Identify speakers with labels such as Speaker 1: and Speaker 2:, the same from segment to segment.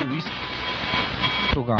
Speaker 1: ウィストが。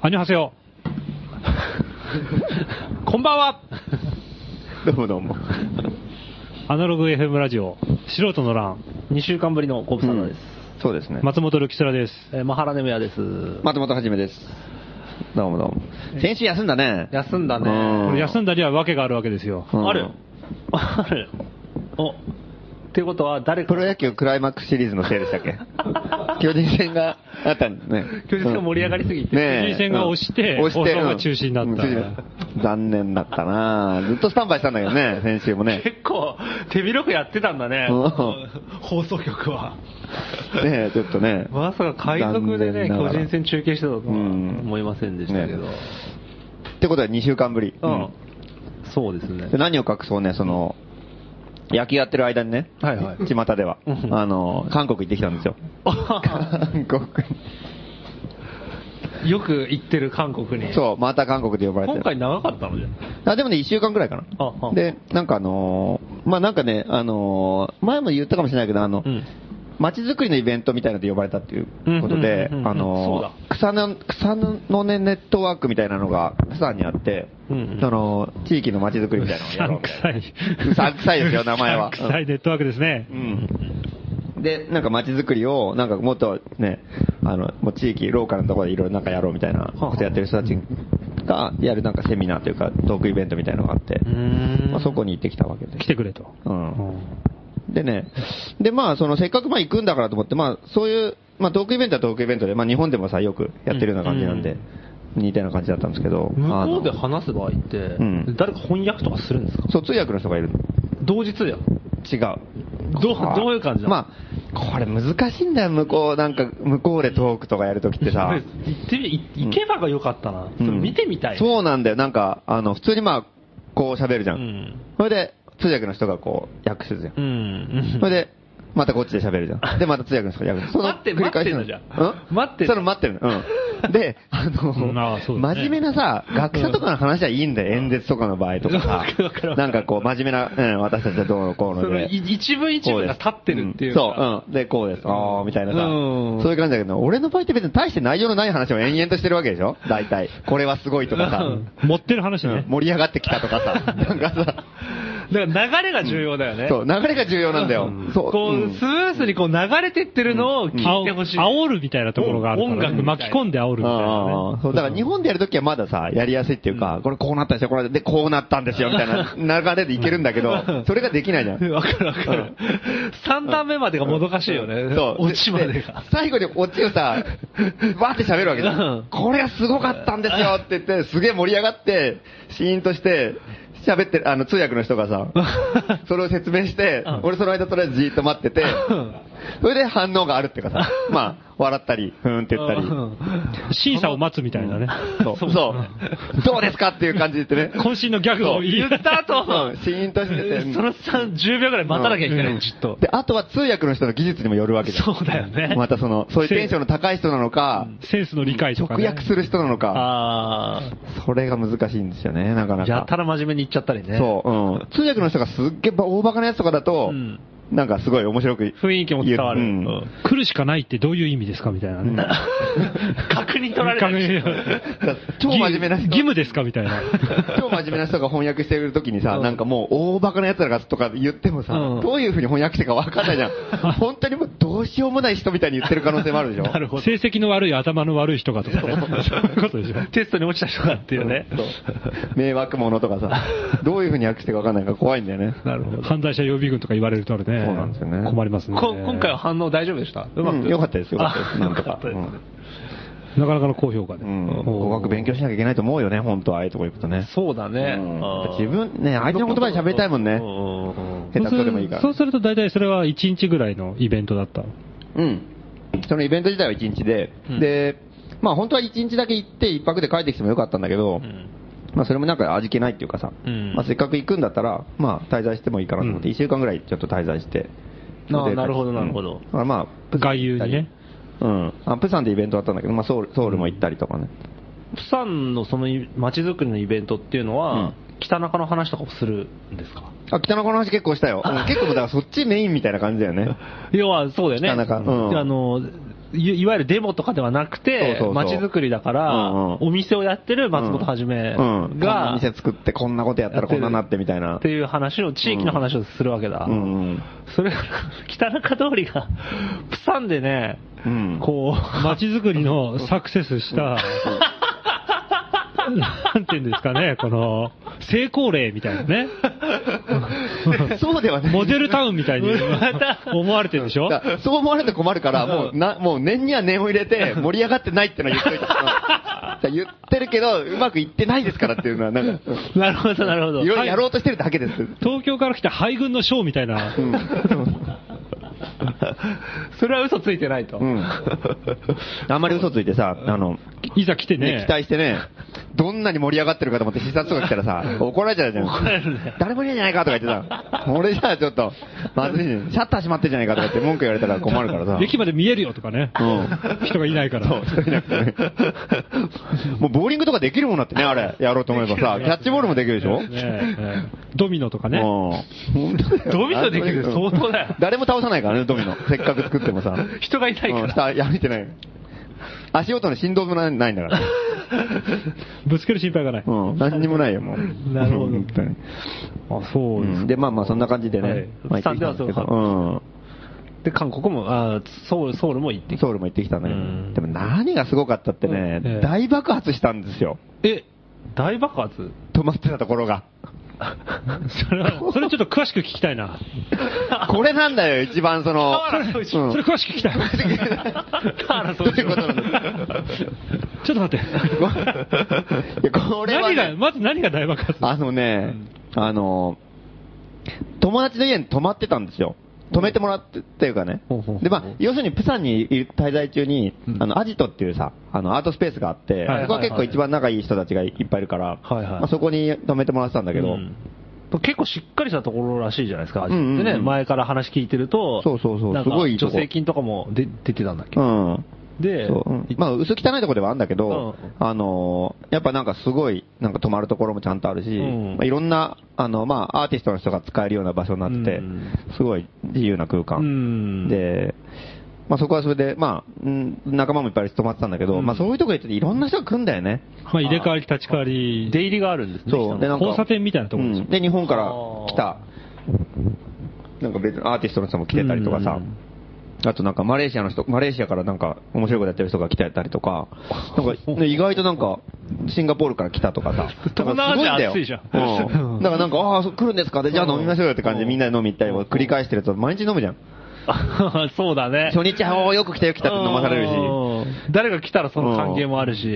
Speaker 2: こんに ちは。こんばんは。
Speaker 3: どうもどうも。
Speaker 2: アナログ FM ラジオ、素人の欄、
Speaker 4: 2週間ぶりのコブサンダです。
Speaker 3: そうですね。
Speaker 2: 松本力空です。
Speaker 4: えー、マハラネムヤです。
Speaker 3: 松本はじめです。どうもどうも。先週休んだね。
Speaker 4: 休んだね
Speaker 3: うん
Speaker 2: これ休んだりは訳があるわけですよ。
Speaker 3: うん
Speaker 4: あるあるお、っていうことは誰か
Speaker 3: プ、ロ野球クライマックスシリーズのせいでした っけ巨人戦があったんね。
Speaker 4: 巨人が盛り上がりすぎて、
Speaker 3: ねえ
Speaker 2: 巨人戦が押して
Speaker 3: うん
Speaker 2: 放送が中止になった
Speaker 3: うん中止残念だったなずっとスタンバイしたんだけ どね、先週もね。
Speaker 4: 結構手広くやってたんだね
Speaker 3: うん、
Speaker 4: 放送局は。
Speaker 3: ねえちょっとね。
Speaker 4: まさか海賊でね、
Speaker 3: 残念な
Speaker 4: 巨
Speaker 3: がら
Speaker 4: 人戦中継してたとは
Speaker 3: うん
Speaker 4: 思いませんでしたけど。
Speaker 3: ねってことは2週間ぶり。
Speaker 4: う
Speaker 3: うん
Speaker 4: ん。そうですね
Speaker 3: で。何を隠そうね、その、野球やってる間にね、
Speaker 4: はいはい
Speaker 3: 巷では、
Speaker 4: うん
Speaker 3: あの、韓国行ってきたんで すよ。韓国。
Speaker 4: よく行ってる韓国に。
Speaker 3: そう、また韓国で呼ばれてる
Speaker 4: 今回長かったのじゃん。
Speaker 3: あでもね、1週間ぐらいか
Speaker 4: ああ
Speaker 3: な。で、なんかあのーまあなんかね、あのー前も言ったかもしれないけど、あの、
Speaker 4: うん
Speaker 3: 街づくりのイベントみたいので呼ばれたっていうことで、
Speaker 4: うんうんうんうんそ
Speaker 3: あ
Speaker 4: う
Speaker 3: の
Speaker 4: だ
Speaker 3: ー草の、草の根ネットワークみたいなのが、草にあって、
Speaker 4: うんうん
Speaker 3: その、地域の街づくりみたいなのをやろうみた
Speaker 2: 臭
Speaker 3: い
Speaker 2: い。
Speaker 3: な。うさんくさいですよ、名前は。
Speaker 2: 臭いネットワークですね。
Speaker 3: うんで、なんか街づくりを、なんかもっとね、あの、もう地域、ローカルのところでいろいろなんかやろうみたいなことやってる人たちがやるなんかセミナーというか、トークイベントみたいなのがあって
Speaker 2: う、ーん
Speaker 3: まあ、そこに行ってきたわけです。
Speaker 2: 来てくれと。
Speaker 3: うん
Speaker 2: うん
Speaker 3: でね、で、まあ、その、せっかくまあ行くんだからと思って、まあ、そういう、まあ、トークイベントはトークイベントで、まあ、日本でもさ、よくやってるような感じなんで、似たような感じだったんですけど、あ
Speaker 4: 向こ
Speaker 3: の
Speaker 4: うで話す場合って、
Speaker 3: ん
Speaker 4: 誰か翻訳とかするんですか
Speaker 3: そう、通訳の人がいるの。
Speaker 4: 同日だよ。
Speaker 3: 違う。
Speaker 4: どうどういう感じなの
Speaker 3: まあ、これ難しいんだよ、向こう、なんか、向こうでトークとかやるときっ てさ
Speaker 4: 行。ってみ、い行けばがよかったな。それ
Speaker 3: うん
Speaker 4: 見てみたい。
Speaker 3: そうなんだよ、なんか、あの、普通にまあ、こう喋るじゃ。
Speaker 4: うんん。
Speaker 3: それで、通訳の人がこう、訳するじゃん。
Speaker 4: うん。
Speaker 3: それで、またこっちで喋るじゃん。で、また通訳の人が訳す。その
Speaker 4: 待って
Speaker 3: 繰り返しな
Speaker 4: 待ってんのじゃん
Speaker 3: うん
Speaker 4: 待ってんの
Speaker 3: その待ってるの。 うん。で、あの、
Speaker 2: うんああそうだね
Speaker 3: 真面目なさ、学者とかの話はいいんだよ。演説とかの場合とか
Speaker 4: わかるわかるわかる
Speaker 3: さ。なんかこう、真面目な、うん、私たちはどうのこう
Speaker 4: そ
Speaker 3: の
Speaker 4: の
Speaker 3: で。
Speaker 4: い一文一
Speaker 3: こ
Speaker 4: 文
Speaker 3: で
Speaker 4: が
Speaker 3: す
Speaker 4: 立ってるっていうか。
Speaker 3: そう、うん。で、こうです。あー、みたいな
Speaker 4: う
Speaker 3: さ。
Speaker 4: ん
Speaker 3: そういう感じだけど、俺の場合って別に大して内容のない話を延々としてるわけでしょ大体。これはすごいとかさ。
Speaker 2: 持ってる話
Speaker 3: うん
Speaker 2: ね。
Speaker 3: 盛り上がってきたとかさ。なんかさ。
Speaker 4: だから流れが重要だよね。
Speaker 3: そう、流れが重要なんだよ。そう。
Speaker 4: こ
Speaker 3: う
Speaker 4: う、
Speaker 3: ん
Speaker 4: スムースにこう流れてってるのを聞いてほしい。
Speaker 2: 煽るみたいなところがあるから、
Speaker 4: 音楽みたいな
Speaker 2: 巻き込んで煽るみたいな
Speaker 3: あ
Speaker 2: ね
Speaker 3: あ。そうだから日本でやるときはまださ、やりやすいっていうか、これこうなったんですよ、これでこうなったんですよ、みたいな流れでいけるんだけど、それができないじゃん。
Speaker 4: わかるわかる。3段目までがもどかしいよね。
Speaker 3: そう。
Speaker 4: 落ちまでが。
Speaker 3: 最後にオチ をさ、わーって喋るわけじゃ
Speaker 4: うん
Speaker 3: ん。これはすごかったんですよって言って、すげえ盛り上がって、シーンとして、喋ってる、あの、通訳の人がさ、 それを説明して、俺その間とりあえずじーっと待ってて、それで反応があるっていうか さ、まあ、笑ったり、ふーんって言ったり。
Speaker 2: 審査を待つみたいなね。
Speaker 3: そう。そう。どうですかっていう感じで言ってね。
Speaker 2: 渾身のギャグを言
Speaker 4: 言った後、
Speaker 3: うんシーンとしてて。
Speaker 4: その3、10秒ぐらい待たなきゃいけない、じっと。
Speaker 3: で、あとは通訳の人の技術にもよるわけじゃん
Speaker 4: そうだよね。
Speaker 3: また その、そういうテンションの高い人なのか、
Speaker 2: センスの理解とか
Speaker 3: 直
Speaker 2: ね。
Speaker 3: 訳する人なのか、
Speaker 4: あ
Speaker 3: それが難しいんですよね、なか
Speaker 4: あ
Speaker 3: な
Speaker 4: や
Speaker 3: か
Speaker 4: た。ら真面目に言っちゃったりね。
Speaker 3: そう、うん。通訳の人がすっげえ大バカなやつとかだと、
Speaker 4: うん
Speaker 3: なんかすごい面白く言う。
Speaker 4: 雰囲気も伝わる。
Speaker 3: う
Speaker 4: うん
Speaker 3: ん
Speaker 2: 来るしかないってどういう意味ですかみたいなね。
Speaker 4: 確認取られたり
Speaker 2: 確認
Speaker 3: だから 超真面目な人。
Speaker 2: 義務ですかみたいな。
Speaker 3: 超真面目な人が翻訳してるときにさ、なんかもう大バカなやつらがとか言ってもさ、
Speaker 4: うん
Speaker 3: どういうふうに翻訳してるかわかんない じゃん。本当にもうどうしようもない人みたいに言ってる可能性もあるでしょ。
Speaker 4: なるほど。
Speaker 2: 成績の悪い頭の悪い人がとかね。そういうことでしょ。
Speaker 4: テストに落ちた人がっていうね。
Speaker 3: そう 迷惑者とかさ、どういうふうに訳してるかわかんないから怖いんだよね。
Speaker 4: なるほど。
Speaker 2: 犯罪者予備軍とか言われるとあれね。
Speaker 3: そうなんですよね
Speaker 2: 困りますね。
Speaker 4: こ今回は反応大丈夫でしたうま
Speaker 3: う
Speaker 4: く。
Speaker 3: んよかったですよかったです
Speaker 4: あ
Speaker 3: な
Speaker 4: よ
Speaker 3: ん
Speaker 4: か
Speaker 3: と
Speaker 4: っ
Speaker 3: か
Speaker 4: たですね。
Speaker 2: なかなかの高評価で。
Speaker 3: うん。
Speaker 2: お
Speaker 3: 語学勉強しなきゃいけないと思うよね、本当はああいうとこ行くとね。
Speaker 4: そうだね
Speaker 3: うん。
Speaker 4: あー
Speaker 3: 自分ね相手の言葉で喋りたいもんね
Speaker 4: うんうんうん
Speaker 3: 下手くそでもいいから。
Speaker 2: そうすると大体それは1日ぐらいのイベントだった。
Speaker 3: うん。そのイベント自体は1日で、
Speaker 4: うん
Speaker 3: で、まあ本当は1日だけ行って1泊で帰ってきてもよかったんだけど、
Speaker 4: ん
Speaker 3: まあそれもなんか味気ないっていうかさ、
Speaker 4: うん
Speaker 3: まあせっかく行くんだったら、まあ滞在してもいいかなと思って、
Speaker 2: うん
Speaker 3: 1週間ぐらいちょっと滞在して。
Speaker 4: ああ
Speaker 3: それで
Speaker 4: なるほどなるほど
Speaker 3: うんだからまあ、プサン
Speaker 2: 外遊にね。
Speaker 3: うん。あ、プサンでイベントあったんだけど、まあソウル、ソウルも行ったりとかね。
Speaker 4: プサンのその街づくりのイベントっていうの
Speaker 3: う
Speaker 4: は
Speaker 3: ん、
Speaker 4: 北中の話とかをするんですか
Speaker 3: あ、北の子の話結構したよ。うん結構だからそっちメインみたいな感じだよね。
Speaker 4: 要はそうだよね。
Speaker 3: 北中うん
Speaker 4: あのいいわゆるデモとかではなくて
Speaker 3: そうそうそ、う
Speaker 4: 街づくりだから、
Speaker 3: うんうん
Speaker 4: お店をやってる松本はじめ
Speaker 3: うんうんこんな
Speaker 4: が、
Speaker 3: 店作ってこんなことやったらこんなになってみたいな
Speaker 4: って。いう話を、地域の話をするわけだ。
Speaker 3: うんうん。
Speaker 4: それが、 北中通りが、プサンでね、
Speaker 3: うん
Speaker 4: こう、
Speaker 2: 街づくりのサクセスした、なんていうんですかね、この、成功例みたいなね。
Speaker 3: そうではない。
Speaker 2: モデルタウンみた いに思われてるでしょ
Speaker 3: だからそう思われて困るから、もう、な、もう念には念を入れて、盛り上がってないって のは言っといた。うん言ってるけど、うまくいってないですからっていうのは、なんか、うん
Speaker 4: なるほど、なるほど。
Speaker 3: いろいろやろうとしてるだけです。
Speaker 2: 東京から来た敗軍の将みたいな、
Speaker 4: それは嘘ついてないと。
Speaker 3: うん。あんまり嘘ついてさ、あの、
Speaker 2: いざ来て
Speaker 3: ね
Speaker 2: ね
Speaker 3: 期、待してね、どんなに盛り上がってるかと思って視察とか来たらさ、 怒られちゃうじゃん。誰もいないじゃないかとか言ってさ、俺じゃあちょっと、まずいね、シャッター閉まってんじゃないかとかって文句言われたら困るからさ。
Speaker 2: 駅まで見えるよとかね、
Speaker 3: うん
Speaker 2: 人がいないから。
Speaker 3: そう、人いなく てね。もうボーリングとかできるもんだってね、あれ、やろうと思えばさ、キャッチボールもできるでしょ
Speaker 2: ねえドミノとか
Speaker 3: うん
Speaker 2: ね。
Speaker 3: 本当だよ
Speaker 4: ドミノできるって相当だよ
Speaker 3: 誰も倒さないからね、ドミノ。せっかく作ってもさ。
Speaker 4: 人がいない
Speaker 3: うん
Speaker 4: から。
Speaker 3: 下、やめてない。足音の振動もなないんだから。
Speaker 2: ぶつける心配がない。
Speaker 3: うん、何にもないよ、もう。
Speaker 4: なるほど
Speaker 3: 本当に
Speaker 2: あ、そううです
Speaker 3: ん
Speaker 2: か
Speaker 3: で、まあまあ、そんな感じで
Speaker 4: はい
Speaker 3: ね。まあ行ってきたんですけど
Speaker 4: サンデーはそう
Speaker 3: うん。
Speaker 4: で、韓国も、あーソウル、ソウルも行ってきた。
Speaker 3: ソウルも行ってきたんだけ
Speaker 4: う
Speaker 3: ど
Speaker 4: ん
Speaker 3: でも何がすごかったって
Speaker 2: うんえ
Speaker 3: ね
Speaker 2: え、
Speaker 3: 大爆発したんですよ。
Speaker 4: え、大爆 発
Speaker 3: 止まってたところが。
Speaker 2: それは、それちょっと詳しく聞きたいな。
Speaker 3: これなんだよ、一番 その。うん
Speaker 2: それ詳しく聞きた い。
Speaker 3: どういうことなんですか
Speaker 2: ちょっと待って。
Speaker 3: いやこれは
Speaker 2: 何
Speaker 3: ね、
Speaker 2: が、まず何が大爆発
Speaker 3: あのね、あの、友達の家に泊まってたんですよ。泊めてもらって、っていうかね
Speaker 4: ほうほうほう。
Speaker 3: で、まあ、要するに、プサンにいる滞在中に、あの、アジトっていうさ、あの、アートスペースがあって、
Speaker 4: はい
Speaker 3: そこは結構一番仲いい人たちがいっぱいいるから、
Speaker 4: はいはい
Speaker 3: まあそこに泊めてもらってたんだけど、
Speaker 4: うん結構しっかりしたところらしいじゃないですか、味っ
Speaker 3: う
Speaker 4: て
Speaker 3: んうんうん
Speaker 4: ね、前から話聞いてると、
Speaker 3: そうそうそう
Speaker 4: なんか
Speaker 3: すごいいいとこ
Speaker 4: 助成金とかも出出てたんだっけ、
Speaker 3: うん。
Speaker 4: で、
Speaker 3: そううんまあ、薄汚いところではあるんだけど、あのーやっぱなんかすごい、なんか泊まるところもちゃんとあるし、
Speaker 4: うん
Speaker 3: まあいろんな、あの、まあ、アーティストの人が使えるような場所になってて、
Speaker 4: うん
Speaker 3: すごい自由な空
Speaker 4: う
Speaker 3: 間。
Speaker 4: ん、
Speaker 3: で、まあそこはそれで、まあ、うん仲間もいっぱい泊まってたんだけど、
Speaker 2: うん
Speaker 3: まあそういうとこ行ってていろんな人が来るんだよね。
Speaker 2: まあ入れ替わり立ち替わり。
Speaker 4: 出入りがあるんですね。
Speaker 3: そう。で、なんか。
Speaker 2: 交差点みたいなところでしょ
Speaker 3: うんで、日本から来た、なんか別のアーティストの人も来てたりとか
Speaker 2: う
Speaker 3: さ
Speaker 2: んうんうん、
Speaker 3: あとなんかマレーシアの人、マレーシアからなんか面白いことやってる人が来てたりと か、なんかね意外となんかシンガポールから来たと かさ、
Speaker 4: 東南アジア
Speaker 3: なんかすごいんだよ
Speaker 4: 暑いじゃ
Speaker 3: うん。だからなんか、ああ、そう来るんですかで、じゃあ飲みましょうよって感じでみんなで飲み行ったり繰り返してると毎日飲むじゃん。
Speaker 4: あ そうだね。
Speaker 3: 初日はおーよく来たよく来たって飲まされるし。
Speaker 4: うん誰が来たらその関係もあるし。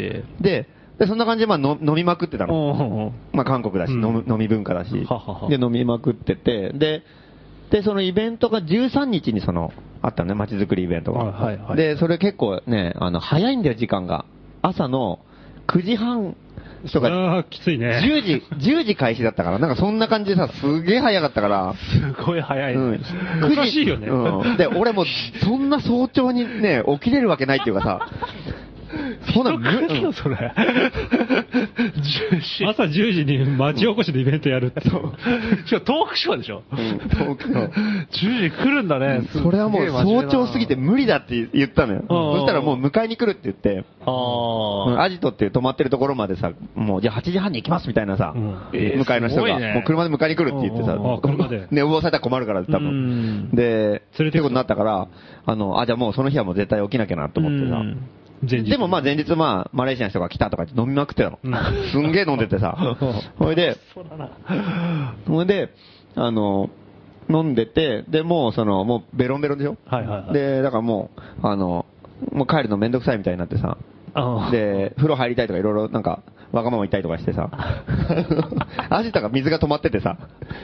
Speaker 3: で、でそんな感じでまあの飲みまくってた
Speaker 4: う
Speaker 3: の。
Speaker 4: ん
Speaker 3: まあ、韓国だし、
Speaker 2: うん
Speaker 3: 飲む飲み文化だし
Speaker 4: ははは
Speaker 3: で、飲みまくってて、で、で、そのイベントが13日にその、あったのね、街づくりイベントが。
Speaker 2: はいはいはい
Speaker 3: で、それ結構ね、あの、早いんだよ、時間が。朝の9時半とか、
Speaker 2: ああ、きついね。
Speaker 3: 10時、10時開始だったから、なんかそんな感じでさ、すげえ早かったから、
Speaker 4: すごい早い。
Speaker 3: うん
Speaker 2: おかしいよね
Speaker 3: うんで、俺も、そんな早朝にね、起きれるわけないっていうか さ、そんな、ぐ
Speaker 4: 何
Speaker 3: う
Speaker 4: よ
Speaker 3: ん
Speaker 4: それ。
Speaker 2: 朝10時に町おこしでイベントやるって。
Speaker 4: しかも東北地方でしょ
Speaker 3: うん遠くの
Speaker 4: 10時来るんだね。
Speaker 3: それはもう早朝すぎて無理だって言ったのよ。
Speaker 4: うん
Speaker 3: そしたらもう迎えに来るって言って、
Speaker 4: ああ。
Speaker 3: アジトっていう泊まってるところまでさ、もうじゃあ8時半に行きますみたいなさ、
Speaker 2: うん
Speaker 4: えー
Speaker 3: 迎えの人
Speaker 4: すご
Speaker 3: が、
Speaker 4: いね
Speaker 3: もう車で迎えに来るって言ってさ、
Speaker 2: うんうんうん車で
Speaker 3: 寝坊されたら困るからって多分。で、
Speaker 2: 連れてくと
Speaker 3: ってことになったから、あの、あ、じゃあもうその日はもう絶対起きなきゃなと思ってさ。
Speaker 4: うん
Speaker 2: 前日。
Speaker 3: でもまあ前日まあ、マレーシアの人が来たとか言って飲みまくってたの。すんげえ飲んでてさ。ほいで、
Speaker 4: そうだな。
Speaker 3: ほいで、あの、飲んでて、で、もうその、もうベロンベロンでしょ
Speaker 4: はいはいはい。
Speaker 3: で、だからもう、あの、もう帰るのめんどくさいみたいになってさ、
Speaker 4: あー、
Speaker 3: で、風呂入りたいとかいろいろなんか、わがまま言ったりとかして さ、アジタが水が止まっててさ、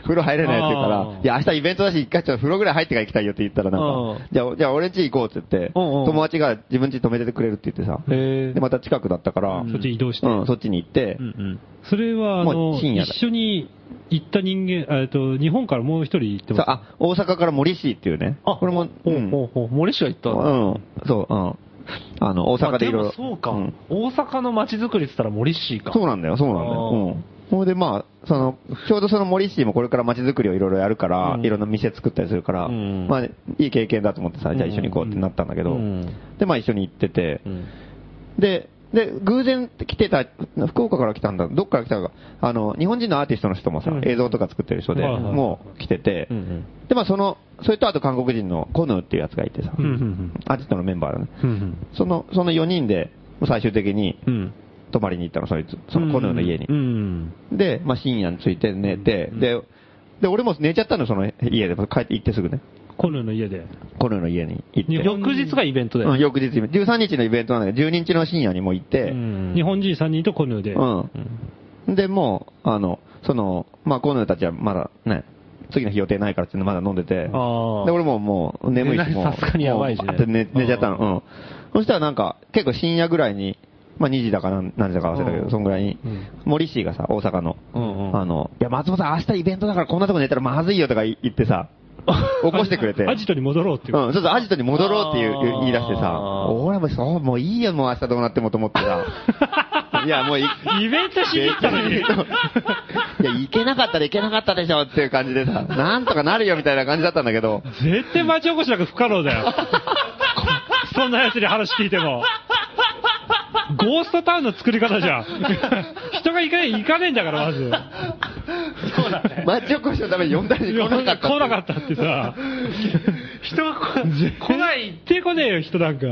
Speaker 3: 風呂入れないって言うか
Speaker 4: あ
Speaker 3: ら、
Speaker 4: ー
Speaker 3: いや、明日イベントだし、一回ちょっと風呂ぐらい入ってから行きたいよって言ったらなんか
Speaker 4: う、
Speaker 3: じゃあ、じゃあ俺ん家行こうって言って、
Speaker 4: うんうん
Speaker 3: 友達が自分家止めててくれるって言ってさ、
Speaker 4: へー
Speaker 3: で、また近くだったから、
Speaker 4: うん
Speaker 2: そっちに移動して。
Speaker 3: うんそっちに行って
Speaker 4: う、ん
Speaker 2: それは、あ
Speaker 3: も
Speaker 2: の、
Speaker 3: う深夜だ
Speaker 2: 一緒に行った人間、えっと、日本からもう一人行って
Speaker 3: さ
Speaker 2: ます。
Speaker 3: あ、大阪から森市っていうね、
Speaker 4: あ
Speaker 3: これも、う
Speaker 4: うん。
Speaker 3: ん、
Speaker 4: ほうほう、森氏は行ったんだ
Speaker 3: うん、そう、うん。あの、大阪でいろいろ。
Speaker 4: あもそうか、
Speaker 3: ん
Speaker 4: 大阪の街づくりって言ったら森氏か。
Speaker 3: そうなんだよ、そうなんだよ。うん。ほいで、まあ、その、ちょうどその森氏もこれから街づくりをいろいろやるから、
Speaker 4: うん
Speaker 3: いろんな店作ったりするから、
Speaker 4: うん
Speaker 3: まあ、いい経験だと思ってさ、じゃあ一緒に行こうってなったんだけど、
Speaker 4: うん
Speaker 3: で、まあ一緒に行ってて、
Speaker 4: うん
Speaker 3: で、で、偶然来てた、福岡から来たんだ、どっから来たのか、あの、日本人のアーティストの人もさ、
Speaker 4: うん
Speaker 3: 映像とか作ってる人で、
Speaker 2: はいはい
Speaker 3: もう来てて、
Speaker 4: うんうん
Speaker 3: で、まあその、それとあと韓国人のコヌーっていうやつがいてさ、
Speaker 2: うんうん
Speaker 3: アーティストのメンバーだね。
Speaker 2: うんうん
Speaker 3: その、その4人で、最終的に
Speaker 4: うん。
Speaker 3: 泊まりに行ったの、そいつ、そのコヌーの家に
Speaker 4: う。ん。
Speaker 3: で、まあ、深夜について寝て、
Speaker 4: うん
Speaker 3: で、で、俺も寝ちゃったの、その家で。帰って行ってすぐね。
Speaker 2: コヌーの家で。
Speaker 3: コヌーの家に行って。
Speaker 2: 日本
Speaker 4: 翌日がイベントで。
Speaker 3: うん、翌日、13日のイベントなんだけど、12日の深夜にもう行って、
Speaker 4: うん
Speaker 2: 日本人3人とコヌーで。
Speaker 3: うん。で、もう、あの、その、まあ、コヌーたちはまだね、次の日予定ないからっていうのまだ飲んでて、で、
Speaker 4: あー
Speaker 3: 俺ももう眠いし、
Speaker 4: 寝
Speaker 3: も
Speaker 4: な
Speaker 3: う、
Speaker 4: いさすがにやばいしね
Speaker 3: もうバーって寝寝ちゃったの。うん。そしたらなんか、結構深夜ぐらいに、まあ、2時だかなん何時だか忘れたけ
Speaker 4: う
Speaker 3: ど、
Speaker 4: ん
Speaker 3: そんぐらいに
Speaker 2: うん、
Speaker 3: 森氏がさ、大阪の、
Speaker 4: うんうん
Speaker 3: あの、いや、松本さん、明日イベントだからこんなとこ寝たらまずいよとか言って さ、起こしてくれて。
Speaker 2: アジトに戻ろうっていう。
Speaker 3: うん、そうそう、アジトに戻ろうっていう
Speaker 4: あー
Speaker 3: 言い出してさ、俺もそう、もういいよ、もう明日どうなってもと思って さ。いや、もうい、
Speaker 4: イベントしに行ったの に。
Speaker 3: いや、行けなかったら行けなかったでしょっていう感じでさ、なんとかなるよみたいな感じだったんだけど、
Speaker 2: 絶対町おこしなんか不可能だよ。 こそんな奴に話聞いても。ゴーストタウンの作り方じゃん。人が行かねえ、行かねえんだから、まず。
Speaker 4: そうだね。
Speaker 3: マッチョコシのために呼んだりに来なかったっていう。
Speaker 2: 来なかったってさ。
Speaker 4: 人が来来ない。
Speaker 2: 行ってこねえよ、人なんか。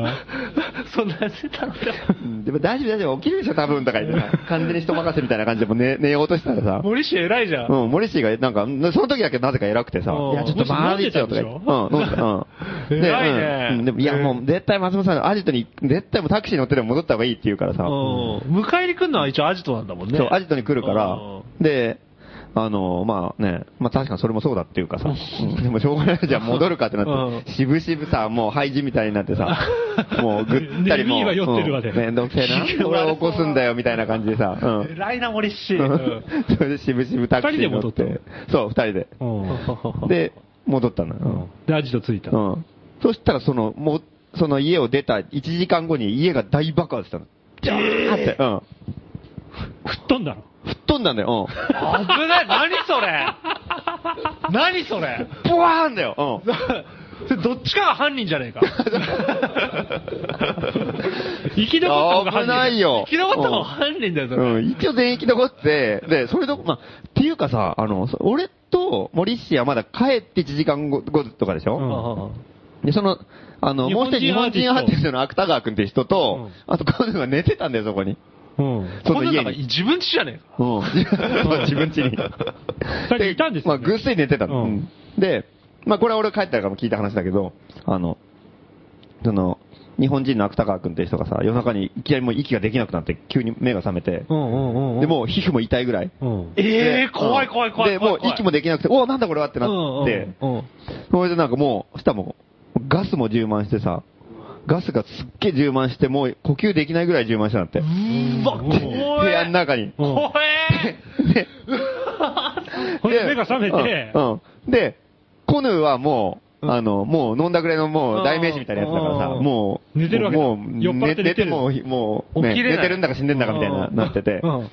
Speaker 4: そんなやついたので
Speaker 3: うんでも大丈夫大丈夫、起きるでしょ多分とか言ってさ、完全に人任せみたいな感じでもう寝寝ようとしたらさ、
Speaker 4: 森氏偉いじゃん。
Speaker 3: うん、モリシーが、なんか、その時だけなぜか偉くてさ、
Speaker 4: うん
Speaker 3: いや、ちょっとマジでよとか言って、うん、飲んでた、うん。で
Speaker 4: 偉いね
Speaker 3: うんうんでもいや、もう絶対松本さん、アジトに、絶対もうタクシー乗ってでも戻った方がいいって言うからさ、
Speaker 4: うん迎えに来るのは一応アジトなんだもんね。
Speaker 3: そう、アジトに来るから
Speaker 4: うん、
Speaker 3: で、あの、まあね、まあ確かにそれもそうだっていうかさ、うんでもしょうがないじゃん、戻るかってなって、しぶしぶさ、もう廃人みたいになってさ、もうぐったりもう、
Speaker 2: ね耳が酔ってるわね
Speaker 3: うんめんどくせえな、俺は起こすんだよみたいな感じでさ、うん。
Speaker 4: 偉いな、森氏。
Speaker 3: それでしぶしぶタクシーに乗っ
Speaker 2: 二人で戻
Speaker 3: て、そう、二人で。で、戻ったのよ。
Speaker 2: で、アジト着いた。
Speaker 3: うん。うんそしたら、その、もう、その家を出た1時間後に家が大爆発したの。ジャーって。うん。
Speaker 2: 吹っ飛んだろ。
Speaker 3: 吹っ飛んだんだよ。
Speaker 4: 危ない、何それ。何それ。
Speaker 3: うん。ボワーンだよ。うん。
Speaker 4: それどっちかが犯人じゃねえか。
Speaker 2: 生き残ったのが犯人
Speaker 3: 危ないよ。
Speaker 4: 生き残ったのが犯人だよ、それ。
Speaker 3: うん、一応全員生き残って、で、それどこ、まあ、っていうかさ、あの、そ俺と森氏はまだ帰って1時間後後とかでし
Speaker 4: う
Speaker 3: ょ、
Speaker 4: んうん
Speaker 3: で、その、あの、
Speaker 4: 日
Speaker 3: もう
Speaker 4: 本
Speaker 3: 一
Speaker 4: 人
Speaker 3: 人日本人アーティストの芥川君って人と、
Speaker 4: う
Speaker 3: あと彼女が寝てたんだよ、そこに。
Speaker 2: うん。
Speaker 3: そ
Speaker 4: こ
Speaker 3: の
Speaker 4: んな
Speaker 3: 家
Speaker 4: 中
Speaker 3: に。
Speaker 4: 自分ちじゃねえか。
Speaker 3: うん。そう自分 家に。
Speaker 2: 人いたんです
Speaker 3: ま
Speaker 2: よね
Speaker 3: あ、ぐっすり寝てたの。
Speaker 2: うん
Speaker 3: うんで、まあ、これは俺帰ったからも聞いた話だけど、あの、その、日本人の芥川君って人がさ、夜中にいきなりもう息ができなくなって、急に目が覚めて、
Speaker 2: うんうんうん。
Speaker 3: で、もう皮膚も痛いぐらい。
Speaker 2: うん。
Speaker 4: ええ
Speaker 3: で
Speaker 4: 怖い怖い怖い
Speaker 3: で、
Speaker 4: 怖
Speaker 3: も
Speaker 4: いう怖い。
Speaker 3: 息もできなくて、おお、なんだこれはってな
Speaker 4: うん
Speaker 3: って、
Speaker 4: うんうん
Speaker 3: それでなんかもう、そしたらもう、ガスも充満してさ、ガスがすっげえ充満して、もう呼吸できないぐらい充満したんだって。
Speaker 4: うわ、怖え。
Speaker 3: 部屋の中に。
Speaker 2: うん
Speaker 4: 怖 え。
Speaker 3: で、
Speaker 2: ほんで目が覚めて
Speaker 3: う、んうんで、コヌーはもう、あの、もう飲んだぐらいのもう代名詞みたいなやつだからさ、
Speaker 4: うん
Speaker 3: もう、
Speaker 2: 寝てるわけだ
Speaker 3: もう、
Speaker 2: 酔っ払って寝てる
Speaker 3: もう、もう、ね
Speaker 4: 起きれない
Speaker 3: 寝てるんだか死んでんだかみたいな、
Speaker 4: うん
Speaker 3: なってて
Speaker 2: う。ん。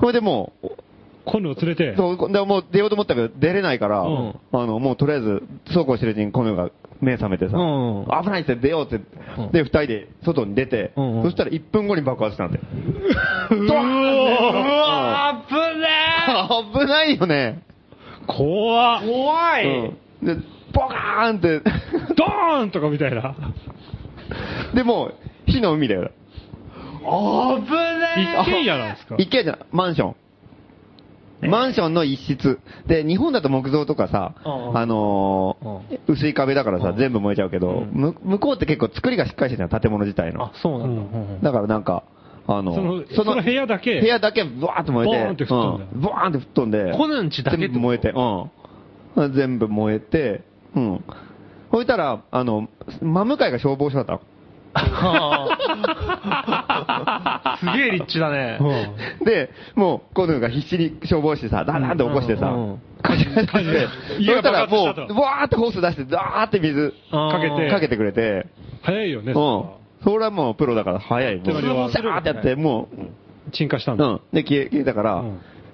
Speaker 3: それでもう、
Speaker 2: コヌを連れて、
Speaker 3: そう、でもう出ようと思ったけど、出れないから、
Speaker 4: うん
Speaker 3: あの、もうとりあえず、そうこうしてるうちにコヌが目覚めてさ、
Speaker 4: うん
Speaker 3: 危ないって出ようって、
Speaker 4: うん
Speaker 3: で、二人で外に出て、
Speaker 4: うんうん
Speaker 3: そしたら1分後に爆発したんだよ。
Speaker 4: う わ、危ね
Speaker 3: 危ないよね。
Speaker 2: 怖っ
Speaker 4: え。怖い。
Speaker 3: うんで、ボカーンって、
Speaker 2: ドーンとかみたいな。
Speaker 3: でもう、火の海だよ。
Speaker 4: 危ねえ。
Speaker 2: 一軒家なんですか
Speaker 3: 一軒家じゃないマンション。マンションの一室。で、日本だと木造とかさ、
Speaker 4: うんうん
Speaker 3: あのー薄い壁だから
Speaker 4: う
Speaker 3: さ、
Speaker 4: ん
Speaker 3: 全部燃えちゃうけど、
Speaker 4: うん
Speaker 3: む向こうって結構作りがしっかりしてるじゃん、建物自体の。
Speaker 4: あ、そうなんだ
Speaker 2: うんうん
Speaker 3: だからなんか、あの、
Speaker 2: そのその部屋だけ
Speaker 3: 部屋だけ、ブワーって燃えて、
Speaker 2: ボーンって吹っ飛んだ
Speaker 3: うボーンって吹っ飛んで、
Speaker 4: コヌン家だけってこ
Speaker 3: 全
Speaker 4: と
Speaker 3: 部燃えて、うん。全部燃えて、うん。ほいたら、あの、真向かいが消防署だったの。
Speaker 4: すげえ立地だね。
Speaker 3: で、もう、コヌーが必死に消防士さ、ダーダーって起こしてさ
Speaker 4: うんうん、
Speaker 3: カチャカチャって、そ
Speaker 2: 家が
Speaker 3: したら
Speaker 2: 爆
Speaker 3: も
Speaker 2: 発し
Speaker 3: う
Speaker 2: たと、
Speaker 3: わーってホース出して、ダーって水
Speaker 2: かけて、
Speaker 3: かけてくれて、
Speaker 2: 早いよ
Speaker 3: う
Speaker 2: ね、
Speaker 3: ん。
Speaker 2: そ
Speaker 3: それはもうプロだから早い。もう、ダ
Speaker 2: あっという間に終
Speaker 3: ー
Speaker 2: わ
Speaker 3: ってやって、も
Speaker 2: れは鎮火したん
Speaker 3: う、う
Speaker 2: だ。
Speaker 3: ん。で、消え、消えたから、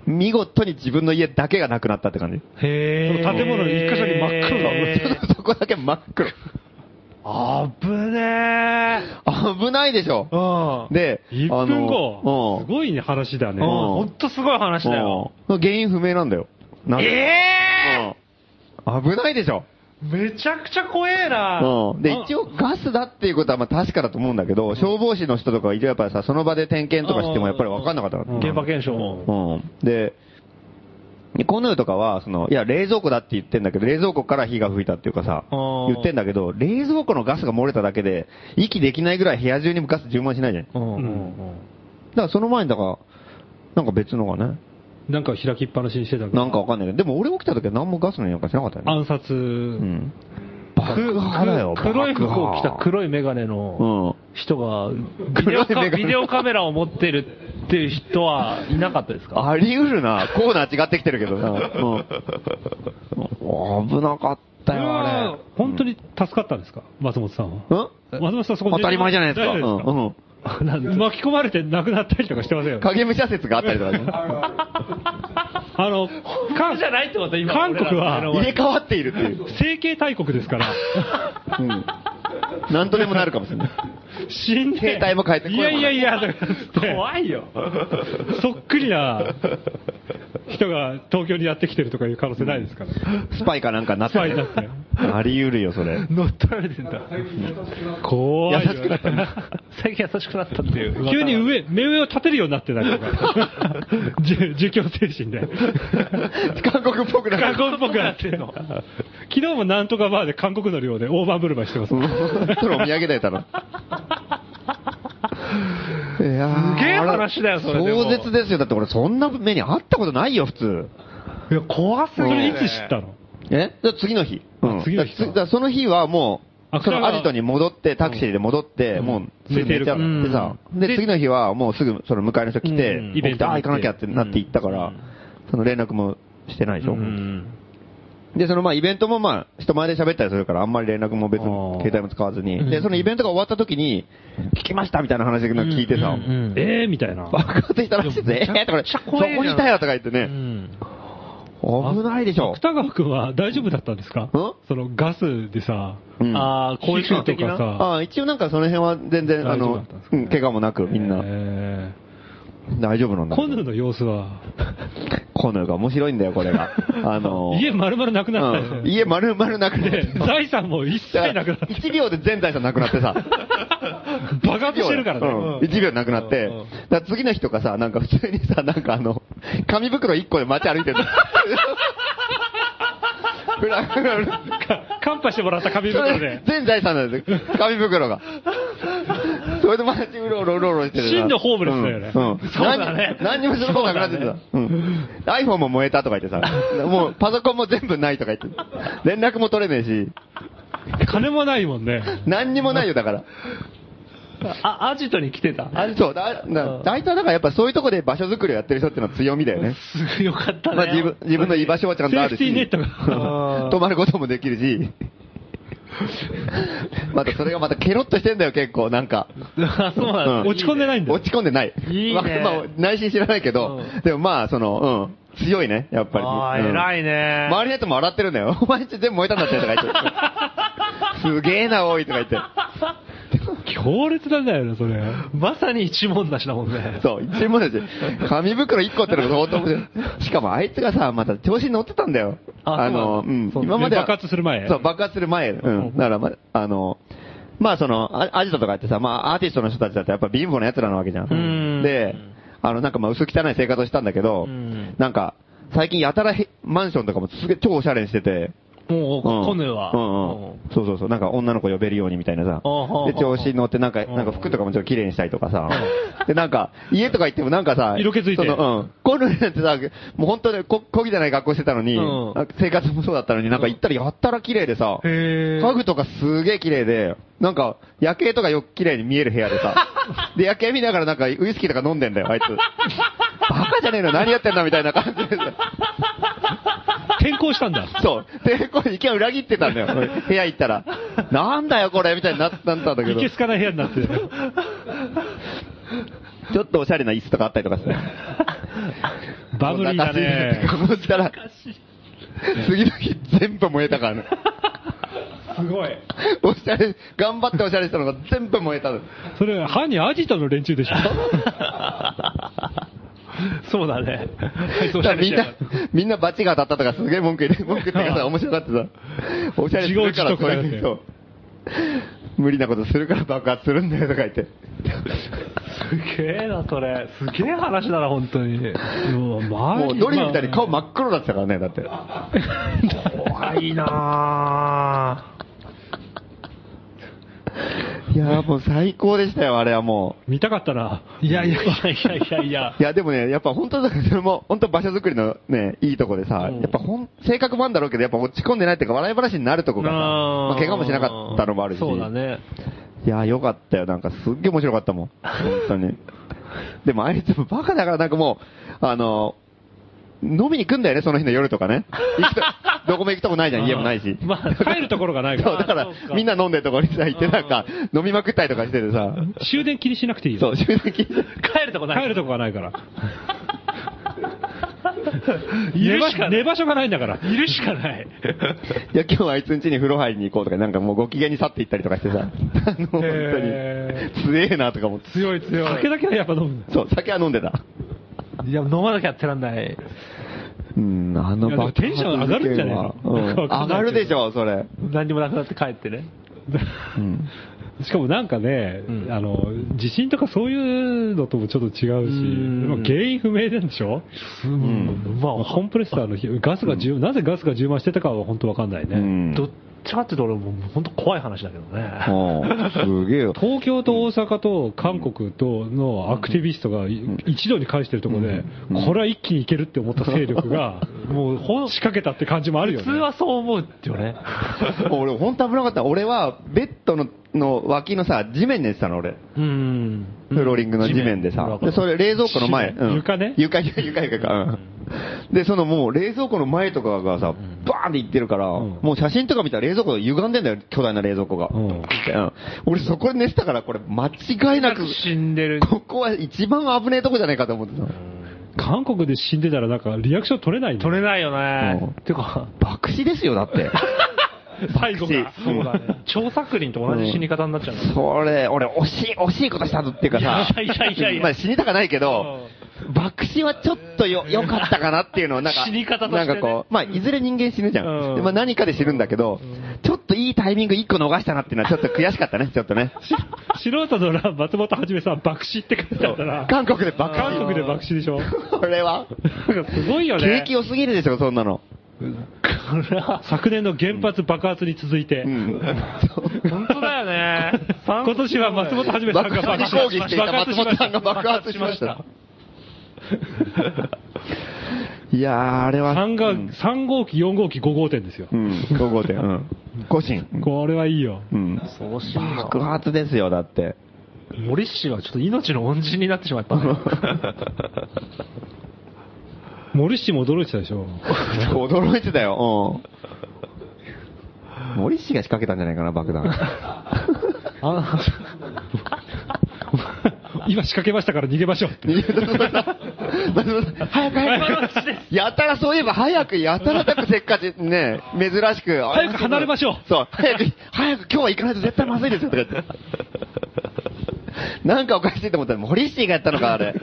Speaker 3: 見事に自分の家だけがなくなったって感じ。
Speaker 4: へえ。
Speaker 2: その建物の一箇所に真っ黒だ
Speaker 4: へー
Speaker 3: そこだけ真っ黒。
Speaker 4: 危ねえ。
Speaker 3: 危ないでしょ
Speaker 4: う。ん。
Speaker 3: で、
Speaker 2: 1分後、
Speaker 3: あの
Speaker 2: すごいね、話だね。
Speaker 3: うん
Speaker 4: ほんとすごい話だよ。
Speaker 3: うん原因不明なんだよ。な
Speaker 4: え
Speaker 3: んで
Speaker 4: え
Speaker 3: うん危ないでしょ。
Speaker 4: めちゃくちゃ怖えな。
Speaker 3: うんで、
Speaker 2: あ
Speaker 3: 一応ガスだっていうことはまあ確かだと思うんだけど、消防士の人とかいるやっぱさ、その場で点検とかしてもやっぱり分かんなかったから
Speaker 2: うん
Speaker 4: 現場検証も。
Speaker 3: うん。で、コヌーとかは、その、いや、冷蔵庫だって言ってんだけど、冷蔵庫から火が吹いたっていうかさ、
Speaker 4: あー
Speaker 3: 言ってんだけど、冷蔵庫のガスが漏れただけで、息できないぐらい部屋中にガス充満しないじゃん。だか
Speaker 4: うん
Speaker 2: うん
Speaker 3: らその前に、だから、なんか別のがね、
Speaker 2: なんか開きっぱなしにしてたけど
Speaker 3: なんかわかんないけど、でも俺起きた時は何もガスの匂いなんかしなかったよね。
Speaker 2: 暗殺、
Speaker 3: うん。爆破だよ、
Speaker 4: 黒い
Speaker 3: 爆
Speaker 4: 服
Speaker 3: 破
Speaker 4: を着た黒い眼鏡の人がビデ
Speaker 3: 黒い
Speaker 4: オ
Speaker 3: 眼
Speaker 4: カ、
Speaker 3: 鏡
Speaker 4: ビデオカメラを持ってるっていう人はいなかったです
Speaker 3: う
Speaker 4: か
Speaker 3: ん。あり得るな、コーナー違ってきてるけどな。うん。危なかった
Speaker 2: それ
Speaker 3: よ、あ
Speaker 2: は
Speaker 3: れ。
Speaker 2: 本当に助かったんですか、松本さんは。
Speaker 3: うん
Speaker 2: 松本さん、そこ
Speaker 3: 当たり前じゃないですか。
Speaker 2: 大丈夫
Speaker 3: うんうん
Speaker 2: ですか巻き込まれて亡くなったりとかしてませんよね。
Speaker 3: 影武者説があったりとかね。
Speaker 2: あの、
Speaker 4: 韓じゃないってこと今
Speaker 2: 韓国は
Speaker 4: 俺らの目の前
Speaker 3: 入れ替わっているっていう。
Speaker 2: 整形大国です から、
Speaker 3: うん。なんとでもなるかもしれない。
Speaker 2: 死んで、
Speaker 3: 携帯も変えて
Speaker 2: いやいやいや、とか
Speaker 4: 怖いよ。
Speaker 2: 言ってそっくりな人が東京にやってきてるとかいう可能性ないですから、
Speaker 3: スパイかなんかになって
Speaker 2: スパイになって
Speaker 3: あり得るよ、それ。
Speaker 4: 乗っ取られてんだ。
Speaker 2: 怖いよ、
Speaker 3: 優しくなったんだ
Speaker 4: 最近優しくなったっていう。
Speaker 2: 急に上、目上を立てるようになってたりと か、じゅ儒教精神で。
Speaker 3: 韓国っぽくな
Speaker 2: 韓
Speaker 3: る。
Speaker 2: 国っぽくなってんの。 昨日もなんとかバーで韓国の量で大盤振る舞いしてます。
Speaker 3: それお土産だよ、たぶん。すげえ
Speaker 4: すげえ話だよそれでも
Speaker 3: 壮絶ですよ。だって俺そんな目にあったことないよ、普通。
Speaker 2: いや、怖すぎる。それいつ知ったの
Speaker 3: えじゃあ次の日。うん
Speaker 2: 次の日か
Speaker 3: だからつだからその日はも
Speaker 2: あ
Speaker 3: う、その
Speaker 2: それは
Speaker 3: アジトに戻って、タクシーで戻って、もうすぐ寝ちゃってさ。で、次の日はもうすぐその迎えの人来て
Speaker 4: うん、
Speaker 2: イベント
Speaker 3: ああ、行
Speaker 2: に行って
Speaker 3: かなきゃってなって行ったから、
Speaker 4: うん
Speaker 3: その連絡もしてないでしょ。
Speaker 4: うん。
Speaker 3: で、そのまあイベントもまあ人前で喋ったりするからあんまり連絡も別に
Speaker 4: あー
Speaker 3: 携帯も使わず
Speaker 4: うん
Speaker 3: に。で、そのイベントが終わった時に、聞きましたみたいな話なんか聞いて
Speaker 4: う
Speaker 3: さ
Speaker 4: ん、うんうん
Speaker 2: えーみたいな。
Speaker 3: 爆発したらしい
Speaker 4: いや
Speaker 3: ぜ。え
Speaker 4: め
Speaker 3: ー
Speaker 4: ち
Speaker 3: とか
Speaker 4: ゃ
Speaker 3: ね
Speaker 4: くちゃ
Speaker 3: そ
Speaker 4: 怖いじゃん
Speaker 3: こにいたよとか言って
Speaker 4: う
Speaker 3: ね。
Speaker 4: ん
Speaker 3: 危ないでしょ。
Speaker 2: 芥川君は大丈夫だったんですかそのガスでさ、
Speaker 3: うん
Speaker 4: ああ、こういう
Speaker 2: 皮膚と
Speaker 4: 的
Speaker 2: か
Speaker 4: な。
Speaker 2: さ、
Speaker 3: ああ、一応なんかその辺は全然、あ
Speaker 2: 大丈夫
Speaker 3: の
Speaker 2: だったんです、か
Speaker 3: う
Speaker 2: ね
Speaker 3: ん怪我もなく、みんな、
Speaker 2: え
Speaker 3: 大丈夫なん
Speaker 2: ー
Speaker 3: だ。
Speaker 2: コヌーの様子は、
Speaker 3: コヌーが面白いんだよ、これが。あの、
Speaker 2: 家丸々なくなった
Speaker 3: う
Speaker 2: よ
Speaker 3: ん、家丸々なくなっ
Speaker 2: で
Speaker 3: て。
Speaker 2: 財産も一切なくなって、
Speaker 3: 1秒で全財産なくなってさ。
Speaker 2: 爆発してるからね。
Speaker 3: うん、1秒なくなって、
Speaker 2: うんうん
Speaker 3: だから次の日とかさ、なんか普通にさ、なんかあの、紙袋1個で街歩いてる の。ふらふらふら
Speaker 2: カンパしてもらった紙 袋で。
Speaker 3: 全財産なんですよ、紙袋 が。それで街うろうろうろうろしてるな。
Speaker 2: 真のホームレスだよね
Speaker 3: うん。うん
Speaker 4: そうだね
Speaker 3: 何何にもすることなくなってた。うん。iPhone も燃えたとか言ってさ、もうパソコンも全部ないとか言って、連絡も取れねえし、
Speaker 2: 金もないもんね。
Speaker 3: 何にもないよだから。
Speaker 4: あ、アジトに来てた。
Speaker 3: あそう、だ、
Speaker 4: う
Speaker 3: だ
Speaker 4: ん
Speaker 3: 大体だからやっぱそういうとこで場所作りをやってる人っていうのは強みだよね。
Speaker 4: すぐよかったね。
Speaker 3: まあ自分、自分の居場所はちゃんとあるし。
Speaker 2: セーフティーネットが
Speaker 3: うん泊まることもできるし。またそれがまたケロッとしてんだよ結構なんか。
Speaker 4: あそうなんだ。
Speaker 3: うん
Speaker 2: 落ち込んでないんだよ
Speaker 3: 落。ち込んでない。
Speaker 4: いいね
Speaker 3: まあ、まあ内心知らないけど、
Speaker 4: うん
Speaker 3: でもまあ、その、うん、強いね、やっぱり。
Speaker 4: ああ、
Speaker 3: うん
Speaker 4: 偉いね。
Speaker 3: 周りのやつも笑ってるんだよ。お 前んち全部燃えたんだってとか 言って。すげえな、多いとか言って。
Speaker 2: 強烈なんだよね、それ。
Speaker 4: まさに一文なしだもんね。
Speaker 3: そう、一もだし、紙袋1個ってのが本当面白い。しかもあいつがさ、また調子に乗ってたんだよ。
Speaker 4: あ
Speaker 3: の、うん、
Speaker 2: そう
Speaker 3: 今までは
Speaker 2: 爆発する前
Speaker 3: そう、爆発する前。うん。だから、まあの、まあその、あアジトとかってさ、まあアーティストの人たちだってやっぱ貧乏な奴らなわけじゃ
Speaker 4: うん
Speaker 3: ん。で、あの、なんかまあ薄汚い生活をしたんだけど
Speaker 4: うん、
Speaker 3: なんか、最近やたらへマンションとかもすげえ超おしゃれにしてて、
Speaker 4: もう、
Speaker 3: うん
Speaker 4: コヌは。
Speaker 3: うんうん。そうそうそう。なんか女の子呼べるようにみたいなさ
Speaker 4: うんうんうん。
Speaker 3: で、調子に乗ってなんか、
Speaker 4: うん
Speaker 3: なんか服とかもちょっと綺麗にしたりとかさ。で、なんか、家とか行ってもなんかさ、
Speaker 2: 色気づい
Speaker 3: そ
Speaker 2: て
Speaker 3: のうん。コルネってさ、もう本当にこ、こぎじゃない格好してたのに、
Speaker 4: うん
Speaker 3: なんか生活もそうだったのに、なんか行ったらやったら綺麗でさ、
Speaker 4: へー
Speaker 3: 家具とかすげえ綺麗で、なんか、夜景とかよく綺麗に見える部屋でさ。で、夜景見ながらなんかウイスキーとか飲んでんだよ、あいつ。バカじゃねえの何やってんだみたいな感じでさ。
Speaker 2: 転校した んだ。
Speaker 3: そう。で、これ、一回裏切ってたんだよ。 部屋行ったら。なんだよ、これみたいになったんだけ
Speaker 2: い
Speaker 3: ど。
Speaker 2: けすかない部屋になってる。
Speaker 3: ちょっとおしゃれな椅子とかあったりとかして。
Speaker 2: バブリーだね。
Speaker 3: こうしたら、次の日全部燃えたからね。
Speaker 2: すごい。
Speaker 3: おしゃれ、頑張っておしゃれしたのが全部燃えたの。
Speaker 2: それ、犯人アジトの連中でしょ。
Speaker 4: そうだね。はい そう
Speaker 3: だからみん
Speaker 4: し
Speaker 3: な
Speaker 4: て、
Speaker 3: みんなバチが当たったとかすげえ文句言って、文句言ってからさ、面白かったさ。おしゃれするから、
Speaker 2: 自業自得
Speaker 3: そう
Speaker 2: だよね
Speaker 3: いう人。無理なことするから爆発するんだよとか言って。
Speaker 4: すげえな、それ。すげえ話だな、本当に。
Speaker 2: もう、
Speaker 3: もうドリルみたいに
Speaker 2: まあ
Speaker 3: 顔真っ黒だってたからね、だって。
Speaker 4: 怖いなぁ。
Speaker 3: いやーもう最高でしたよ、あれはも
Speaker 2: 見たかったな。
Speaker 4: いやい やいやいやいや
Speaker 3: う。いや、でもね、やっぱ本当だから、それも、本当場所作りのね、いいとこでさ、
Speaker 4: うん
Speaker 3: やっぱほん、性格もあんだろうけど、やっぱ落ち込んでないっていうか、笑い話になるとこがさ、まあ、怪我もしなかったのもあるし。
Speaker 4: そうだね。
Speaker 3: いやー、よかったよ。なんかすっげえ面白かったもん。本当に。でもあいつもバカだからなんかもう、あのー、飲みに行くんだよね、その日の夜とかね。行 くとどこも行くとこないじゃん、家もないし。
Speaker 2: まあ、帰るところがない か
Speaker 3: そう、だ
Speaker 2: ら。
Speaker 3: から
Speaker 4: そうか
Speaker 3: みんな飲んでるとこにさ、行ってなんか、飲みまくったりとかしててさ、
Speaker 2: 終電気にしなくていい
Speaker 3: そ
Speaker 2: よ。
Speaker 3: う、 終電切って
Speaker 4: 帰るとこない。
Speaker 2: 帰るとこがないから。
Speaker 4: い
Speaker 2: 寝
Speaker 4: る
Speaker 2: 場
Speaker 4: しかない。
Speaker 2: 寝場所がないんだから。
Speaker 4: いるしかない。
Speaker 3: いや、今日はあいつん家に風呂入りに行こうとか、なんかもうご機嫌に去って行ったりとかしてさ、あの、本当に
Speaker 2: へ、
Speaker 3: 強えなとか思って。
Speaker 2: 強い強い。酒だけはやっぱ飲むんだ
Speaker 3: そう、酒は飲んでた。
Speaker 4: いや、飲まなきゃやってらんない。
Speaker 3: うん、あの
Speaker 2: いやでもテンション上がるんじゃねえの
Speaker 3: 爆発事件はうん
Speaker 2: わか
Speaker 3: 上
Speaker 2: んないけど
Speaker 3: がるでしょ、それ。
Speaker 4: 何にもなくなって帰ってね。
Speaker 3: うん。
Speaker 2: しかもなんかね、
Speaker 4: うん
Speaker 2: あの、地震とかそういうのともちょっと違うし、
Speaker 4: うん
Speaker 2: まあ原因不明なんでしょ
Speaker 3: ん
Speaker 2: まあ、コンプレッサーの火、ガスが充、なぜガスが充満してたかは本当わかんないね。
Speaker 3: うん
Speaker 4: どっちかっていうと俺もう本当怖い話だけどね。
Speaker 3: うんすげえよ。
Speaker 2: 東京と大阪と韓国とのアクティビストがい一度に返してるところで、これは一気にいけるって思った勢力が、もうほん仕掛けたって感じもあるよ
Speaker 4: 普
Speaker 2: ね。
Speaker 4: 通はそう思うってよね。
Speaker 3: 俺、本当危なかった。俺は、ベッドのの脇のさ、地面に寝てたの、俺。
Speaker 4: うん。
Speaker 3: フローリングの地面で
Speaker 4: うん
Speaker 3: さ。で、それ、冷蔵庫の前。
Speaker 2: 地面
Speaker 3: うん
Speaker 2: 床ね
Speaker 3: 床、 床、床、床か。うんで、そのもう、冷蔵庫の前とかがさ、バーンって行ってるから、
Speaker 2: ん
Speaker 3: もう写真とか見たら冷蔵庫が歪んでんだよ、巨大な冷蔵庫が。
Speaker 2: うん
Speaker 3: うん俺、そこで寝てたから、これ、間違いなく、
Speaker 4: 死んでる。
Speaker 3: ここは一番危ねえとこじゃないかと思ってた。
Speaker 2: 韓国で死んでたらなんかリアクション取れないね
Speaker 4: 取れないよね
Speaker 3: う。ん
Speaker 4: てか、
Speaker 3: 爆死ですよ、だって。
Speaker 4: 最後が
Speaker 3: 爆死
Speaker 4: そうだね。張作霖と同じ死に方になっちゃうね。
Speaker 3: それ、俺、惜しい、惜しいことしたぞっていうかさ、
Speaker 4: いやいやいやいや
Speaker 3: まあ死にたかないけど、爆死はちょっとよ、良かったかなっていうのを、なんか、
Speaker 4: 死に方としてね
Speaker 3: なんかこう、まあ、いずれ人間死ぬじゃん。
Speaker 4: うん
Speaker 3: でまあ、何かで死ぬんだけど、ちょっといいタイミング一個逃したなっていうのは、ちょっと悔しかったね、ちょっとね。
Speaker 2: し 素人のラ松本はじめさん爆死って書いてあったら
Speaker 3: 韓国で爆
Speaker 2: 韓
Speaker 3: 死。
Speaker 2: 国で爆死でしょ
Speaker 3: これは、
Speaker 2: なんかすごいよ
Speaker 3: 景
Speaker 2: ね
Speaker 3: 気良すぎるでしょ、そんなの。
Speaker 2: 昨年の原発爆発に続いて、
Speaker 3: うん。
Speaker 4: 本当だよね。
Speaker 2: 今年は松本はじめさん
Speaker 3: 爆
Speaker 2: が
Speaker 3: 破
Speaker 2: 爆
Speaker 3: に
Speaker 2: 発
Speaker 3: 抗議していた
Speaker 2: 爆
Speaker 3: 松
Speaker 2: 発しま
Speaker 3: 本
Speaker 2: し
Speaker 3: さんが爆発しました。いやー、あれは。
Speaker 2: 3が、
Speaker 3: うん
Speaker 2: 三号機、4号機、5号店ですよ。
Speaker 3: うん、5号店。うん。五神。
Speaker 2: これはいいよ。
Speaker 3: うん。
Speaker 4: そうし
Speaker 3: 爆発ですよ、だって。
Speaker 4: 森氏はちょっと命の恩人になってしまったね。
Speaker 2: 森氏も驚いてたでし ょ。
Speaker 3: 驚いてたよ、うん。森氏が仕掛けたんじゃないかな、爆弾。
Speaker 2: 今仕掛けましたから逃げましょうって。
Speaker 3: 逃げた松本さん早く早く。やたらそういえば早く、やたら早くせっかち、ね、珍しく。
Speaker 2: 早く離れましょう
Speaker 3: そう、早く、早く今日は行かないと絶対まずいですよ、とか言って。なんかおかしいと思ったら、森氏がやったのか、あれ。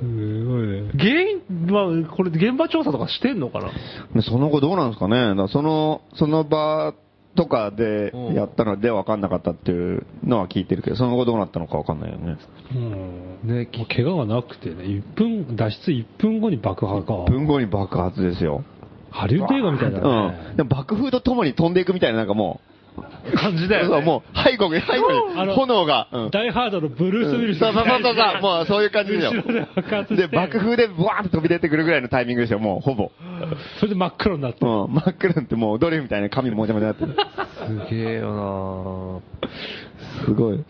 Speaker 2: すごいね。
Speaker 4: 原因、まあ、これ現場調査とかしてんのかな
Speaker 3: ねその後どうなんですかね、だからそのその場とかで
Speaker 4: うん
Speaker 3: やったので分かんなかったっていうのは聞いてるけど、その後どうなったのか分かんないよね。
Speaker 2: ね、もう怪我がなくてね、一分、脱出1分後に爆破か。
Speaker 3: 文豪に爆発ですよ。
Speaker 2: ハリウッド映画みたいうだ
Speaker 3: ん。
Speaker 2: ね。
Speaker 3: でも爆風とともに飛んでいくみたいな、なんかも
Speaker 4: 感じ
Speaker 3: う、
Speaker 4: だよ、
Speaker 3: そう
Speaker 4: ね。
Speaker 3: もう背後に、背後
Speaker 2: あ
Speaker 3: に
Speaker 2: の
Speaker 3: 炎が。うん
Speaker 2: ダイハードのブルース・ウィルス
Speaker 3: そうそうそうそう
Speaker 2: みたい
Speaker 3: そう、
Speaker 2: に
Speaker 3: もうそういう感じでし
Speaker 2: 後ろで爆
Speaker 3: ょ。
Speaker 2: 発
Speaker 3: で、
Speaker 2: して
Speaker 3: 爆風でブワーッと飛び出てくるぐらいのタイミングでしょ、もうほぼ。
Speaker 2: それで真っ黒になって
Speaker 3: う。ん、真っ暗なんてもうドリフみたいな髪もじゃもじゃになってる。
Speaker 4: すげえよ
Speaker 3: すごい。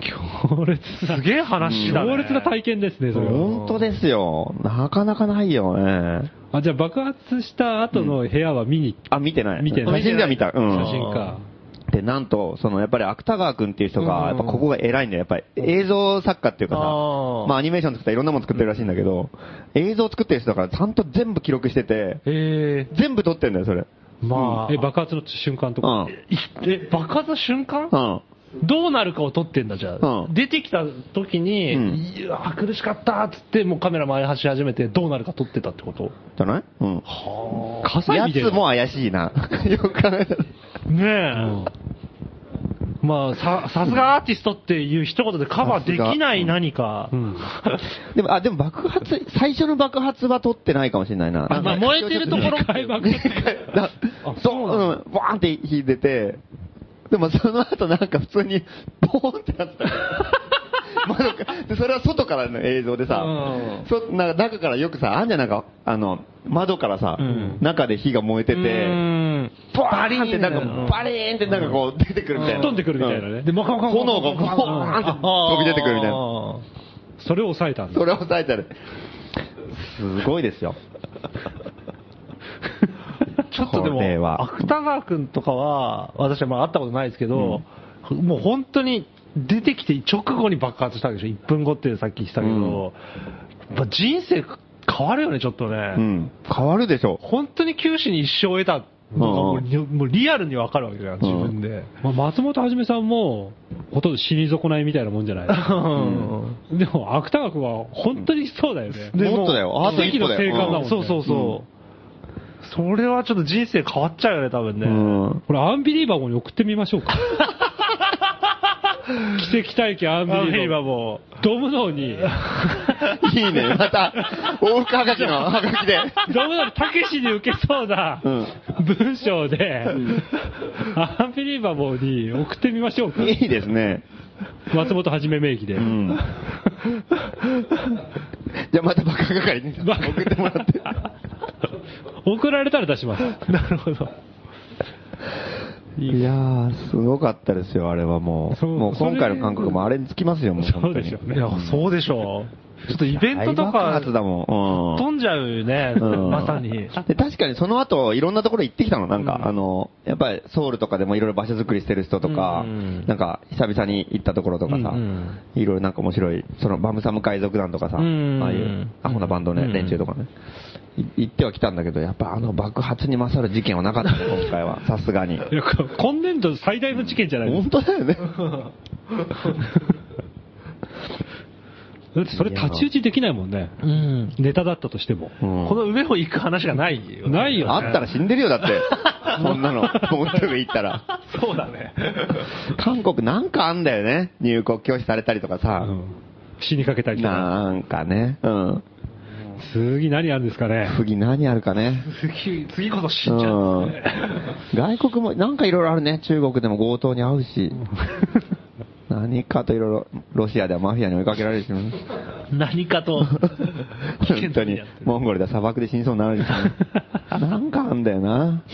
Speaker 2: 強烈
Speaker 4: な
Speaker 2: な
Speaker 4: す、げえ話だ、ね。
Speaker 2: 強烈な体験ですね、それは。
Speaker 3: 本当ですよ。なかなかないよね。
Speaker 2: あ、じゃあ爆発した後の部屋は見に、
Speaker 3: あ、見てない。
Speaker 2: 見てない
Speaker 3: 写真では見た。うん。
Speaker 2: 写真か。
Speaker 3: で、なんと、その、やっぱり芥川君っていう人が、やっぱここが偉いんだよ。やっぱり映像作家っていうかさ、
Speaker 4: あー
Speaker 3: まあアニメーション作ったりいろんなもの作ってるらしいんだけど、映像作ってる人だからちゃんと全部記録してて、
Speaker 4: ええ
Speaker 3: 全部撮ってんだよ、それ。
Speaker 4: まあ、
Speaker 2: え、爆発の瞬間と
Speaker 3: う
Speaker 2: か。
Speaker 3: ん。
Speaker 4: いえ爆発の瞬間、
Speaker 3: うん。
Speaker 4: どうなるかを撮ってんだ、じゃあ。
Speaker 3: うん
Speaker 4: 出てきた時に、
Speaker 3: うん
Speaker 4: いやー苦しかったっつって、もうカメラ回り走り始めて、どうなるか撮ってたってこと
Speaker 3: じゃないうん。
Speaker 4: は
Speaker 2: 火災
Speaker 3: や
Speaker 2: 見て
Speaker 3: つ
Speaker 2: る。
Speaker 3: も怪しいな。 よく考えたら。
Speaker 4: あ。ねえ。まあ、さ、さすがアーティストっていう一言でカバーできない何か。
Speaker 2: うん。
Speaker 3: でも、あ、でも爆発、最初の爆発は撮ってないかもしれないな。
Speaker 4: あまあ、燃えてるところ。
Speaker 2: 開幕
Speaker 3: だ そう、うん、バーンって火出て、でもその後なんか普通に、ボーンってなってた。窓かでそれは外からの映像でさ、
Speaker 4: うん
Speaker 3: そなんか中からよくさ、あんじゃんなんか、あの、窓からさ、
Speaker 4: ん
Speaker 3: 中で火が燃えて
Speaker 4: う
Speaker 3: て、
Speaker 4: ーん
Speaker 3: バリーンってなん
Speaker 4: バリーン
Speaker 3: か、バリーンってなんかこう出てくるみたいな。
Speaker 2: 飛んでくるみたいなね。で、
Speaker 4: で、もか
Speaker 3: うん。炎がバーンって飛び出てくるみたいな。
Speaker 4: な。
Speaker 2: それを抑えたんだ
Speaker 3: そ。れを抑えたら、すごいですよ。
Speaker 4: ちょっとで
Speaker 3: これ
Speaker 4: も、
Speaker 3: は
Speaker 4: 芥川君とかは、私はまあ会ったことないですけど、もう本当に出てきて直後に爆発したわけでしょ、1分後ってさっき言ってたけど、やっぱ人生変わるよね、ちょっとね。
Speaker 3: うん。変わるでしょ。
Speaker 4: 本当に九死に一生を得たのがもう,、
Speaker 3: うん
Speaker 4: もうリアルに分かるわけじゃん、自分で。
Speaker 2: まあ、松本はじめさんも、ほとんど死に損ないみたいなもんじゃない。
Speaker 4: うん
Speaker 2: でも、芥川君は本当にそうだよね。
Speaker 4: で
Speaker 3: もっとだよ。あと
Speaker 2: 奇
Speaker 3: 一歩
Speaker 2: 跡の
Speaker 3: だ
Speaker 2: 生
Speaker 3: よ。
Speaker 2: 還だもんね。
Speaker 4: そうそうそう、それはちょっと人生変わっちゃうよね、多分ね。
Speaker 3: うん
Speaker 2: これ、アンビリーバボーに送ってみましょうか。奇跡体験アンビ
Speaker 4: あ
Speaker 2: リーバ
Speaker 4: 今
Speaker 2: ボー。
Speaker 4: もう
Speaker 2: ドムノーに、
Speaker 3: いいね。また、往復はがきのはがきで。
Speaker 2: ドムノーにたけしに受けそうな
Speaker 3: うん
Speaker 2: 文章で、アンビリーバボーに送ってみましょうか。
Speaker 3: いいですね。
Speaker 2: 松本はじめ名義で。
Speaker 3: うん。じゃあまたバカ係に
Speaker 2: バカ
Speaker 3: 送ってもらって。
Speaker 2: 送られたら出します。なるほど。
Speaker 3: いやー、すごかったですよ、あれはもう。
Speaker 2: そう
Speaker 3: もう今回の韓国もあれにつきますよ、もう
Speaker 2: そ
Speaker 3: 本
Speaker 2: う
Speaker 3: 当
Speaker 2: で
Speaker 3: に。
Speaker 2: しょう
Speaker 4: い
Speaker 2: ね。
Speaker 4: や、そうでしょう。ちょっとイベントと
Speaker 3: 大爆
Speaker 4: か、
Speaker 3: 発だもん。うん
Speaker 4: 飛んじゃうよね、
Speaker 3: うん
Speaker 4: まさに。
Speaker 3: で確かにその後、いろんなところ行ってきたの、なんか、
Speaker 4: うん
Speaker 3: あの、やっぱりソウルとかでもいろいろ場所作りしてる人とか、
Speaker 4: うん
Speaker 3: なんか久々に行ったところとかさ、
Speaker 4: うん
Speaker 3: いろいろなんか面白い、そのバムサム海賊団とかさ、
Speaker 4: うん
Speaker 3: ああいうアホなバンドね、
Speaker 4: うん
Speaker 3: 連中とかね、い行っては来たんだけど、やっぱあの爆発に勝る事件はな かったね、今回は、さすがに。
Speaker 2: いやこ今年度最大の事件じゃないで
Speaker 3: 本
Speaker 2: す
Speaker 3: 当だよね。
Speaker 2: か。だってそれ太刀打ちできないもんね。
Speaker 4: うん
Speaker 2: ネタだったとしても。
Speaker 3: うん
Speaker 4: この上を行く話がないよね
Speaker 2: ないよね
Speaker 3: あったら死んでるよ、だ って。そんなの。もうすぐ行ったら。
Speaker 4: そうだね。
Speaker 3: 韓国なんかあんだよね。入国拒否されたりとかさ。
Speaker 2: うん死にかけたりとか。
Speaker 3: なんかね。うん。
Speaker 2: 次何あるんですかね。
Speaker 3: 次何あるかね。
Speaker 4: 次、次こそ死
Speaker 3: うん
Speaker 4: じゃう。
Speaker 3: ん。外国も、なんかいろいろあるね。中国でも強盗に遭うし。何かといろいろ、ロシアではマフィアに追いかけられるしね、
Speaker 4: 何かと。
Speaker 3: 本当に、モンゴルでは砂漠で死にそうになるしね、なんかあんだよな。
Speaker 2: なんか、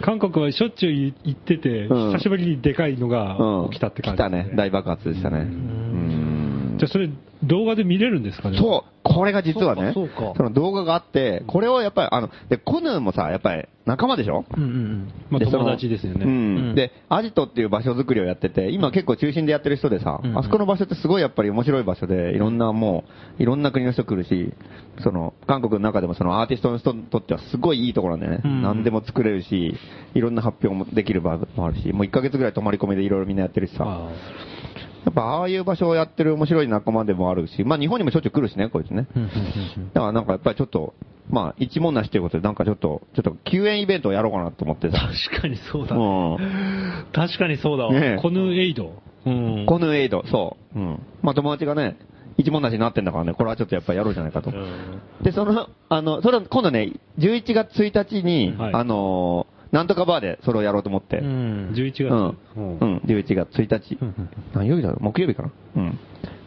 Speaker 2: 韓国はしょっちゅう行ってて、
Speaker 3: うん
Speaker 2: 久しぶりにでかいの
Speaker 3: う
Speaker 2: が
Speaker 3: ん。
Speaker 2: 起きたって感
Speaker 3: 来
Speaker 2: じ、
Speaker 3: たね。大爆発でしたね。うん
Speaker 2: じゃあそれ動画で見れるんですかね
Speaker 3: そう、これが実はね、
Speaker 4: そうかそうか
Speaker 3: の動画があって、これをやっぱり、あの、で、コヌーもさ、やっぱり仲間でしょ
Speaker 4: うんうん
Speaker 2: まあ
Speaker 3: その
Speaker 2: 友達ですよね
Speaker 3: うん
Speaker 4: うん
Speaker 3: で、アジトっていう場所づくりをやってて、今結構中心でやってる人でさ、
Speaker 4: うん
Speaker 3: あそこの場所ってすごいやっぱり面白い場所で、いろんなもう、いろんな国の人来るし、その、韓国の中でもそのアーティストの人にとってはすごいいいところなんだよね。
Speaker 4: うん
Speaker 3: 何でも作れるし、いろんな発表もできる場もあるし、もう1ヶ月ぐらい泊まり込みでいろいろみんなやってるしさ。
Speaker 2: あ
Speaker 3: やっぱああいう場所をやってる面白い仲間でもあるし、まあ日本にもしょっちゅう来るしね、こいつね。
Speaker 4: うんうん。
Speaker 3: だからなんかやっぱりちょっと、まあ一問なしということで、なんかちょっと、ちょっと救援イベントをやろうかなと思ってさ。
Speaker 4: 確かにそう
Speaker 3: う
Speaker 4: だね。
Speaker 3: ん。
Speaker 4: 確かにそうだわ。
Speaker 3: ねえ
Speaker 2: あコヌーエイド
Speaker 4: うん
Speaker 3: コヌーエイド、そう。うん。まあ友達がね、一問なしになってんだからね、これはちょっとやっぱりやろうじゃないかと。で、その、あの、それは今度ね、11月1日に、
Speaker 2: はい
Speaker 3: あのー、なんとかバーでそれをやろうと思って。
Speaker 4: うん
Speaker 2: 11月、
Speaker 3: うん。うん、11月1日
Speaker 2: うんうん。
Speaker 3: 何曜日だろう木曜日かなうん。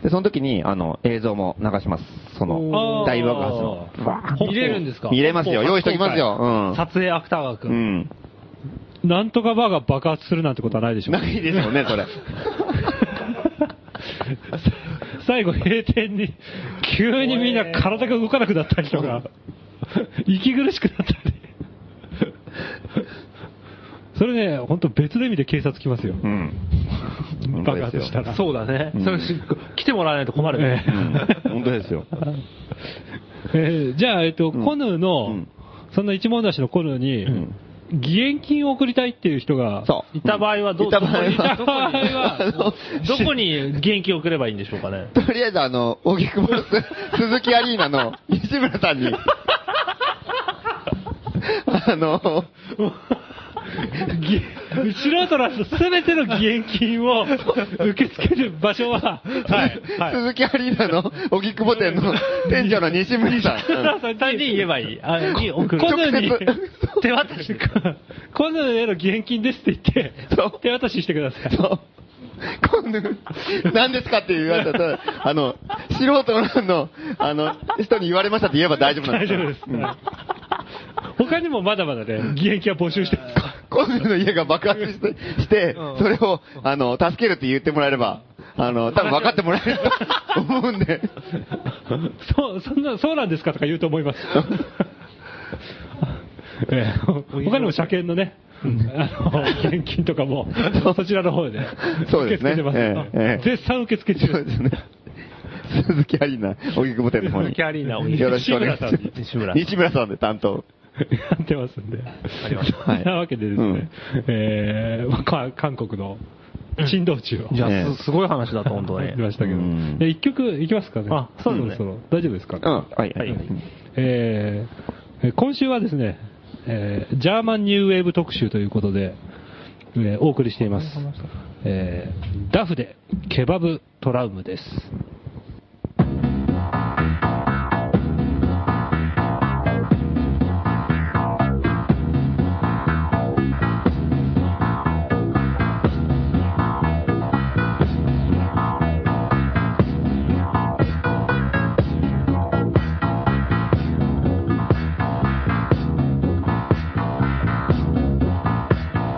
Speaker 3: で、その時に、あの、映像も流します。そ
Speaker 4: お
Speaker 3: の、
Speaker 4: ー
Speaker 3: 大爆発の。わー
Speaker 4: 見れるんですか
Speaker 3: 見れますよ。用意しておきますよ。
Speaker 4: 撮影アクター
Speaker 3: う
Speaker 4: 君。
Speaker 3: ん。うん。
Speaker 2: なんとかバーが爆発するなんてことはないでしょ う
Speaker 3: ないですよね、それ。
Speaker 2: 最後閉店に急にみんな体が動かなくなったりとか息苦しくなったりそれね本当別の意味で警察来ますよ、
Speaker 3: うん。
Speaker 2: 爆発したら
Speaker 4: そうだね。
Speaker 3: うん
Speaker 4: それし来てもらわないと困るね。
Speaker 3: 本当ですよ。
Speaker 2: えーじゃあ、えっと
Speaker 3: うん
Speaker 2: コヌーの、
Speaker 3: うん
Speaker 2: そんな一問出しのコヌーに、
Speaker 3: ん
Speaker 2: 義援金を送りたいっていう人が
Speaker 3: そう。
Speaker 4: いた場合はどう
Speaker 3: いた場合
Speaker 4: どこにいた場合
Speaker 3: は、
Speaker 4: は、どこに現金を送ればいいんでしょうかね。
Speaker 3: とりあえずあの、荻 窪のす鈴木アリーナの西村さんに、あの、
Speaker 2: ぎ 後ろとらすべての義援金を受け付ける場所は、はい、はい。
Speaker 3: 鈴木アリーナの荻窪店の店長の西村さん。うん
Speaker 4: それに言えばいい。あ、に送る。
Speaker 2: コヌーに
Speaker 3: 直接
Speaker 2: 手渡し、コヌーへの義援金ですって言って
Speaker 3: そう、
Speaker 2: 手渡ししてください。
Speaker 3: そう。今度、何ですかって言われたら、あの、素人の、あの、人に言われましたって言えば大丈夫なんで
Speaker 2: 大
Speaker 3: す
Speaker 2: 丈
Speaker 3: よ
Speaker 2: 夫です。はい他にもまだまだね、義援金は募集してます。
Speaker 3: コンビの家が爆発して、してそれを、あの、助けるって言ってもらえれば、あの、多分分かってもらえる と思うんで。
Speaker 2: そう、そんな、そうなんですかとか言うと思います。 ええ他にも車検のね、あの、現金とかも、そちらの方で、
Speaker 3: そうですね
Speaker 2: 受け付けてます、
Speaker 3: ええええ
Speaker 2: 絶賛受け付け
Speaker 3: そう
Speaker 2: 中。
Speaker 3: ですね。鈴木アリーナ、荻窪店の方に。
Speaker 4: 鈴木アリーナを
Speaker 3: よろしくお願いします。
Speaker 4: 西村さんに
Speaker 3: 西村さんで担当。
Speaker 2: やってますんで。
Speaker 4: りまし
Speaker 2: そんなわけでですね、
Speaker 3: うん
Speaker 2: ええまあか韓国の珍道中を。
Speaker 4: じゃあ、
Speaker 3: ええ
Speaker 4: す すごい話だと、本当
Speaker 2: やりま
Speaker 4: に。
Speaker 2: したけど
Speaker 3: うん。
Speaker 2: え一曲いきますかね。
Speaker 4: あそうですね
Speaker 2: ろろ大丈夫ですか
Speaker 3: うん、はい。
Speaker 4: はい
Speaker 2: えーえー今週はですね、えージャーマンニューウェーブ特集ということで、えーお送りしています。えーダフでケバブトラウムです。
Speaker 5: 「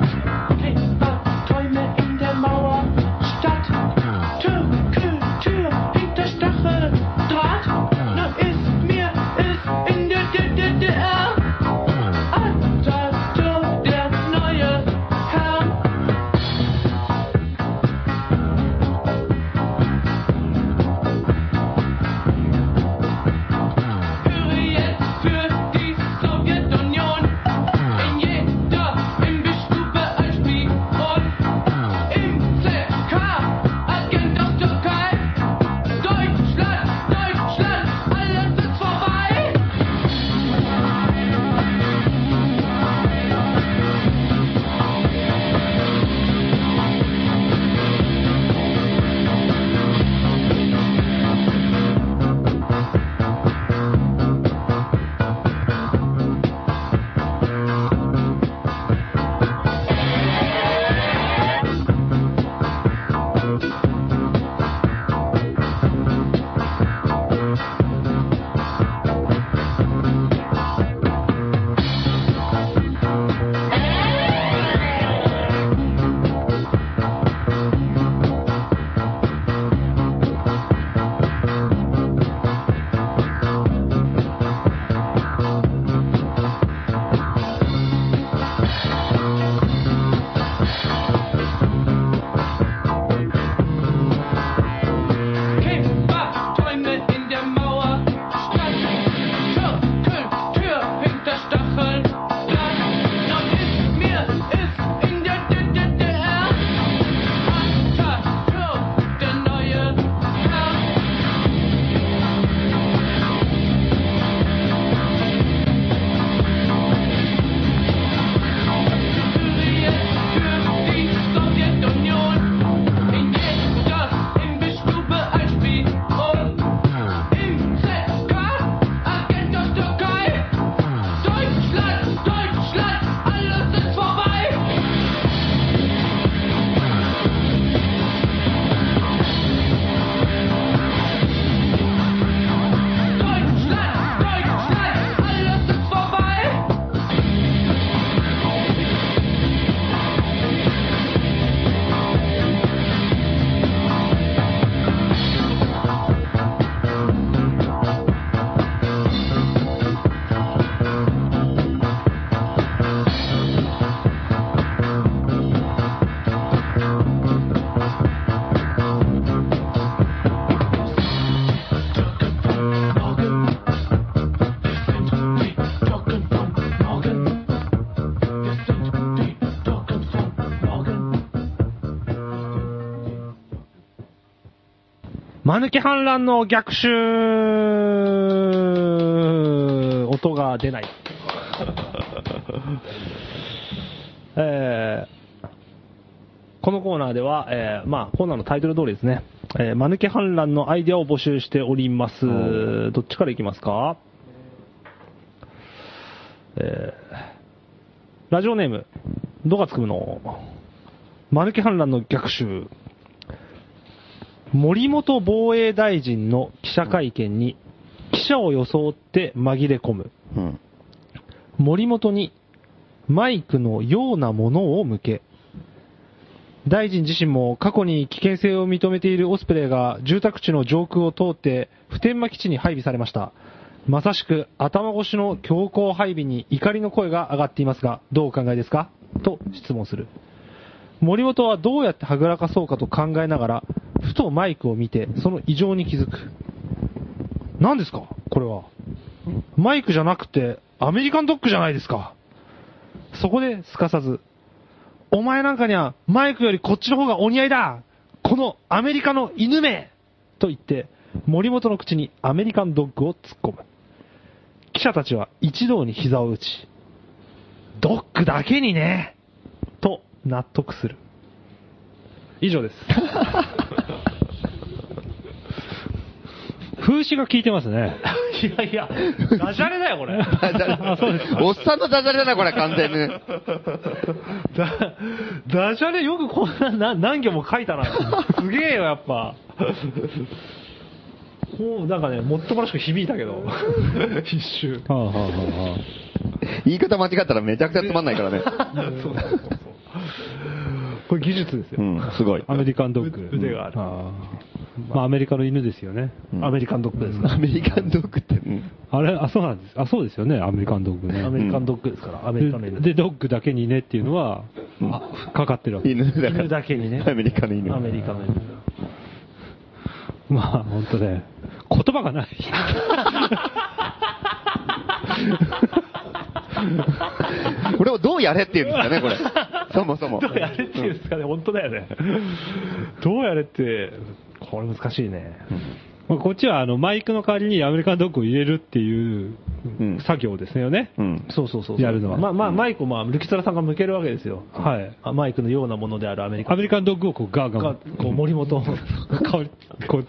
Speaker 4: 間抜け反乱の逆襲、音が出 ない。えーこのコーナーでは、えーまあ、コーナーのタイトル通りですね、えー、間抜け反乱のアイデアを募集しております。どっちからいきますかえーラジオネーム、どがつくむの、間抜け反乱の逆襲。森本防衛大臣の記者会見に記者を装って紛れ込む。
Speaker 3: うん。
Speaker 4: 森本にマイクのようなものを向け、大臣自身も過去に危険性を認めているオスプレイが住宅地の上空を通って普天間基地に配備されました。まさしく頭越しの強行配備に怒りの声が上がっていますが、どうお考えですかと質問する。森本はどうやってはぐらかそうかと考えながら、ふとマイクを見て、その異常に気づく。何ですかこれは。マイクじゃなくて、アメリカンドッグじゃないですか。そこですかさず、お前なんかにはマイクよりこっちの方がお似合いだこのアメリカの犬めと言って、森本の口にアメリカンドッグを突っ込む。記者たちは一同に膝を打ち、ドッグだけにねと納得する。以上 です。
Speaker 2: 風刺が効いてますね。
Speaker 4: いやいや、ダジャレだよ、これ。
Speaker 3: ダジ ャレおっさんのダジャレだな、これ、完全にね。
Speaker 4: だ、ダジャレよくこんなな何行も書いたな。すげえよ、やっぱ。こう、なんかね、もっともらしく響いたけど。一周。
Speaker 2: はあ、はあはあはあ、
Speaker 3: 言い方間違ったらめちゃくちゃつまんないから ね。
Speaker 4: そうそうそうこれ技術です
Speaker 3: う
Speaker 4: よ。
Speaker 3: ん、すご い。
Speaker 2: アメリカンドッ
Speaker 4: う
Speaker 2: グ。
Speaker 4: 腕がある
Speaker 2: あーまあ、アメリカの犬ですよね。
Speaker 3: うん
Speaker 4: アメリカンドッグですから。
Speaker 3: アメリカンドッグって。うん
Speaker 2: あれ、あ、そうなんです。あ、そうですよね、アメリカンドッグね。
Speaker 4: アメリカンドッグですから、アメリカの犬。
Speaker 2: で、でドッグだけにねっていうのは、あかかってるわけ。
Speaker 3: 犬だか
Speaker 4: 犬だ
Speaker 3: ら。
Speaker 4: けにね。
Speaker 3: アメリカの犬
Speaker 4: アメリカの犬。
Speaker 2: まあ、本当ね、言葉がない。
Speaker 3: これをどうやれって言うんですかね、こ れ。そもそも。
Speaker 4: どうやれっていうんですかね、本当だよね。どうやれって、これ難しいね。
Speaker 2: まあこっちはあのマイクの代わりにアメリカンドッグを入れるっていう
Speaker 3: うん
Speaker 2: 作業ですよね。
Speaker 3: うん。
Speaker 4: そうそうそうそう。
Speaker 2: やるのは
Speaker 4: まあまあ、マイクをまあ、ルキサラさんが向けるわけですよ。
Speaker 2: はい。
Speaker 4: あマイクのようなものであるアメリカ
Speaker 2: アメリカンドッグをこうガーガ
Speaker 4: が
Speaker 2: ー、
Speaker 4: こう、森本。
Speaker 2: 香り、こう、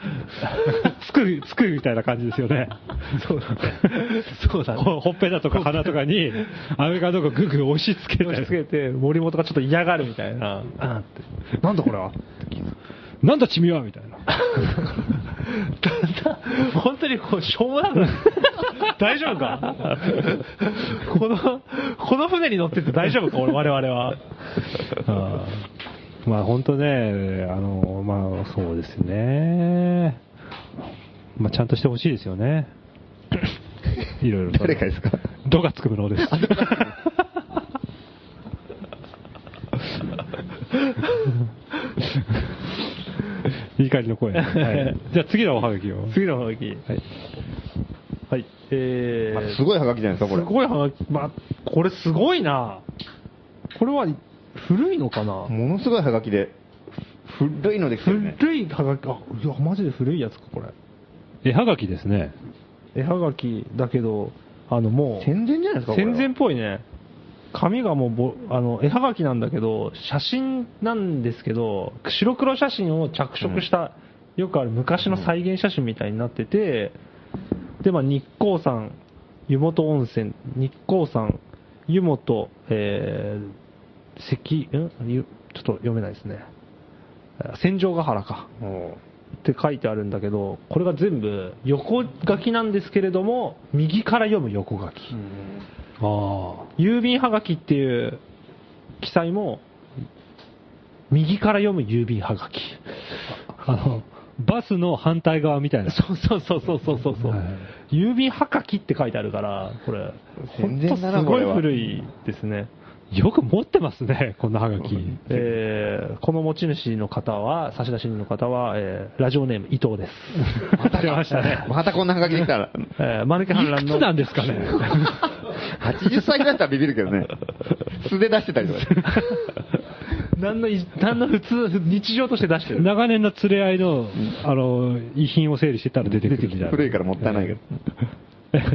Speaker 2: つく、つくみたいな感じですよね。
Speaker 4: そうだね。そうだね。
Speaker 2: こうほっぺたとか鼻とかにアメリカンドッグをググ押し付け
Speaker 4: 押し
Speaker 2: て、
Speaker 4: 付けて、森本がちょっと嫌がるみたいな。あって。なんだこれは
Speaker 2: なんだ君はみたいな。
Speaker 4: だんだん、本当にこう、しょうもなくなる大丈夫かこの、この船に乗ってて大丈夫か俺、我々は。
Speaker 2: あーまあ本当ね、あの、まあそうですね。まあちゃんとしてほしいですよ ね。いろいろと。
Speaker 3: 誰かですか
Speaker 2: 度がつくものです。 怒りの声。はいじゃあ次のおはがきを。
Speaker 4: 次のハガキ。
Speaker 2: はい
Speaker 4: はい。えー、
Speaker 3: すごいハガキじゃないですか、これ
Speaker 4: す。ごいハガキ。まあ、これすごいな。これは古いのかな
Speaker 3: ものすごいハガキで。古いので来てるね。
Speaker 4: 古いハガキ、あ、いや、マジで古いやつか、これ。
Speaker 2: 絵はがきですね。
Speaker 4: 絵ハガキだけど、あの、もう、
Speaker 3: 戦前じゃないですか、これ
Speaker 4: 戦
Speaker 3: は
Speaker 4: 前っぽいね。紙がもうぼ、あの、絵はがきなんだけど、写真なんですけど、白黒写真を着色した、よくある昔の再現写真みたいになってて、で、まあ、日光山、湯本温泉、日光山、湯本、えー、関、んゆちょっと読めないですね。あ戦場ヶ原か。って書いてあるんだけど、これが全部横書きなんですけれども、右から読む横書き。
Speaker 2: あ
Speaker 4: 郵便はがきっていう記載も、右から読む郵便はがき。
Speaker 2: あ。あの、バスの反対側みたいな。
Speaker 4: そうそうそうそうそうそうそう、
Speaker 2: はい
Speaker 4: 郵便はがきって書いてあるから、これ、
Speaker 3: 全然だな
Speaker 4: ほんと
Speaker 3: こ
Speaker 4: すご
Speaker 3: れ
Speaker 4: い
Speaker 3: は
Speaker 4: 古いですね。
Speaker 2: よく持ってますね、こんなはがき。
Speaker 4: えーこの持ち主の方は、差出人の方は、えーラジオネーム伊藤です。
Speaker 2: 出ましたね。
Speaker 3: またこんなハガキできたら、
Speaker 4: えー、マヌケ反
Speaker 2: いく
Speaker 4: 乱
Speaker 2: つ
Speaker 4: の。
Speaker 2: なんですかね。
Speaker 3: 80歳ぐらいだったらビビるけどね。素で出してたりとか。
Speaker 4: 何のい、何の普通、日常として出してる。
Speaker 2: 長年の連れ合いの、あの、遺品を整理してたら出てくるみたいな。
Speaker 3: 古いからもったいないけ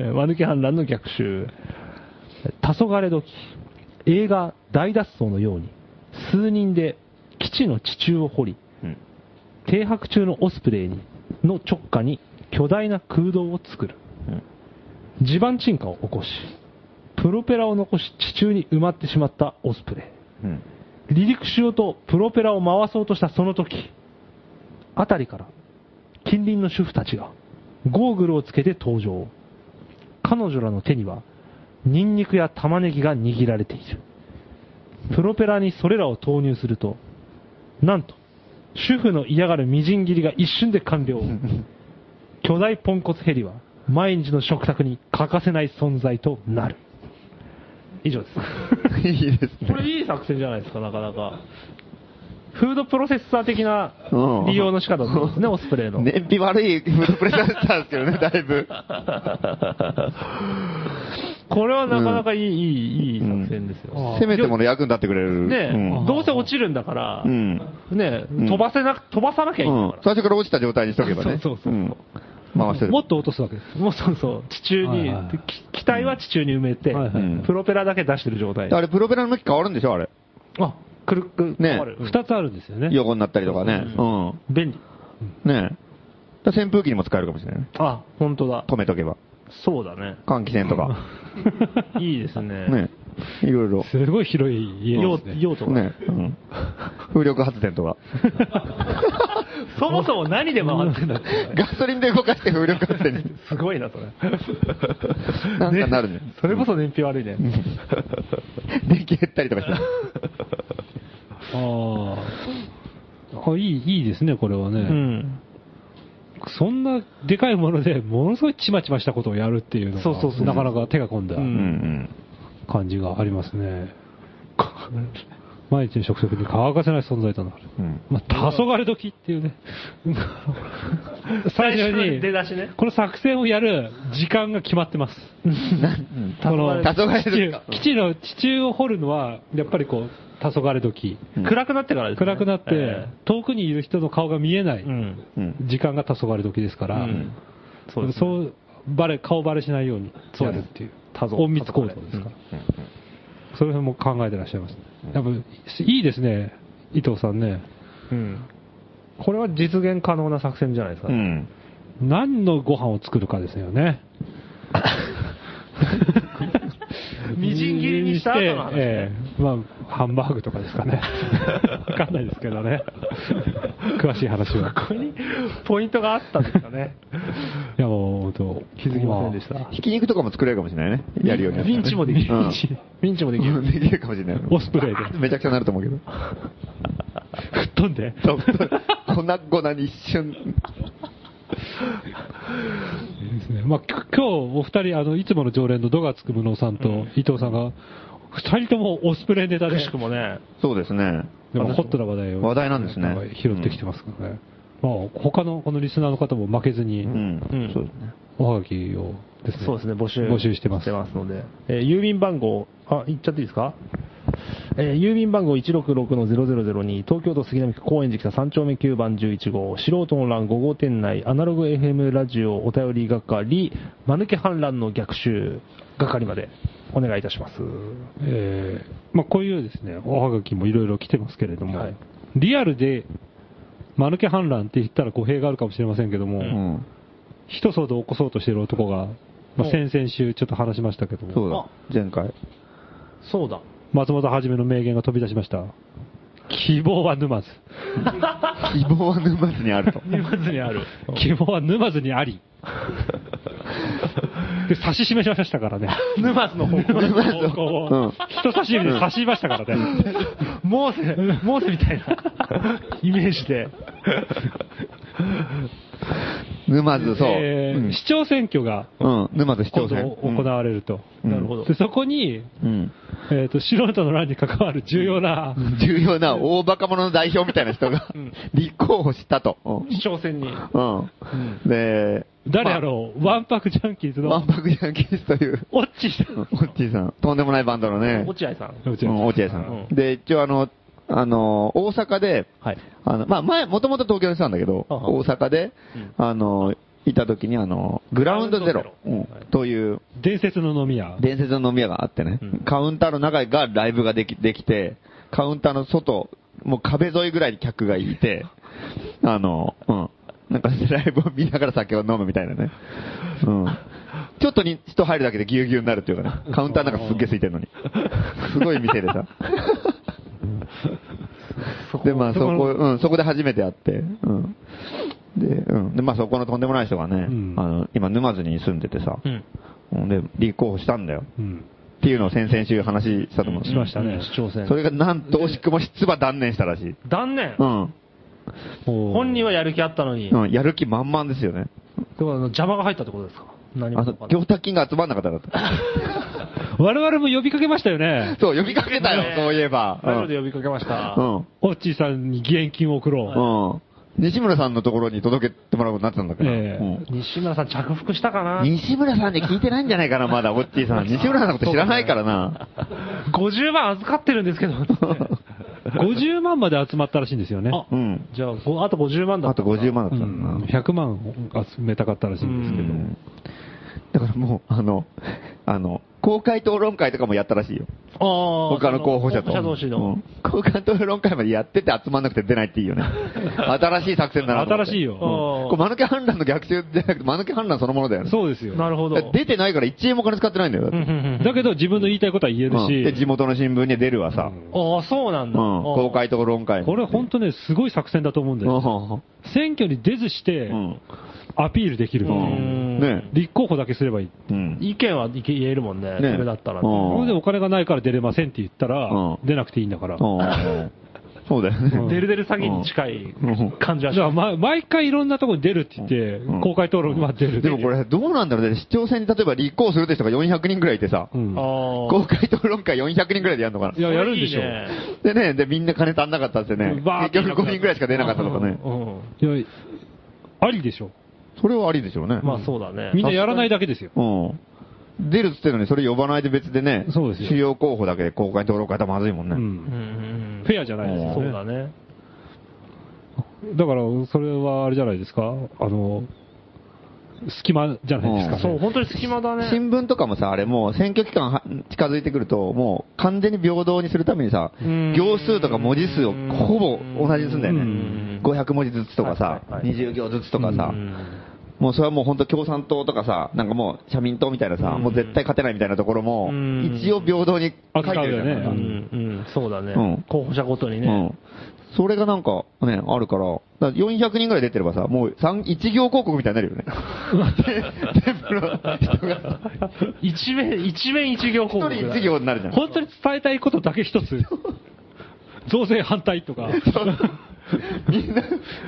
Speaker 3: ど。
Speaker 4: わぬけ反乱の逆襲。黄昏時、映画大脱走のように、数人で基地の地中を掘り、
Speaker 3: うん
Speaker 4: 停泊中のオスプレイにの直下に巨大な空洞を作る。
Speaker 3: うん
Speaker 4: 地盤沈下を起こし、プロペラを残し地中に埋まってしまったオスプレイ。
Speaker 3: うん
Speaker 4: 離陸しようとプロペラを回そうとしたその時、辺りから近隣の主婦たちがゴーグルをつけて登場。彼女らの手にはニンニクや玉ねぎが握られている。プロペラにそれらを投入すると、なんと、主婦の嫌がるみじん切りが一瞬で完了。巨大ポンコツヘリは毎日の食卓に欠かせない存在となる。以上です。
Speaker 3: いいですね。
Speaker 4: これいい作戦じゃないですか、なかなか。フードプロセッサー的な
Speaker 3: うん
Speaker 4: 利用の仕方なん ですね、オスプレイの。
Speaker 3: 燃費悪いフードプレッシャーだったんですけどね、だいぶ。
Speaker 4: これはなかなかいい、いい、いい作戦です
Speaker 2: うん
Speaker 4: よ。
Speaker 3: せめてもの役に立ってくれる。
Speaker 4: ね
Speaker 3: うん
Speaker 4: どうせ落ちるんだから、
Speaker 3: うん
Speaker 4: ね飛ばせな、飛ばさなきゃいいん
Speaker 3: う
Speaker 4: だ
Speaker 3: ん
Speaker 4: か。
Speaker 3: 最初から落ちた状態にしとけばね。
Speaker 4: そうそうそう
Speaker 3: うん回してる、
Speaker 2: も。っと落とすわけです。
Speaker 4: ら。もうそうそう、地中
Speaker 2: はい
Speaker 4: に
Speaker 2: はい、
Speaker 4: き機体は地中に埋めて
Speaker 2: はいはい
Speaker 4: プロペラだけ出してる状態。
Speaker 3: あれ、プロペラの向き変わるんでしょあれ。
Speaker 4: あ、くるくる、
Speaker 3: ね
Speaker 4: 変わる。
Speaker 2: 二つあるんですよね。
Speaker 3: 横になったりとかね。うん。
Speaker 4: 便利。
Speaker 3: ねえ。だから扇風機にも使えるかもしれないね。
Speaker 4: あ、本当だ。
Speaker 3: 止めとけば。
Speaker 4: そうだ ね。
Speaker 3: 換気扇とか。
Speaker 4: いいですね。
Speaker 3: ねえ。いろいろ。
Speaker 2: すごい広い家
Speaker 4: 用
Speaker 2: ですね。
Speaker 4: 用途が。
Speaker 3: ねえ。うん。風力発電とか。
Speaker 4: そもそも何で回ってんだって。
Speaker 3: ガソリンで動かして風力発電に。
Speaker 4: すごいな、それ。
Speaker 3: なんかなるね
Speaker 4: それこそ燃費悪いね。
Speaker 3: 電気減ったりとかして。
Speaker 2: ああ。あいい、いいですね、これはね。
Speaker 4: うん。
Speaker 2: そんなでかいもので、ものすごいちまちましたことをやるっていうのが、
Speaker 4: そうそうそう
Speaker 2: なかなか手が込んだ
Speaker 4: う
Speaker 3: うんん
Speaker 2: 感じがありますね。 毎日の食卓に乾かせない存在となる。
Speaker 3: うん。うん。
Speaker 2: まあ、黄昏時っていうね。 最初に、
Speaker 4: 出だしね。
Speaker 2: この作戦をやる時間が決まってます。その
Speaker 3: 黄昏で
Speaker 2: 地
Speaker 3: す
Speaker 2: 中
Speaker 3: か
Speaker 2: 基地の地中を掘るのは、やっぱりこう、黄昏時。
Speaker 3: うん
Speaker 4: 暗くなってからですね。
Speaker 2: 暗くなって、
Speaker 4: え
Speaker 2: 遠くにいる人の顔が見えない
Speaker 4: えうん。
Speaker 3: うん。
Speaker 2: 時間が黄昏時ですから、
Speaker 4: うん
Speaker 2: そう
Speaker 4: ですね
Speaker 2: バレ顔バレしないようにやるっていう
Speaker 4: 多臓
Speaker 2: 隠密行動ですから、それも考えてらっしゃいます、やっぱいいですね伊藤さんね
Speaker 4: うん。これは実現可能な作戦じゃないですか
Speaker 3: う。ん。
Speaker 2: 何のご飯を作るかですよね
Speaker 4: みじん切りにした後の話ね
Speaker 2: ええまあ、ハンバーグとかですか ねわかんないですけどね詳しい話は
Speaker 4: ここにポイントがあったんですかね。
Speaker 2: いやもう本当
Speaker 4: 気づきませんでした。
Speaker 3: ひき肉とかも作れるかもしれないね。やるようになったら
Speaker 4: ミン
Speaker 3: ね。
Speaker 4: チもできる
Speaker 3: うん
Speaker 4: ミンチミンチもでき
Speaker 3: う
Speaker 4: る。
Speaker 3: んできるかもしれない。
Speaker 2: オスプレイで
Speaker 3: めちゃくちゃなると思うけど。
Speaker 2: 吹っ飛んで
Speaker 3: そう粉々に一瞬。
Speaker 2: いいですね。まあ、き今日お二人、あの、いつもの常連のドガつくむのさんと伊藤さんが、二人ともオスプレイネタで
Speaker 4: く、しくもね。
Speaker 3: そうですね。
Speaker 2: でもホットな話題を。
Speaker 3: 話題なんですね
Speaker 2: か拾ってきてますからね。まあ、他のこのリスナーの方も負けずに
Speaker 3: う、ん
Speaker 4: うん。
Speaker 3: そうですね。
Speaker 2: おはがきをですね。
Speaker 4: そうですね、募集。
Speaker 2: 募集してま
Speaker 4: し
Speaker 2: す
Speaker 4: て。ますので。えー郵便番号、あ、言っちゃっていいですかえー郵便番号166-0002、東京都杉並区高円寺北3丁目9番11号、素人の欄5号店内、アナログ FM ラジオお便り係、間抜け反乱の逆襲係までお願いいたします。
Speaker 2: えーまあ、こういうですね、おはがきもいろいろ来てますけれども、
Speaker 4: はい
Speaker 2: リアルで、間抜け反乱って言ったら語弊があるかもしれませんけども、
Speaker 3: うん。
Speaker 2: 一騒動を起こそうとしている男が、まあ、先々週ちょっと話しましたけども、
Speaker 3: そうだ。前 回。
Speaker 4: そうだ。
Speaker 2: 松本はじめの名言が飛び出しました。希望は 沼津。
Speaker 3: 希望は沼津にあると。
Speaker 4: まずにある。
Speaker 2: 希望は沼津にあり。で、指し示しましたからね。
Speaker 4: 沼津の方向
Speaker 2: 方向を
Speaker 3: うん
Speaker 2: 人差し指で指しましたからね。
Speaker 4: モーセ、モーセみたいなイメージで。
Speaker 3: 沼津、そう。
Speaker 2: えー
Speaker 3: うん
Speaker 2: 市長選挙が
Speaker 3: うん。沼津市
Speaker 2: 今
Speaker 3: 長
Speaker 2: 度
Speaker 3: 選。
Speaker 2: 行われると。
Speaker 3: うん
Speaker 4: なるほど
Speaker 2: で、。そこに、
Speaker 3: うん。
Speaker 2: えっ、と、素人の乱に関わる重要な、
Speaker 3: 重要な大バカ者の代表みたいな人が立候補したと。うん
Speaker 4: 市長選に。
Speaker 3: うん。で、
Speaker 2: 誰やろう、わんぱくジャンキーズ
Speaker 3: ワ
Speaker 2: の
Speaker 3: ン、パクヤンキースという、
Speaker 2: オッチーさん
Speaker 3: オッチーさん。とんでもないバンドのね。
Speaker 4: 落合さん。
Speaker 2: 落合
Speaker 3: う
Speaker 2: さん
Speaker 3: ん落合さん
Speaker 4: う。
Speaker 3: で、一応あの、あの、大阪で、
Speaker 4: はい。
Speaker 3: あの、まあ、前、もともと東京にしてたんだけど、
Speaker 4: あは
Speaker 3: 大阪で、あの、いた時にあの、グラウンドゼ
Speaker 4: グラ
Speaker 3: ロ、
Speaker 4: ウンドゼロ
Speaker 3: うんという
Speaker 2: 伝説の飲み屋。
Speaker 3: 伝説の飲み屋があってね、
Speaker 4: うん
Speaker 3: カウンターの中がライブができできて、カウンターの外、もう壁沿いぐらいに客がい て、あの、うん。なんかライブを見ながら酒を飲むみたいなね。うん。ちょっとに人入るだけでギュうギュうになるっていうかね。カウンターなんかすっげえ空いてるのに。すごい店でさ。で、まあそこ、うん、そこで初めて会って、うん。で、うん。で、まあそこのとんでもない人がね、
Speaker 2: うん
Speaker 3: あの、今沼津に住んでてさ、
Speaker 4: うん。
Speaker 3: うんで、立候補したんだよ。
Speaker 2: うん。
Speaker 3: っていうのを先々週話したと思う。
Speaker 2: しましたね。
Speaker 4: 市長選
Speaker 3: そ。れがなんと惜しくも出馬断念したらしい。
Speaker 4: 断念
Speaker 3: うん。
Speaker 4: 本人はやる気あったのに。
Speaker 3: うん、やる気満々ですよね。
Speaker 4: でもあの邪魔が入ったってことですか何も
Speaker 3: あ
Speaker 4: か
Speaker 3: の
Speaker 4: か、んない。
Speaker 3: 供託金が集まんなかったんだ
Speaker 2: 我々も呼びかけましたよね
Speaker 3: と。。そう、呼びかけたよ、そういえば。う
Speaker 4: ラジオで
Speaker 3: ん
Speaker 4: 呼びかけました。
Speaker 3: うん。
Speaker 2: オッチーさんに義援金を送ろ
Speaker 3: うん。西村さんのところに届けてもらうことになってたんだから。
Speaker 2: ええ
Speaker 3: うん
Speaker 4: 西村さん着服したかな
Speaker 3: 西村さんに聞いてないんじゃないかな、まだ、オッチー さん。西村さんのこと知らないからな。
Speaker 4: 50万預かってるんですけど、つって
Speaker 2: う。50万まで集まったらしいんですよね。
Speaker 4: あ
Speaker 3: うん。
Speaker 4: じゃあ、ごあと50万だ
Speaker 3: あ
Speaker 4: った
Speaker 3: と
Speaker 4: のか
Speaker 3: 50万だ
Speaker 2: う
Speaker 3: ったんだ
Speaker 2: ん
Speaker 3: な。
Speaker 2: 100万集めたかったらしいんですけど。
Speaker 3: うんだからもう、あの、あの、公開討論会とかもやったらしいよ。
Speaker 4: ああ。
Speaker 3: 他の候補者と。
Speaker 4: 候補同士
Speaker 3: う
Speaker 4: の
Speaker 3: ん。交換討論会までやってて集まんなくて出ないってい いよね。新しい作戦だなと思って。
Speaker 2: 新しいよ
Speaker 3: うん
Speaker 4: あー
Speaker 3: これ、間抜け反乱の逆襲じゃなくて、間抜け反乱そのものだよね。
Speaker 2: そうですよ。
Speaker 4: なるほど。
Speaker 3: だから出てないから1円も金使ってないんだよ。だって
Speaker 2: だけど自分の言いたいことは言え
Speaker 3: うんで、
Speaker 2: る
Speaker 3: 地
Speaker 2: し、
Speaker 3: 元の新聞に出るわさ。
Speaker 2: うん
Speaker 4: ああ、そうなん
Speaker 3: うん。
Speaker 4: だ。ああ
Speaker 3: 公開討論会。
Speaker 2: これ本当ね、すごい作戦だと思うんだよ。
Speaker 3: う
Speaker 2: 選挙に出ずして、
Speaker 3: ん。
Speaker 2: アピールできる。
Speaker 3: うん。
Speaker 4: ん
Speaker 3: ね
Speaker 2: 立候補だけすればいい。
Speaker 3: うん。
Speaker 4: 意見は言えるもんね、
Speaker 3: ね
Speaker 4: それだったら
Speaker 3: う
Speaker 4: ね。
Speaker 2: それでお金がないから出れませんって言った
Speaker 3: うん
Speaker 2: ら、出なくていいんだから。
Speaker 3: う
Speaker 2: だ
Speaker 3: んそうだよね。
Speaker 2: ん
Speaker 4: デルデル詐欺に近い
Speaker 3: うん
Speaker 4: 感じはし
Speaker 2: から
Speaker 4: ます。
Speaker 2: ま毎回いろんなとこに出るって言って
Speaker 3: うん、
Speaker 2: 公開討論には出る。
Speaker 3: でもこれ、どうなんだろうね、市長選に例えば立候補するって人が400人ぐらいいてさ、
Speaker 2: うん、
Speaker 4: あ
Speaker 3: 公開討論会400人ぐらいでやるのか
Speaker 2: い
Speaker 3: な。
Speaker 2: や、やるんでしょ。
Speaker 4: いいね
Speaker 3: でね、で、みんな金足んなかったってね、
Speaker 2: バーって
Speaker 3: 結局5人ぐらいしか出なかったとかね
Speaker 4: あ。。うん。
Speaker 2: いや、ありでしょ。
Speaker 3: それはありでしょうね。
Speaker 4: まあそうだね。
Speaker 2: みんなやらないだけですよ。
Speaker 3: うん。出るっつってのに、それ呼ばないで別でね、
Speaker 2: そうですよ
Speaker 3: 主要候補だけで公開登録方まずいもん
Speaker 2: う。
Speaker 3: ね。
Speaker 4: うんうんんうん。
Speaker 2: フェアじゃないですよ、ね。
Speaker 4: そうだね。
Speaker 2: だから、それはあれじゃないですか。あの、隙間じゃないですか、
Speaker 3: ん
Speaker 4: そう、本当に隙間だね。
Speaker 3: 新聞とかもさ、あれもう選挙期間は近づいてくると、もう完全に平等にするためにさ、
Speaker 4: うん
Speaker 3: 行数とか文字数をほぼ同じにするんだよ
Speaker 2: う
Speaker 3: ね
Speaker 2: ん。
Speaker 3: 500文字ずつとかさ、
Speaker 4: はいはいはい
Speaker 3: 20行ずつとかさ
Speaker 4: う、ん
Speaker 3: もうそれはもう本当共産党とかさ、なんかもう社民党みたいなさ、
Speaker 4: うん
Speaker 3: もう絶対勝てないみたいなところも
Speaker 4: う、ん
Speaker 3: 一応平等に書いてるじゃん
Speaker 2: 扱うよ
Speaker 4: う
Speaker 2: ね
Speaker 4: んうん、そうだね、
Speaker 3: うん
Speaker 4: 候補者ごとに
Speaker 3: う
Speaker 4: ね、
Speaker 3: ん。それがなんかね、あるから、だから400人ぐらい出てればさ、もう三一行広告みたいになるよね。 全部の人が、
Speaker 4: 一面、一面一行候
Speaker 3: 一
Speaker 4: 補
Speaker 3: 人一行になるじゃん。
Speaker 2: 本当に伝えたいことだけ一つ。 増税反対とか。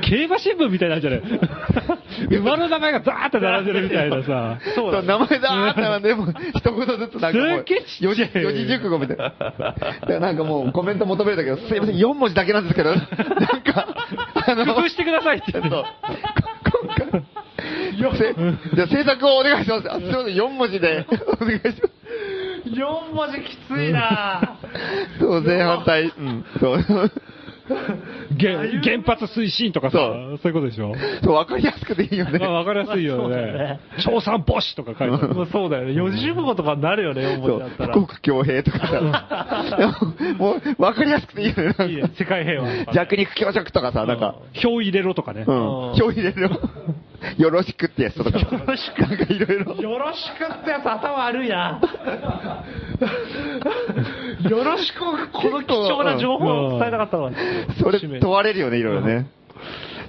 Speaker 2: 競馬新聞みたいなんじゃない馬の名前がザーって並んでるみたいなさ。
Speaker 4: そう
Speaker 3: そう
Speaker 4: だね。
Speaker 3: 名前だーってなんでも、一言ずつなんかもう
Speaker 2: すっげえちっちゃい
Speaker 3: 四字、四字熟語みたいな。だからなんかもうコメント求めるんだけど、すいません、4文字だけなんですけど、なんか、あの、
Speaker 2: 工夫してくださいって
Speaker 3: ちょっと、こ今回、せじゃあ制作をお願いします。あすいません、4文字でお願いします。
Speaker 4: 4文字きついな
Speaker 3: そう、前反対。うん。そう。
Speaker 2: げ原発推進とかさ、
Speaker 3: そ
Speaker 2: そういうことでしょ。
Speaker 3: そう、わかりやすくていいよ ね
Speaker 2: まあ。わかりやすいよ
Speaker 4: そうだ
Speaker 2: ね
Speaker 4: ね。
Speaker 2: 調査ボシとか書いてあ
Speaker 4: もう
Speaker 2: る。
Speaker 4: そうだよね。四字熟語とかになるよね、4
Speaker 3: そ
Speaker 4: 文字
Speaker 3: う
Speaker 4: だった、ら。
Speaker 3: 富国強兵とかさ。もう、わかりやすくていいよね。
Speaker 4: いい
Speaker 3: なん
Speaker 4: ね
Speaker 3: か
Speaker 4: 世界平和とかね。
Speaker 3: 弱肉強食とかさ、なんか、
Speaker 2: 票入れろとかね。
Speaker 3: う
Speaker 4: うん
Speaker 3: ん。票入れるよ。よろしくってやつとか。
Speaker 4: よろしく
Speaker 3: なんかいろいろ。
Speaker 4: よろしくってやつ頭悪いなよろしく、この貴重な情報を伝えたかったわ。
Speaker 3: それ
Speaker 4: 使命
Speaker 3: 問われるよね、いろいろね。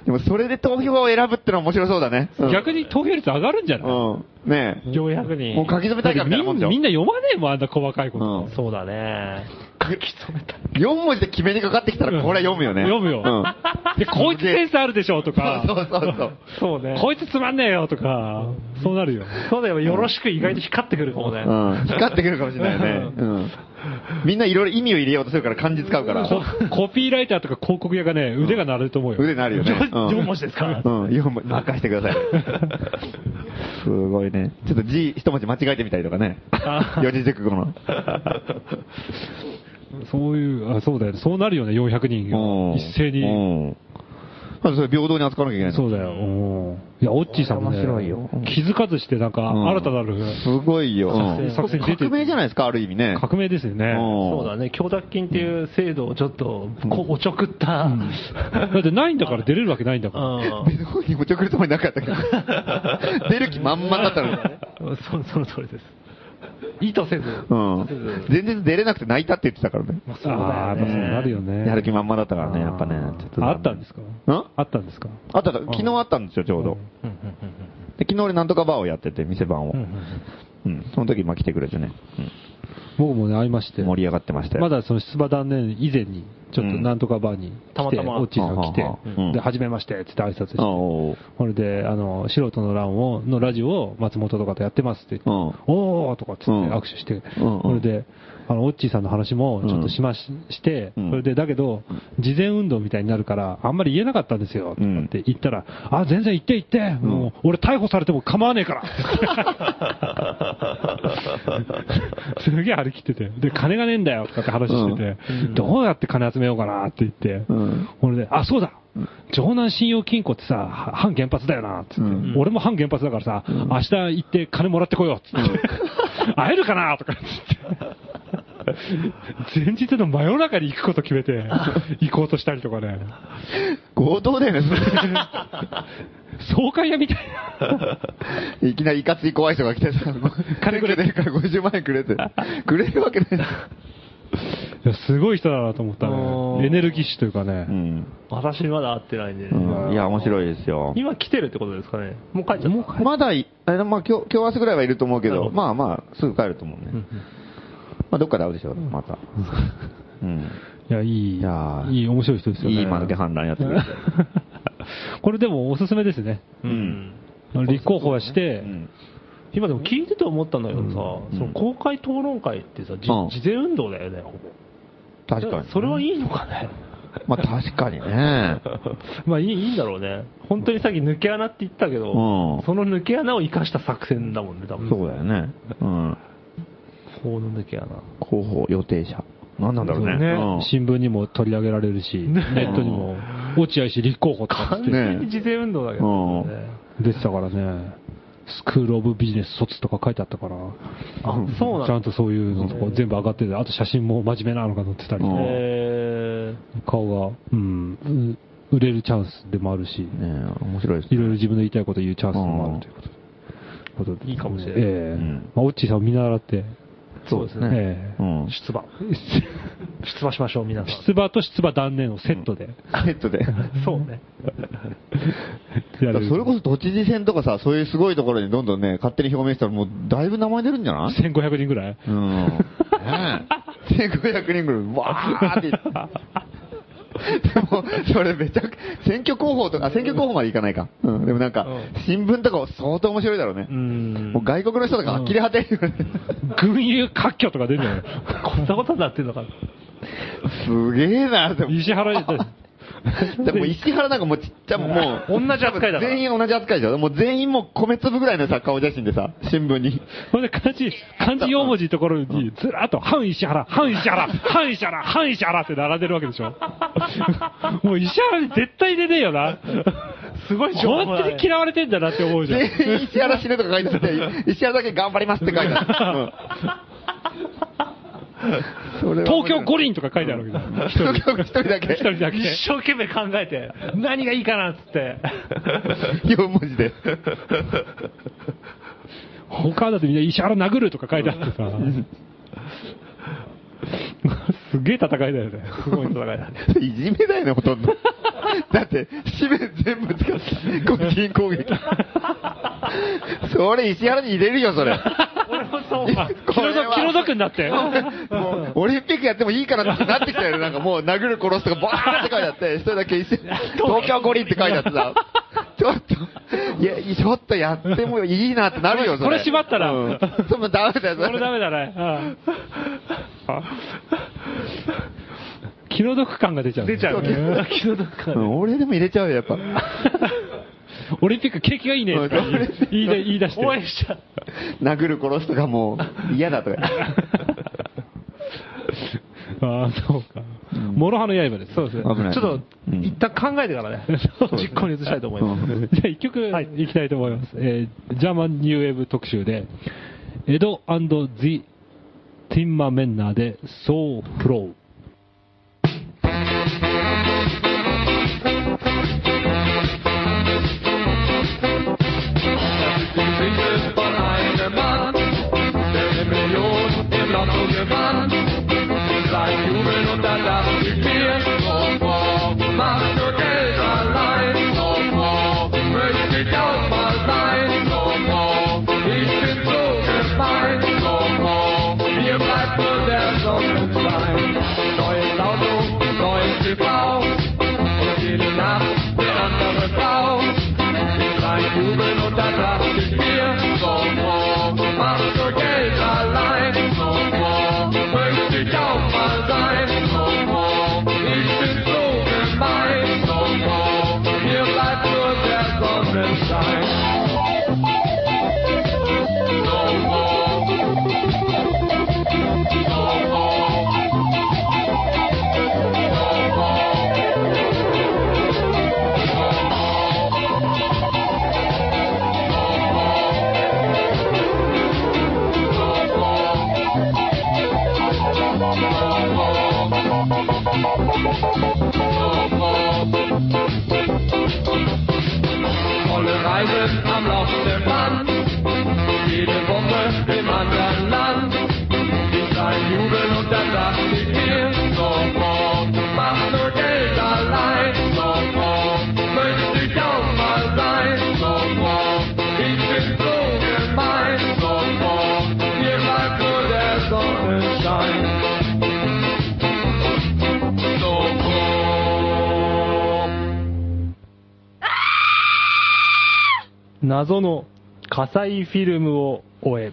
Speaker 3: でも、それで投票を選ぶってのは面白そうだね。うん
Speaker 2: 逆に投票率上がるんじゃない
Speaker 3: うん。ね
Speaker 4: 400
Speaker 3: え。
Speaker 4: 人。
Speaker 3: もう書き留めたいかみたいなもんじ
Speaker 2: み
Speaker 3: ゃ
Speaker 2: んみん
Speaker 3: ん。
Speaker 2: な読まねえもん、あんな細かいこと。
Speaker 3: うん
Speaker 4: そうだね。書き留めた。
Speaker 3: 4文字で決めにかかってきたら、これは読むよね。
Speaker 2: 読む
Speaker 3: う
Speaker 2: よ
Speaker 3: ん。
Speaker 2: で、こいつセンスあるでしょとか、
Speaker 3: そうそうそう。
Speaker 4: そうね。
Speaker 2: こいつつまんねえよとか、そうなるよ。
Speaker 4: そうだよ、よろしく意外と光ってくるかもね。
Speaker 3: うん光ってくるかもしれないよね。うん。みんないろいろ意味を入れようとするから漢字使うから。
Speaker 2: ココピーライターとか広告屋がね、腕が鳴ると思うよ。
Speaker 3: 腕なるよね。うん
Speaker 4: 4文字ですか
Speaker 3: うん、4文字。任してください。すごいね。ちょっと字一文字間違えてみたりとかね。四字熟語の。
Speaker 2: そういう、あ、そうだよね。そうなるよね、400人
Speaker 3: うん
Speaker 2: が。一斉
Speaker 3: う
Speaker 2: に。
Speaker 3: んまあそれ平等に扱わなきゃいけないの
Speaker 2: そうだよ。うんいや、オッチーさんもね、
Speaker 4: 面白いよ
Speaker 2: 気づかずして、なんか、
Speaker 3: うん
Speaker 2: 新たなる
Speaker 3: すごいよ。うん
Speaker 2: 作戦出てる
Speaker 3: 革命じゃないですか、ある意味ね。
Speaker 2: 革命ですよね。
Speaker 4: そうだね、供託金っていう制度をちょっと、こ うおちょくった、
Speaker 2: だってないんだから出れるわけないんだから。
Speaker 4: うん
Speaker 3: 別におちょくるつもりなか ったけど。出る気満々だったのに。
Speaker 4: そその通りです。意図せず。
Speaker 3: うん。全然出れなくて泣いたって言ってたからね。
Speaker 4: まあそうだよね
Speaker 2: あーやっぱそうなるよね。
Speaker 3: やる気満々だったからね、やっぱね。ちょと
Speaker 2: ああったんですか
Speaker 3: うん
Speaker 2: あったんですか
Speaker 3: あったあった、昨日あったんですよ、ちょうど。
Speaker 4: うんうんうん
Speaker 3: で昨日俺なんとかバーをやってて、店番を。
Speaker 4: うんう
Speaker 3: うん
Speaker 4: うん
Speaker 3: ん。その時、まあ来てくれてね。
Speaker 2: 僕もね、会いまし
Speaker 3: う
Speaker 2: て。
Speaker 3: ん盛り上がってましたよ。
Speaker 2: まだその出馬断念以前に、ちょっとなんとかバーに来て、
Speaker 4: たまたま
Speaker 2: オッチーさん来
Speaker 3: は
Speaker 2: て、
Speaker 3: はは
Speaker 2: で、初めましてって言って挨拶して、
Speaker 3: あおう
Speaker 2: それで、あの、素人の欄を、のラジオを松本とかとやってますって言って、
Speaker 3: うん
Speaker 2: おーとかっつって
Speaker 3: うん
Speaker 2: 握手して、
Speaker 3: うんうん
Speaker 2: それで、あの、オッチーさんの話もちょっとしまし,、て、
Speaker 3: うん
Speaker 2: それで、だけど、事前運動みたいになるから、あんまり言えなかったんですよ、とかって言ったら、あ、全然言って言って、もう、俺逮捕されても構わね えからすげえ張り切ってて、で、金がねえんだよ、とかって話してて、どうやって金集めようかなって言って、
Speaker 3: うん
Speaker 2: 俺で、あ、そうだ城南信用金庫ってさ、は反原発だよな、つって、
Speaker 3: うん
Speaker 2: 俺も反原発だからさ、明日行って金もらってこよう、つって。 会えるかなとか、つって。前日の真夜中に行くこと決 めて、行こうとしたりとかね。
Speaker 3: 強盗だよね、
Speaker 2: 爽快屋みたい な。
Speaker 3: それいきなりいかつい怖い人が来てさ、金くれてるから50万円くれて。くれるわけない。
Speaker 2: いやすごい人だなと思った
Speaker 4: おー
Speaker 2: ね。エネルギッシュというかね。
Speaker 3: うん。
Speaker 4: 私まだ会ってないんでね、
Speaker 3: うんいや、面白いですよ。
Speaker 4: 今来てるってことですかね。もう帰っちゃった。
Speaker 3: まだい、あれまあ今日、今日明日ぐらいはいると思うけ
Speaker 4: なる
Speaker 3: ど、
Speaker 4: ほど
Speaker 3: まあまあ、すぐ帰ると思うね。まあ、どっかで会うでしょう、ま た。うん。
Speaker 2: いや、いい、
Speaker 3: いやー
Speaker 2: いい、面白い人ですよね。
Speaker 3: いい間抜け判断やってくれて。
Speaker 2: これでもおすすめですね。
Speaker 3: う
Speaker 4: うんん
Speaker 2: 立候補はして、
Speaker 3: うん
Speaker 4: 今でも聞いてて思ったんだけどさ、
Speaker 3: うん
Speaker 4: その公開討論会ってさ、じ
Speaker 3: うん
Speaker 4: 事前運動だよね、ほぼ。
Speaker 3: 確かに。
Speaker 4: それはいいのか ね。
Speaker 3: まあ確かに ね。
Speaker 4: まあいいいいんだろうね。本当にさっき抜け穴って言ったけど、
Speaker 3: うん
Speaker 4: その抜け穴を生かした作戦だもんね、多分。
Speaker 3: そうだよね。うん。
Speaker 4: 法の抜け穴。
Speaker 3: 広報予定者。なんなんだろうね。うん
Speaker 2: 新聞にも取り上げられるし、ネットにも、落合氏立候補とか
Speaker 4: 完
Speaker 3: ね
Speaker 2: って
Speaker 4: 全に事前運動だけどね。
Speaker 2: 出てたからね、スクール・オブ・ビジネス卒とか書いてあったから、
Speaker 4: あ、そうなん
Speaker 2: ち
Speaker 4: だ。
Speaker 2: ゃんとそういうのとか全部上がってて、あと写真も真面目なのが載ってたり
Speaker 3: う、ん
Speaker 4: え
Speaker 2: 顔が、うん、う売れるチャンスでもあるし、
Speaker 3: ねえ面白いです
Speaker 2: い
Speaker 3: ね
Speaker 2: ろいろ自分の言いたいこと言うチャンスでもあるということで。ことで
Speaker 4: いいかもしれない
Speaker 2: ええ
Speaker 3: うん
Speaker 2: まあ、オッチーさんを見習って、
Speaker 4: そうですね
Speaker 2: え え
Speaker 3: うん
Speaker 4: ー、。出馬。出馬しましょう、皆さん。
Speaker 2: 出馬と出馬断念をセットで
Speaker 3: セットで。
Speaker 4: そうね。
Speaker 2: や
Speaker 3: だか
Speaker 2: れ
Speaker 3: ら
Speaker 2: る
Speaker 3: それこそ都知事選とかさ、そういうすごいところにどんどんね、勝手に表明したらもうだいぶ名前出るんじゃない
Speaker 2: 1500人ぐらい
Speaker 3: うん。ねえ。1500人ぐらい、わーって。でも、それめちゃく、選挙広報とか、あ選挙広報までいかないか。うん。でもなんか
Speaker 4: うん、
Speaker 3: 新聞とか相当面白いだろうね
Speaker 4: う。ん。
Speaker 3: もう外国の人とか呆れ果てるよね。
Speaker 2: 群雄割拠とか出るんじゃ ない
Speaker 4: こんなことになってんのかな。
Speaker 3: すげえな、でも。
Speaker 2: 石原だって
Speaker 3: でも石原なんかもうちっちゃも う、
Speaker 4: 同じ扱いだから
Speaker 3: 全員同じ扱いでしょ。もう全員もう米粒ぐらいのさ、顔写真でさ、新聞に。
Speaker 2: ほんで漢字、漢字4文字のところに、ずらっと、反石原、反石原、反石原、反石原って並んでるわけ でしょ。もう石原に絶対出ねえよな。
Speaker 4: すごい情報だね
Speaker 2: 本当に嫌われてんだなって思うじゃん。
Speaker 3: 全員石原死ぬとか書いてあっ て、石原だけ頑張りますって書いてある。うんそれは面
Speaker 2: 東
Speaker 3: 白い
Speaker 2: 京五輪とか書いてあるわけだ。一
Speaker 3: 東京
Speaker 2: 人。
Speaker 3: 一人だ
Speaker 2: 一人
Speaker 3: け。
Speaker 2: だけ。
Speaker 4: 一生懸命考えて、 何がいいかなっつって。
Speaker 3: 4文字 で。
Speaker 2: 他だってみんな石原殴るとか書いてあってさ。 すげえ戦いだよね。
Speaker 4: すごい戦いだ ね。
Speaker 3: いじめだよね、ほとんど。だって、紙面全部使った。個人攻撃。それ石原に入れるよ、それ。
Speaker 4: 俺もそうか。
Speaker 2: 気の毒、気の毒にな って。
Speaker 3: もうオリンピックやってもいいかなってなってきたよね。なんかもう殴る殺すとかバーって書いてあって、一人だけ一緒東京五輪って書いてあってさ、ちょっと、いや、ちょっとやってもいいなってなるよ、それ。
Speaker 2: これ縛ったら
Speaker 3: うんそれもダメだよ、そ
Speaker 2: これダメだね。あ気の毒感が出ちゃう、
Speaker 4: 出ちゃうね。気の毒
Speaker 3: う
Speaker 4: 感。
Speaker 3: ん俺でも入れちゃうよ、やっぱ。
Speaker 2: オリンピック景気がいいねとか言い言いだ言い出して。
Speaker 4: 応援しちゃう。
Speaker 3: 殴る殺すとかもう嫌だとか。
Speaker 2: ああ、そうか。諸刃の刃です。そうですね
Speaker 3: 危ない
Speaker 4: ちょっ
Speaker 3: う
Speaker 4: と、
Speaker 3: ん
Speaker 4: 一旦考えてからね、実行に移したいと思います。
Speaker 3: うん
Speaker 2: じゃあ一曲いきたいと思います。えージャーマンニューウェーブ特集で、エドザ・ティンマメンナーで、ソープロー。
Speaker 5: Dieses von einem Mann, der eine Million im Lotto gewann. Sein Jubeln und dann lachen die Bier. Oh, oh, macht nur Geld allein. Oh, oh, möchte ich auch mal sein. Oh, oh, ich bin so gemein. Oh, oh, mir bleibt nur der Sonnenschein. Neues Auto, neues TV. Und jede Nacht eine andere Frau. Drei Jubeln und dann dachte ich mir, so oh, machst du Geld allein, so oh, möchte ich auch mal sein, so oh, ich bin so gemein, so oh, mir bleibt nur der Sonnenschein. So oh, so oh, so oh. Volle Reisen am laufenden Band, jede Woche im anderen Land. Ich ein Jubeln und dann dachte ich mir, sofort, mach nur Geld allein, sofort, möchte ich auch mal sein, sofort, ich bin so gemein, sofort, mir bleibt nur der Sonnenschein. Sofort.
Speaker 4: 謎の火災フィルムを終え、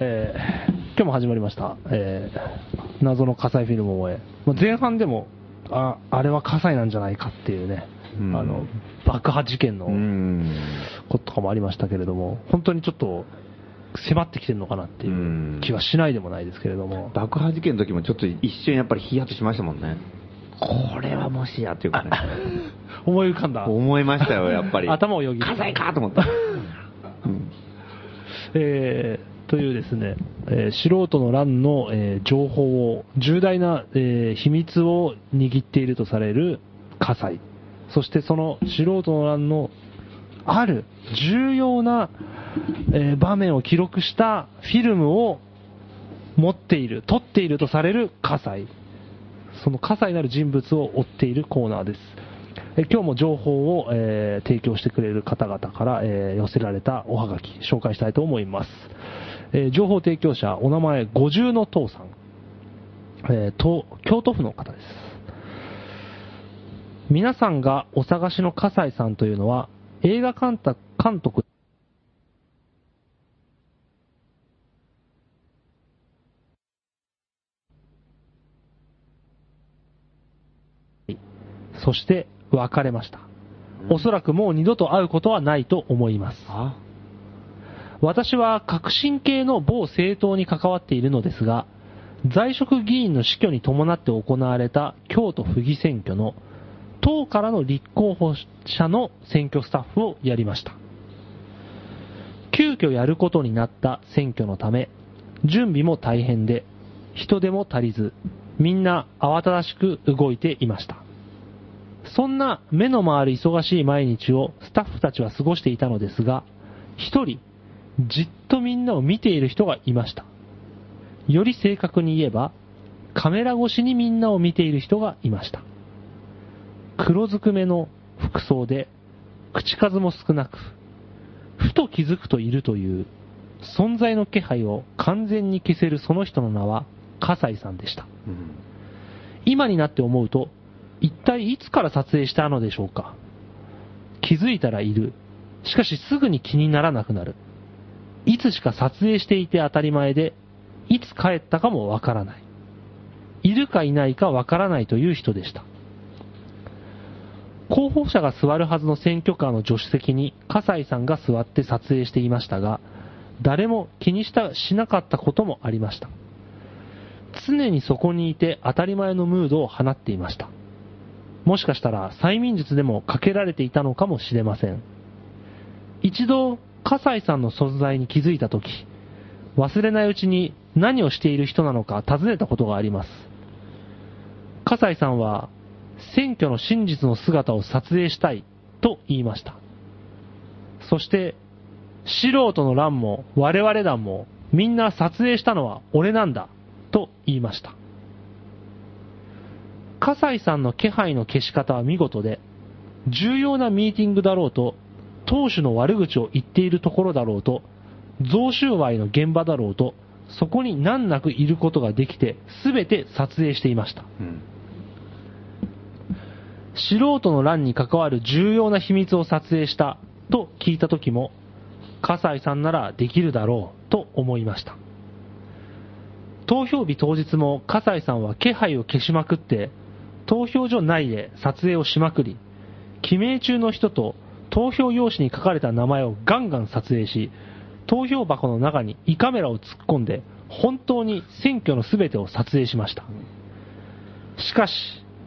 Speaker 4: えー今日も始まりました、えー謎の火災フィルムを終え、まあ前半でもああれは火災なんじゃないかっていうね、
Speaker 3: うん
Speaker 4: あの爆破事件の
Speaker 3: うん。
Speaker 4: こととかもありましたけれども、本当にちょっと迫ってきてるのかなっていう気はしないでもないですけれども、
Speaker 3: 爆破事件の時もちょっと一瞬やっぱりヒヤッとしましたもんね。これはもしやっていうかね。
Speaker 4: 思い浮かんだ、
Speaker 3: 思いましたよ、やっぱり。
Speaker 4: 頭をよぎる
Speaker 3: 火災かと思った。
Speaker 4: えーというですね、えー素人の乱の、えー情報を、重大な、えー秘密を握っているとされる火災。そしてその素人の乱のある重要な、えー場面を記録したフィルムを持っている、撮っているとされる火災。その火災なる人物を追っているコーナーです。え今日も情報を、えー提供してくれる方々から、えー寄せられたおはがき、紹介したいと思います。えー情報提供者、お名前、五重の父さん。えーと京都府の方です。皆さんがお探しの笠井さんというのは、映画監督、監督そして別れました。おそらくもう二度と会うことはないと思います。私は革新系の某政党に関わっているのですが、在職議員の死去に伴って行われた京都府議選挙の党からの立候補者の選挙スタッフをやりました。急遽やることになった選挙のため、準備も大変で、人手も足りず、みんな慌ただしく動いていました。そんな目の回る忙しい毎日をスタッフたちは過ごしていたのですが、一人、じっとみんなを見ている人がいました。より正確に言えば、カメラ越しにみんなを見ている人がいました。黒ずくめの服装で、口数も少なく、ふと気づくといるという、存在の気配を完全に消せるその人の名は、笠井さんでした。今になって思うと、一体いつから撮影したのでしょうか。気づいたらいる。しかしすぐに気にならなくなる。いつしか撮影していて当たり前で、いつ帰ったかもわからない。いるかいないかわからないという人でした。候補者が座るはずの選挙カーの助手席に笠井さんが座って撮影していましたが、誰も気にした、しなかったこともありました。常にそこにいて当たり前のムードを放っていました。もしかしたら催眠術でもかけられていたのかもしれません。一度、葛西さんの存在に気づいたとき、忘れないうちに何をしている人なのか尋ねたことがあります。葛西さんは、選挙の真実の姿を撮影したいと言いました。そして、素人の乱も我々団もみんな撮影したのは俺なんだと言いました。葛西さんの気配の消し方は見事で、重要なミーティングだろうと、党首の悪口を言っているところだろうと、贈収賄の現場だろうと、そこに難なくいることができて、すべて撮影していました。素人の乱に関わる重要な秘密を撮影したと聞いた時も、葛西さんならできるだろうと思いました。投票日当日も葛西さんは気配を消しまくって、投票所内で撮影をしまくり、記名中の人と投票用紙に書かれた名前をガンガン撮影し、投票箱の中に胃カメラを突っ込んで、本当に選挙の全てを撮影しました。しかし、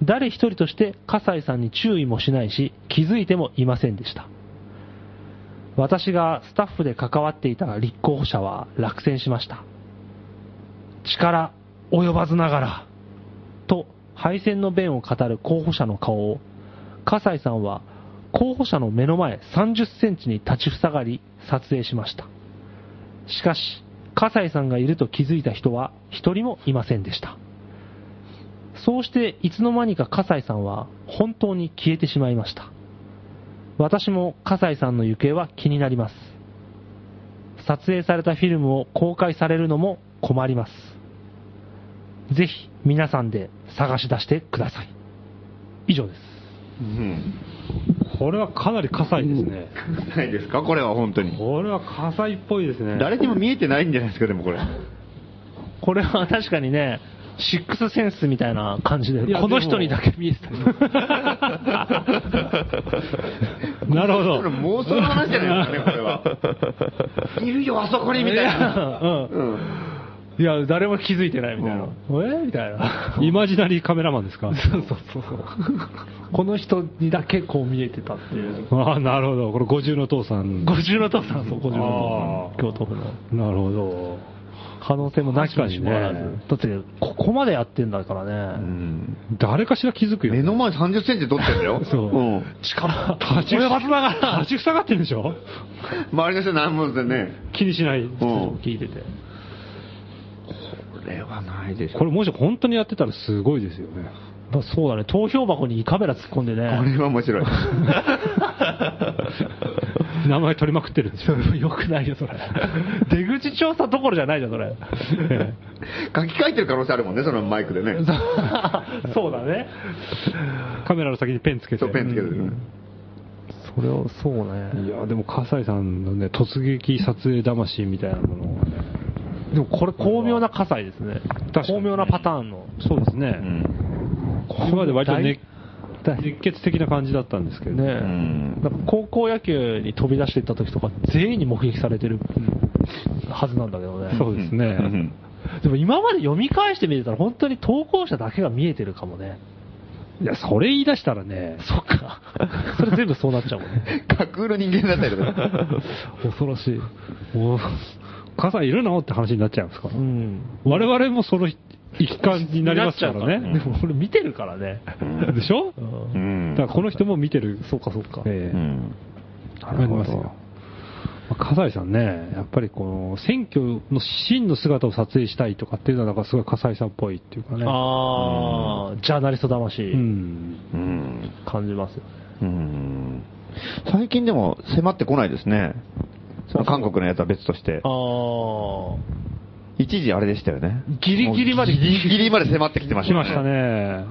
Speaker 4: 誰一人として葛西さんに注意もしないし、気づいてもいませんでした。私がスタッフで関わっていた立候補者は落選しました。力及ばずながら、と敗戦の弁を語る候補者の顔を、葛西さんは候補者の目の前30センチに立ちふさがり撮影しました。しかし、葛西さんがいると気づいた人は一人もいませんでした。そうしていつの間にか葛西さんは本当に消えてしまいました。私も葛西さんの行方は気になります。撮影されたフィルムを公開されるのも困ります。ぜひ皆さんで探し出してください。以上です。
Speaker 3: うん。
Speaker 2: これはかなり火災ですね。
Speaker 3: ないですかこれは本当に。
Speaker 2: これは火災っぽいですね。
Speaker 3: 誰にも見えてないんじゃないですか、でもこれ。
Speaker 4: これは確かにね、シックスセンスみたいな感じで、
Speaker 2: いや
Speaker 4: この人にだけ見えてた。
Speaker 2: なる
Speaker 3: こ
Speaker 2: ほ
Speaker 3: れ
Speaker 2: ど。
Speaker 3: 妄想の話じゃないですかね、これは。いるよ、あそこにみたいな。
Speaker 4: う
Speaker 3: うん。
Speaker 4: ん、 いや、誰も気づいてないみたいな。えみ たいな。
Speaker 2: イマジナリーカメラマンですか
Speaker 4: そうそうそう。 この人にだけこう見えてたっていう。
Speaker 2: ああ、なるほど。これ五重の父さん。
Speaker 4: 五重の父さん、そう、五重の
Speaker 2: あ
Speaker 4: 父
Speaker 2: ー
Speaker 4: さん。京都府の。
Speaker 2: なるほど。
Speaker 4: 可能性もなきにしもあらず。だって、ここまでやってんだからね。
Speaker 2: 誰かしら気づくよ。
Speaker 3: 目の前30センチで撮ってるんだよ。
Speaker 2: そう
Speaker 3: うん。
Speaker 4: 力。
Speaker 2: 立ちふ
Speaker 4: 俺
Speaker 2: さ
Speaker 4: はつながら
Speaker 2: 立ちふさがってんでしょ
Speaker 3: 周りの人何もでね。
Speaker 2: 気にしない。
Speaker 3: うん。
Speaker 4: 聞いてて。
Speaker 3: これはないでしょ。
Speaker 2: これもし本当にやってたらすごいですよね。
Speaker 4: まあ、そうだね、投票箱に胃カメラ突っ込んで
Speaker 3: こ
Speaker 4: ね。
Speaker 3: れは面白 い。
Speaker 2: 名前取りまくってるんですよ。
Speaker 4: よくないよ、それ。出口調査どころじゃないじゃん、それ。
Speaker 3: 書き換えてる可能性あるもんね、そのマイクでね。
Speaker 4: そうだね。
Speaker 2: カメラの先にペンつけて。
Speaker 3: そう、ペンつけてる。
Speaker 4: それを、そうね。
Speaker 2: いや、でも、葛西さんのね、突撃撮影魂みたいなものがね。
Speaker 4: でもこれ巧妙な火災ですね。
Speaker 2: かに
Speaker 4: 巧妙なパターンの。
Speaker 2: そうですね。ここまで割と熱
Speaker 4: 大
Speaker 2: 熱血的な感じだったんですけど。
Speaker 4: ね
Speaker 3: ん
Speaker 4: なんか高校野球に飛び出していった時とか、全員に目撃されてるはずなんだけどね。
Speaker 2: そうですね。
Speaker 4: でも今まで読み返してみてたら、本当に投稿者だけが見えてるかもね。
Speaker 2: いや、それ言い出したらね、
Speaker 4: そっか。それ全部そうなっちゃうもんね。
Speaker 3: 架空の人間だったりとか。
Speaker 4: 恐ろしい。
Speaker 2: お葛西いるのって話になっち ゃうんですから。
Speaker 4: うん。
Speaker 2: 我々もその一環になりますからね。
Speaker 4: なっちゃうからでも俺見てるからね。
Speaker 2: でしょ、
Speaker 4: うん
Speaker 3: ん
Speaker 2: だからこの人も見てる。
Speaker 4: そうかそうか。
Speaker 2: ええ
Speaker 3: ん。
Speaker 2: なるほど。まあ笠井さんね、やっぱりこの選挙の真の姿を撮影したいとかっていうのは、なんかすごい笠井さんっぽいっていうかね。
Speaker 4: ああ、ジャーナリスト
Speaker 2: う
Speaker 4: 魂
Speaker 2: ん。
Speaker 3: うん。
Speaker 4: 感じますよね。
Speaker 3: うん最近でも迫ってこないですね。その韓国のやつは別として。
Speaker 4: あ
Speaker 3: 一時あれでしたよね。
Speaker 4: ギリギリまで
Speaker 3: もうギリギリまで迫ってきてまし
Speaker 2: 来
Speaker 3: た
Speaker 2: ました。ね。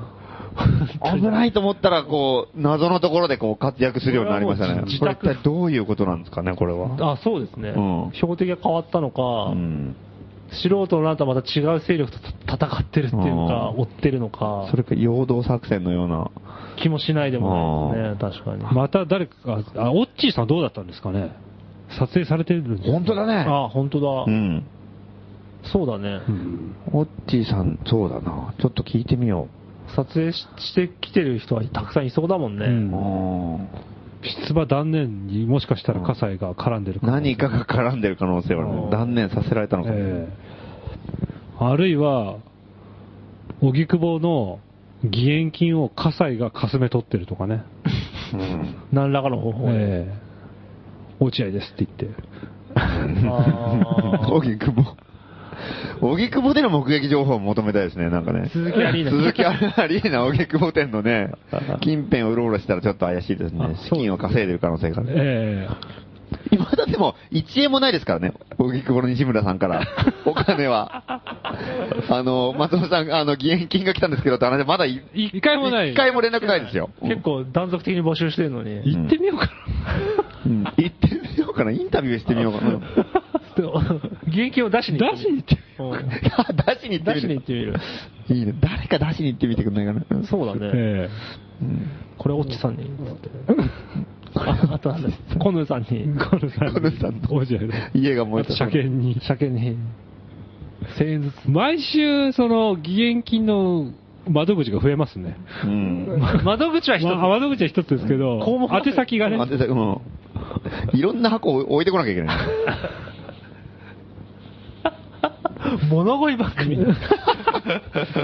Speaker 3: 危ないと思ったら、こう、謎のところでこう活躍するようになりました
Speaker 4: これは
Speaker 3: ね
Speaker 4: もう自。
Speaker 3: これ
Speaker 4: 宅
Speaker 3: 一体どういうことなんですかね、これは。
Speaker 4: あ。あ、そうですね。
Speaker 3: うん
Speaker 4: 標的が変わったのか、
Speaker 3: うん。
Speaker 4: 素人のあなたはまた違う勢力と戦ってるっていうか、
Speaker 3: うん
Speaker 4: 追ってるのか
Speaker 3: そ、れか、陽動作戦のような。
Speaker 4: 気もしないでもないですね、確かに。
Speaker 2: また誰かが、あ、オッチーさんどうだったんですかね。撮影されてるんです
Speaker 3: 本当だね。
Speaker 4: あ、本当だ。
Speaker 3: うん。
Speaker 4: そうだね。
Speaker 2: うん
Speaker 3: オッチーさん、そうだな。ちょっと聞いてみよ
Speaker 4: 撮影ししてきてる人はたくさんいそうだもんね。
Speaker 2: うん
Speaker 3: う。あ
Speaker 2: 出馬断念にもしかしたら葛西が絡んでる
Speaker 3: ー
Speaker 2: も
Speaker 3: 何かが絡んでる可能性はあ
Speaker 4: うん
Speaker 3: る。断念させられたのかも。
Speaker 2: ええあるいは、荻窪の義援金を葛西がかすめ取ってるとかね、
Speaker 3: うん
Speaker 4: 何らかの方法で。
Speaker 2: ええ落合ですって言って、
Speaker 4: あー
Speaker 3: 荻窪。荻窪での目撃情報を求めたいですね、なんかね。
Speaker 4: 鈴木アリーナ
Speaker 3: 鈴木アリーナ、荻窪店の ね、近辺をうろうろしたらちょっと怪しいですね。資金を稼いでる可能性がある。
Speaker 2: え
Speaker 3: 今だってもう、1円もないですからね、荻窪の西村さん から、お金は。あの、松本さん、あの、義援金が来たんですけどって話、まだい
Speaker 2: 一回もない
Speaker 3: 一回も連絡ないですよ。
Speaker 4: 結構断続的に募集してるのに。
Speaker 2: 行ってみようか
Speaker 3: うん行ってみようかな、インタビューしてみようかな。
Speaker 4: 現金を出しに
Speaker 2: な、出しに行って
Speaker 4: 行ってみるうん
Speaker 3: 出しに行って
Speaker 4: 出
Speaker 3: み
Speaker 4: しに
Speaker 3: る
Speaker 4: 行ってみる。
Speaker 3: いいね。誰か出しに行ってみてくんないかな。
Speaker 4: そうだ
Speaker 2: み
Speaker 4: ね。
Speaker 2: よう、え
Speaker 4: これ、オッチさんに。ああとなんだコヌーさんに。
Speaker 2: えこれさ
Speaker 3: これさ
Speaker 2: 落合です
Speaker 3: 家が燃え
Speaker 2: あと
Speaker 3: た。
Speaker 2: 車検に。
Speaker 4: 車検に。
Speaker 2: 1000円ずつ。毎週、その、義援金の窓口が増えますね。
Speaker 3: うん。
Speaker 4: 窓口は一つ。
Speaker 2: まあ窓口は一つですけど
Speaker 4: 項目、が
Speaker 2: 宛先がね
Speaker 3: あ、でうん。いろんな箱を置いてこなきゃいけない。
Speaker 4: 物乞いばっかり。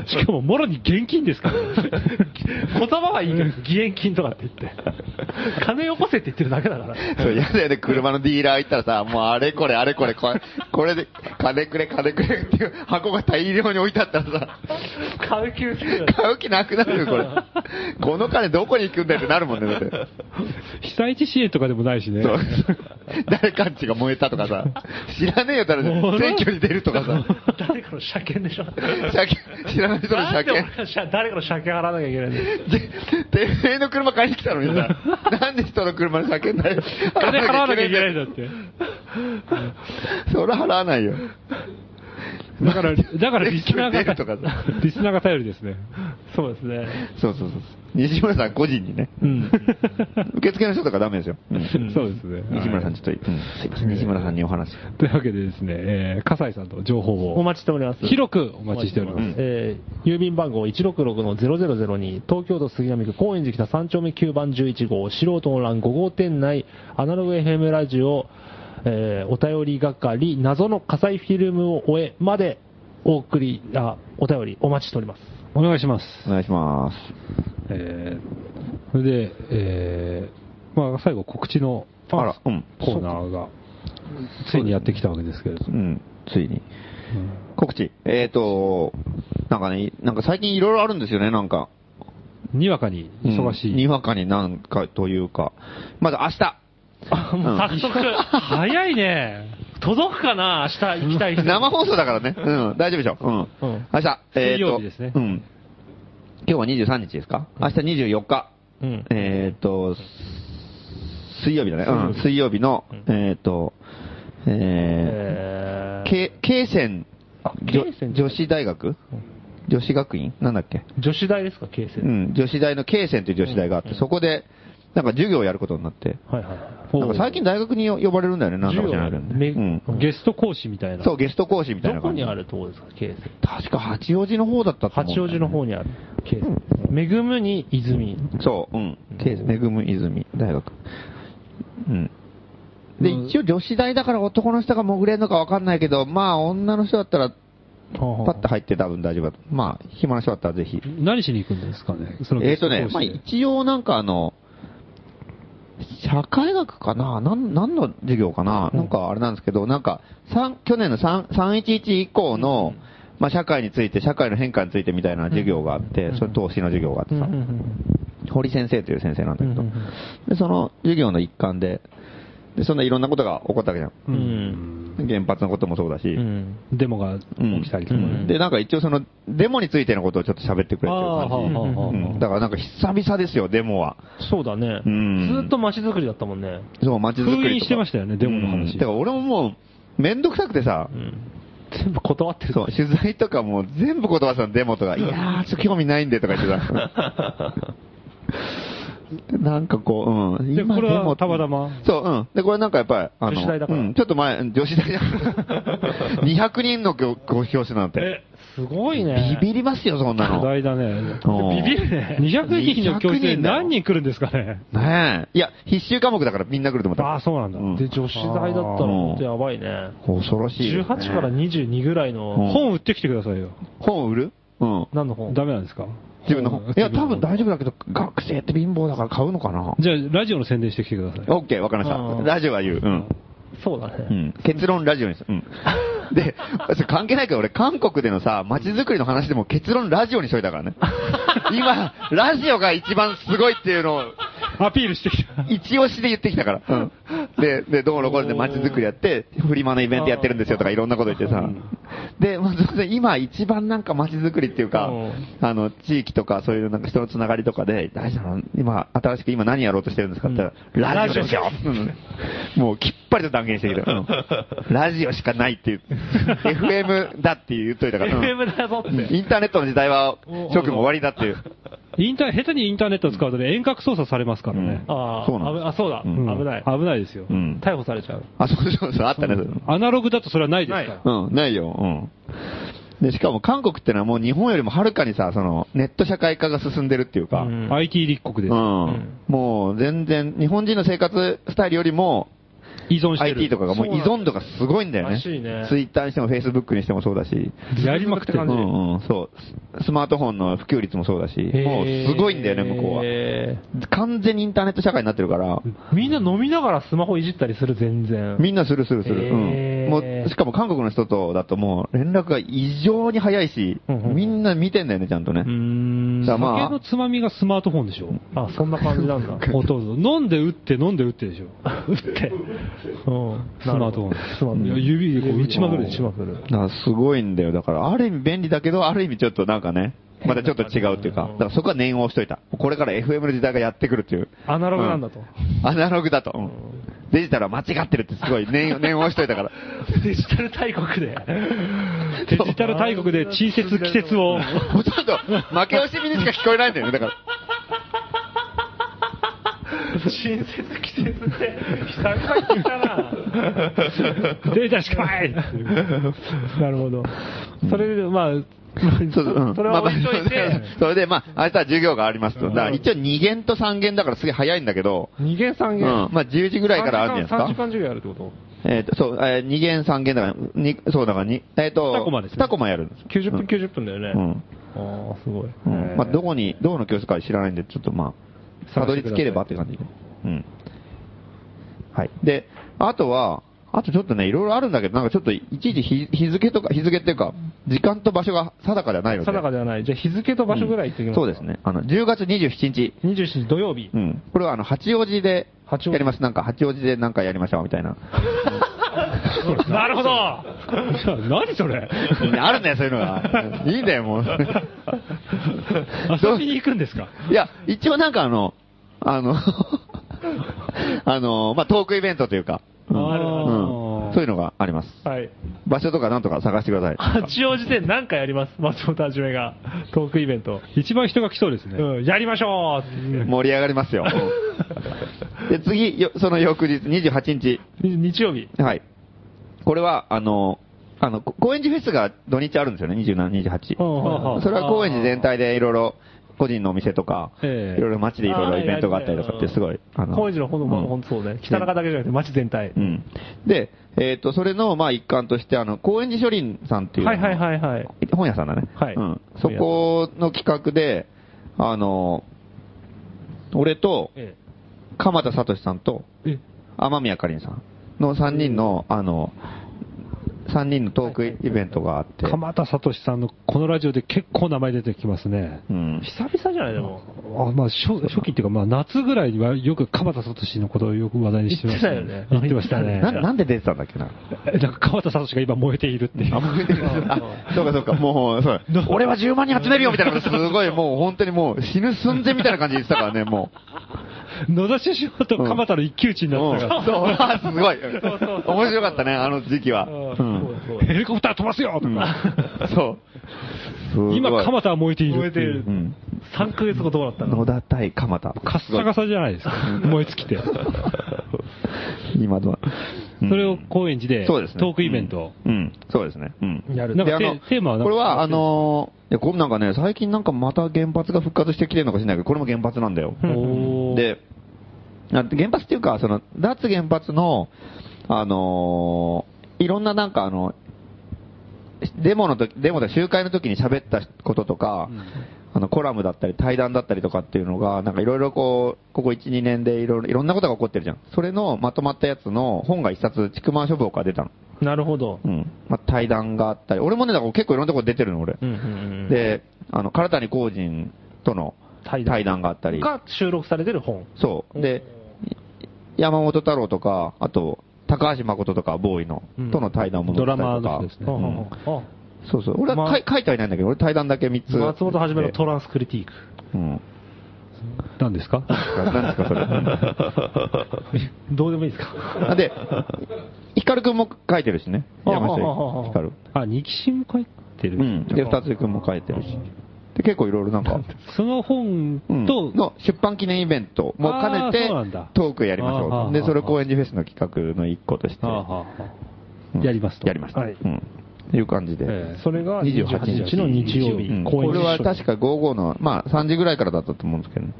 Speaker 2: しかも、もろに現金ですから。
Speaker 4: 言葉はいいけど、義援金とかって言って。金よこせって言ってるだけだから。
Speaker 3: そう、やだよね、車のディーラー行ったらさ、もうあれこれあれこれ、これ、これで、金くれ金くれっていう箱が大量に置いてあったらさ、
Speaker 4: 買う気する
Speaker 3: 買う気なくなるよ、これ。この金どこに行くんだよってなるもんね、だって。
Speaker 2: 被災地支援とかでもないしね
Speaker 3: そ。う。誰かんちが燃えたとかさ、知らねえよったら
Speaker 2: もうね
Speaker 3: 選挙に出るとかさ、
Speaker 4: 誰かの車検でしょ。
Speaker 3: 車検知らない人の
Speaker 4: な
Speaker 3: 車
Speaker 4: んで俺
Speaker 3: 検。
Speaker 4: が車誰かの車検払わなきゃいけないんだよ
Speaker 3: でてめえの車買いに来たのにさ、なんで人の車の車検代
Speaker 2: 金払わなきゃいけない
Speaker 3: ん
Speaker 2: ん
Speaker 3: だ
Speaker 2: だ
Speaker 3: よ
Speaker 2: って。
Speaker 3: それ払わないよ。
Speaker 2: だから、だからリスナー
Speaker 3: 出
Speaker 2: が
Speaker 3: るとかさ。、
Speaker 2: リスナーが頼りですね。
Speaker 4: そうですね。
Speaker 3: そうそうそうそう。西村さん個人にね。
Speaker 2: うん。
Speaker 3: 受付の人とかダメですよ。うん
Speaker 2: そうですね。
Speaker 3: 西村さんちょっと、うんすいません、西村さんにお話。
Speaker 2: というわけでですね、えー、葛西さんの情報
Speaker 4: お
Speaker 2: を
Speaker 4: 待ちしております。
Speaker 2: 広くお待ちしております。
Speaker 4: えー郵便番号166-0002、東京都杉並区高円寺北3丁目9番11号、素人の欄5号店内、アナログ FM ラジオ、えーお便り係、謎の火災フィルムを終えまでお送り、あ、お便りお待ちしております。
Speaker 2: お願いします。
Speaker 3: お願いします。
Speaker 2: えー、それで、えー、まあ最後告知の
Speaker 3: あら、うん。
Speaker 2: コーナーが、ついにやってきたわけですけれど
Speaker 3: う
Speaker 2: も。
Speaker 3: ん、ついに。告知。えっ、ー、と、なんかね、なんか最近いろいろあるんですよね、なんか。
Speaker 2: うんにわかに
Speaker 3: うん
Speaker 2: 忙しい。
Speaker 3: にわかになんかというか。まず明日。
Speaker 4: もう早速、
Speaker 2: 早いね。
Speaker 4: 届くかな明日行きたい人。
Speaker 3: 生放送だからね。うん、大丈夫でしょ。う
Speaker 4: う
Speaker 3: ん。
Speaker 4: ん
Speaker 3: 明日、えーと
Speaker 2: 水曜日ですね
Speaker 3: うん。今日は23日ですか明日24日。
Speaker 4: うん
Speaker 3: えっ、と、水曜日だね。うん、水曜日の、
Speaker 4: うん
Speaker 3: えっ、と、え
Speaker 4: え
Speaker 3: ー、
Speaker 4: ー
Speaker 3: け慶泉
Speaker 4: あ
Speaker 3: 女
Speaker 4: 慶泉
Speaker 3: 女子大学女子学院なんだっけ
Speaker 4: 女子大ですか、形成。
Speaker 3: うん、女子大の慶泉という女子大があって、そこで、なんか授業をやることになって、
Speaker 4: はいはい。
Speaker 3: なんか最近大学に呼ばれるんだよね、なんかもしれないけどね。
Speaker 4: 授業
Speaker 3: うん
Speaker 2: ゲスト講師みたいな。
Speaker 3: そう、ゲスト講師みたい
Speaker 4: ど
Speaker 3: な
Speaker 4: こ
Speaker 3: 感じ。
Speaker 4: にあるとこですか、形成。
Speaker 3: 確か八王子の方だったと思う、
Speaker 4: 八王子の方
Speaker 3: に。
Speaker 4: にあるケース。めぐむに泉。
Speaker 3: そう、うん。慶泉、恵む泉大学。うん。で、
Speaker 2: うん
Speaker 3: 一応女子大だから男の人が潜れるのかわかんないけど、まあ女の人だったら、パッと入って多分大丈夫だと。まあ、暇な人だったらぜひ。
Speaker 2: 何しに行くんですかねその
Speaker 3: え
Speaker 2: ゲ
Speaker 3: っ
Speaker 2: ス
Speaker 3: と
Speaker 2: ト
Speaker 3: ね、ま
Speaker 2: 講
Speaker 3: あ
Speaker 2: 師で
Speaker 3: 一応なんかあの、社会学かななん、何の授業かな、なんかあれなんですけど、なんか、三去年の3 311以降の、まあ社会について、社会の変化についてみたいな授業があって、それ投資の授業があってさ、堀先生という先生なんだけど、で、その授業の一環で、で、そんないろんなことが起こったわけじゃん。
Speaker 4: うん。
Speaker 3: 原発のこともそうだし、
Speaker 4: うん。
Speaker 2: デモが
Speaker 3: うん
Speaker 2: 起きたりとか
Speaker 4: うん
Speaker 2: ね。
Speaker 3: で、なんか一応その、デモについてのことをちょっと喋ってくれてる
Speaker 2: あーはあ
Speaker 3: 感
Speaker 2: はあはあ
Speaker 3: じうん。だからなんか久々ですよ、デモは。
Speaker 4: そうだね。
Speaker 3: うん
Speaker 4: ずっと街づくりだったもんね。
Speaker 3: そう、街づくりとか。
Speaker 2: 封印してましたよねデモの話
Speaker 3: だから俺ももう、めんどくさくてさ
Speaker 4: う、ん。全部断ってる。
Speaker 3: そう、取材とかもう全部言葉さんデモとか、いやー、ちょっと興味ないんでとか言ってた。 なんかこう、うん。
Speaker 2: で、
Speaker 3: 今
Speaker 2: これは
Speaker 3: も
Speaker 2: たまたま。
Speaker 3: そう、うん。で、これなんかやっぱり、あの、
Speaker 4: 女子大だから
Speaker 3: うん、ちょっと前、女子大じゃん 200人のごご表紙なんて。
Speaker 2: え、すごい
Speaker 3: ビ
Speaker 2: ね。
Speaker 3: ビりますよ、そんな
Speaker 2: 巨
Speaker 3: の。
Speaker 2: 大だね。
Speaker 3: うん
Speaker 2: ビビるね。200人の教室で何人来るんですかね。
Speaker 3: ねえ。いや、必修科目だからみんな来ると思った。
Speaker 2: ああ、そうなんだ。
Speaker 3: うん
Speaker 2: で
Speaker 4: で、女子大だったら本当やばいね。
Speaker 3: 恐ろしいよね、
Speaker 4: 18から22ぐらいの、
Speaker 3: うん
Speaker 2: 本売ってきてくださいよ。
Speaker 3: 本売るうん。
Speaker 4: 何の本
Speaker 2: ダメなんですか
Speaker 3: 自分の本。いや、多分大丈夫だけど、学生って貧乏だから買うのかな
Speaker 2: じゃあ、ラジオの宣伝してきてください。
Speaker 3: オッケー、わかりま
Speaker 4: う
Speaker 3: し
Speaker 4: ん
Speaker 3: た。ラジオは言う。うん。
Speaker 4: そうだね。
Speaker 3: うん。結論ラジオにする。うん。 で、それ関係ないけど、俺、韓国でのさ、街づくりの話でも結論ラジオにしといた からね。今、ラジオが一番すごいっていうのを、
Speaker 2: アピールしてきた。
Speaker 3: 一押しで言ってきたから。うん。で、で、どうのこうので街づくりやって、フリマのイベントやってるんですよとかいろんなこと言ってさ。で、まあ、それで今一番なんか街づくりっていうか
Speaker 4: うん、
Speaker 3: あの、地域とかそういうなんか人のつながりとかで、大事なの、今、新しく今何やろうとしてるんですかって言ったら、ラジオですよ、うんもうきっぱりと断言してきた。うんラジオしかないっていう、FM だって言っといたから。うん
Speaker 4: FM だぞっ
Speaker 3: うん
Speaker 4: て。
Speaker 3: インターネットの時代は、諸君も終わりだっていう。
Speaker 2: インター、下手にインターネットを使うとね、遠隔操作されますからね。
Speaker 4: あ
Speaker 3: そうなんです
Speaker 4: あ、あそうだ。
Speaker 3: う
Speaker 4: 危
Speaker 3: ん
Speaker 4: ない。
Speaker 2: 危ないですよ。
Speaker 3: うん。
Speaker 4: 逮捕されちゃう。
Speaker 3: あ、そうそうそう、あったね。
Speaker 2: アナログだとそれはないですから。
Speaker 3: うん、ないよ。うん。で、しかも韓国ってのはもう日本よりもはるかにさ、その、ネット社会化が進んでるっていうか、
Speaker 4: うん
Speaker 2: IT 立国です。
Speaker 3: うんもう全然、日本人の生活スタイルよりも、
Speaker 2: 依存してる。
Speaker 3: IT とかがもう依存度がすごいんだよね。
Speaker 4: らしいね
Speaker 3: ツイッターにしても Facebook にしてもそうだし、
Speaker 2: やりまくってる
Speaker 3: う。んうん、そう。ススマートフォンの普及率もそうだし、もうすごいんだよね、向こうは。
Speaker 4: へ
Speaker 3: 完全にインターネット社会になってるから、
Speaker 4: ーみんな飲みながらスマホいじったりする、全然。
Speaker 3: みんなするするする。
Speaker 4: へー
Speaker 3: うん。もう、しかも韓国の人とだともう連絡が異常に早いし、
Speaker 4: うんうん
Speaker 3: みんな見てんだよね、ちゃんとね。
Speaker 4: うーん
Speaker 3: さあまあ
Speaker 2: 酒のつまみがスマートフォンでしょ。
Speaker 4: あ、そんな感じなんだ。
Speaker 2: ほとんど。飲んで打って飲んで打ってでしょ。
Speaker 4: 打って。うん。
Speaker 2: スマートフォン
Speaker 4: スマートフォン。
Speaker 2: いや指でこう打ちまくる
Speaker 4: 打
Speaker 2: でし
Speaker 4: ち
Speaker 2: ょ
Speaker 4: まくる。
Speaker 3: だからすごいんだよ。だから、ある意味便利だけど、ある意味ちょっとなんかね、またちょっと違うっていうか、だからそこは念を押しといた。これから FM の時代がやってくるっていう。
Speaker 4: アナログなんだと
Speaker 3: う。アナログだと。うんデジタルは間違ってるって すごい念念を押しといたから。
Speaker 4: デジタル大国で。
Speaker 2: デジタル大国で陳節季節を。
Speaker 3: ほとんど負け惜しみにしか聞こえないんだよね。だから、
Speaker 4: 親切季節って、久々に聞いたな。
Speaker 2: データしかない
Speaker 4: なるほど。それで、まあ、
Speaker 3: そうそううん
Speaker 4: それは置いといて
Speaker 3: まあまあ それで、まあ、明日は授業がありますと。だから一応2限と3限だからすげえ早いんだけど、
Speaker 4: 二限三
Speaker 3: うん。
Speaker 4: 限。
Speaker 3: まあ、10時ぐらいからあるんじゃない
Speaker 4: 3
Speaker 3: で
Speaker 4: 時
Speaker 3: すか。
Speaker 4: 間授業やるってこと
Speaker 3: えっと、そう、えー、2限3限だから、にそうだからに、えっと、
Speaker 2: 二コマですね
Speaker 3: 二コマやるんです。
Speaker 4: ?90 分90分だよね。
Speaker 3: うん。
Speaker 4: ああ、すごい。
Speaker 3: うんまあ、どこに、どこの教室か知らないんで、ちょっとまあ、たどり着ければって感じで。うん。はい。で、あとは、あとちょっとね、いろいろあるんだけど、なんかちょっと、いちいち日日付とか、日付っていうか、時間と場所が定かじゃないので。
Speaker 4: 定かではない。じゃあ日付と場所ぐらい言ってきます、
Speaker 3: そうです。ね。あの、10月27日。
Speaker 4: 27日土曜日
Speaker 3: う。ん。これはあの、八王子で、や
Speaker 4: 八王子
Speaker 3: ります。なんか、八王子でなんかやりましょう、みたいな。
Speaker 2: なるほど何それ
Speaker 3: あるね、そういうの が。いいんだよ、もう。
Speaker 2: 遊びに行くんですか
Speaker 3: いや、一応なんかあの、あの、 あの、まあ、トークイベントというか、うん
Speaker 2: ある
Speaker 3: うん
Speaker 2: あー
Speaker 3: そういうのがあります。
Speaker 4: はい。
Speaker 3: 場所とかなんとか探してください。
Speaker 4: 八王子で何回やります松本はじめが。トークイベント。
Speaker 2: 一番人が来そうですね。
Speaker 4: うん、やりましょう
Speaker 3: 盛り上がります よ。で、次、よその翌日、28日。
Speaker 4: 日曜日。
Speaker 3: はい。これは、あの、あの、こ高円寺フェスが土日あるんですよね、27、28。
Speaker 2: あ
Speaker 3: それは高円寺全体でいろいろ、個人のお店とか、い
Speaker 2: ええ
Speaker 3: ろいろ街でいろい
Speaker 4: あ
Speaker 3: ろ
Speaker 4: ー
Speaker 3: イベントがあったりとかってすごい。あ
Speaker 4: 高円寺のほん
Speaker 3: う
Speaker 4: の、
Speaker 3: ん
Speaker 4: ほんとそうね。北中だけじゃなくて街全体
Speaker 3: う。ん。で、えっ、と、それの、まあ、一環として、あの、高円寺書林さんっていう、
Speaker 4: はいはいはいはい。
Speaker 3: 本屋さんだね。
Speaker 4: はい
Speaker 3: うん。そこの企画で、あの、俺と、
Speaker 4: え
Speaker 3: 鎌田聡さんと、
Speaker 4: え。え
Speaker 3: 天宮かりんさんの3人の、あの、3人のトークイベントがあって、
Speaker 2: 鎌田聡さんのこのラジオで結構名前出てきますね。
Speaker 3: うん。
Speaker 4: 久々じゃないでも。
Speaker 2: あまあ、初初期っていうか、まあ、夏ぐらいにはよく鎌田聡のことをよく話題にしてました、
Speaker 4: 言ってた
Speaker 2: 言
Speaker 4: よね
Speaker 2: ってましたね。
Speaker 3: ななんで出てたんだっけな。
Speaker 2: えなんか鎌田聡が今燃えているっ ていう。
Speaker 3: あ、そうかそうか、もう、そうだ俺は10万人集めるよみたいなこと、すごい、もう本当にもう死ぬ寸前みたいな感じで言ってたからね、もう。
Speaker 2: 野田首相と鎌田の一騎打ちになってたか
Speaker 3: そう、あすごい。面白かったね、あの時期は。うん
Speaker 4: そう
Speaker 2: ら、ヘリコプター飛ばすよとか、
Speaker 3: そう。すごい
Speaker 2: 今鎌田は燃えているってい
Speaker 4: 燃え
Speaker 2: う
Speaker 4: てる
Speaker 3: うん
Speaker 4: 3ヶ月後どうなったの
Speaker 3: 野田対鎌田。
Speaker 2: カッサカサじゃないですか。燃え尽きて。
Speaker 3: 今のは。うん
Speaker 2: それを高円寺で、
Speaker 3: そうですね
Speaker 2: トークイベントを。
Speaker 3: うん、そうですね。うん。
Speaker 2: やる
Speaker 3: で
Speaker 2: なんか
Speaker 3: あの
Speaker 2: テテーマはなん
Speaker 3: こ
Speaker 2: か
Speaker 3: れは、あのー、いや、これなんかね、最近なんかまた原発が復活してきてるのかしらないけど、これも原発なんだよ。
Speaker 4: おー
Speaker 3: で、あ原発っていうか、その、脱原発の、あのーいろんななんかあの、デモの時、デモで集会の時に喋ったこととか、あの、コラムだったり、対談だったりとかっていうのが、なんかいろいろこう、ここ1、2年でいろいろ、いろんなことが起こってるじゃん。それのまとまったやつの本が一冊、ちくまん書房から出たの。
Speaker 4: なるほど。
Speaker 3: うん。まあ、対談があったり、俺もね、だから結構いろんなとこ出てるの、俺。
Speaker 4: うんうんうん、
Speaker 3: で、あの、唐谷公人との
Speaker 4: 対談
Speaker 3: 対談があったり。
Speaker 4: が収録されてる本。
Speaker 3: そう。で、山本太郎とか、あと、高橋誠とか、ボーイの、
Speaker 4: うん
Speaker 3: との対談も載
Speaker 2: ド
Speaker 3: ってた
Speaker 2: ラ
Speaker 3: りとか
Speaker 2: マーの人ですね
Speaker 4: あ。あ
Speaker 3: そうそう。俺は、
Speaker 4: ま
Speaker 3: かい書いてはいないんだけど、俺対談だけ3つ。
Speaker 4: 松本はじめのトランスクリティーク。
Speaker 3: うん。
Speaker 2: 何ですか
Speaker 3: 何ですか、それ。
Speaker 4: どうでもいいですか
Speaker 3: うんで、ヒカルくんも書いてるしね。
Speaker 4: あ
Speaker 3: 山
Speaker 4: あああ
Speaker 3: 下ヒカル。
Speaker 2: あ、二期新も書いてる。
Speaker 3: うん。で、二つくんも書いてるし。で、結構いろいろなんか。
Speaker 2: その本
Speaker 3: うん
Speaker 2: と、
Speaker 3: の出版記念イベントも兼ね
Speaker 2: あー
Speaker 3: て
Speaker 2: そうなんだ
Speaker 3: トークやりまし
Speaker 2: あーはあは
Speaker 3: ょ
Speaker 2: あ
Speaker 3: う。で、それを高円寺フェスの企画の一個として。
Speaker 2: ああは
Speaker 3: うん
Speaker 2: やりますと
Speaker 3: やりました。
Speaker 4: はい
Speaker 3: うん。いう感じで。
Speaker 2: ええ
Speaker 4: それが
Speaker 3: 28
Speaker 4: 28日の日曜日
Speaker 3: うん、
Speaker 4: 公演
Speaker 3: これは確か午後の、まあ3時ぐらいからだったと思うんですけどね。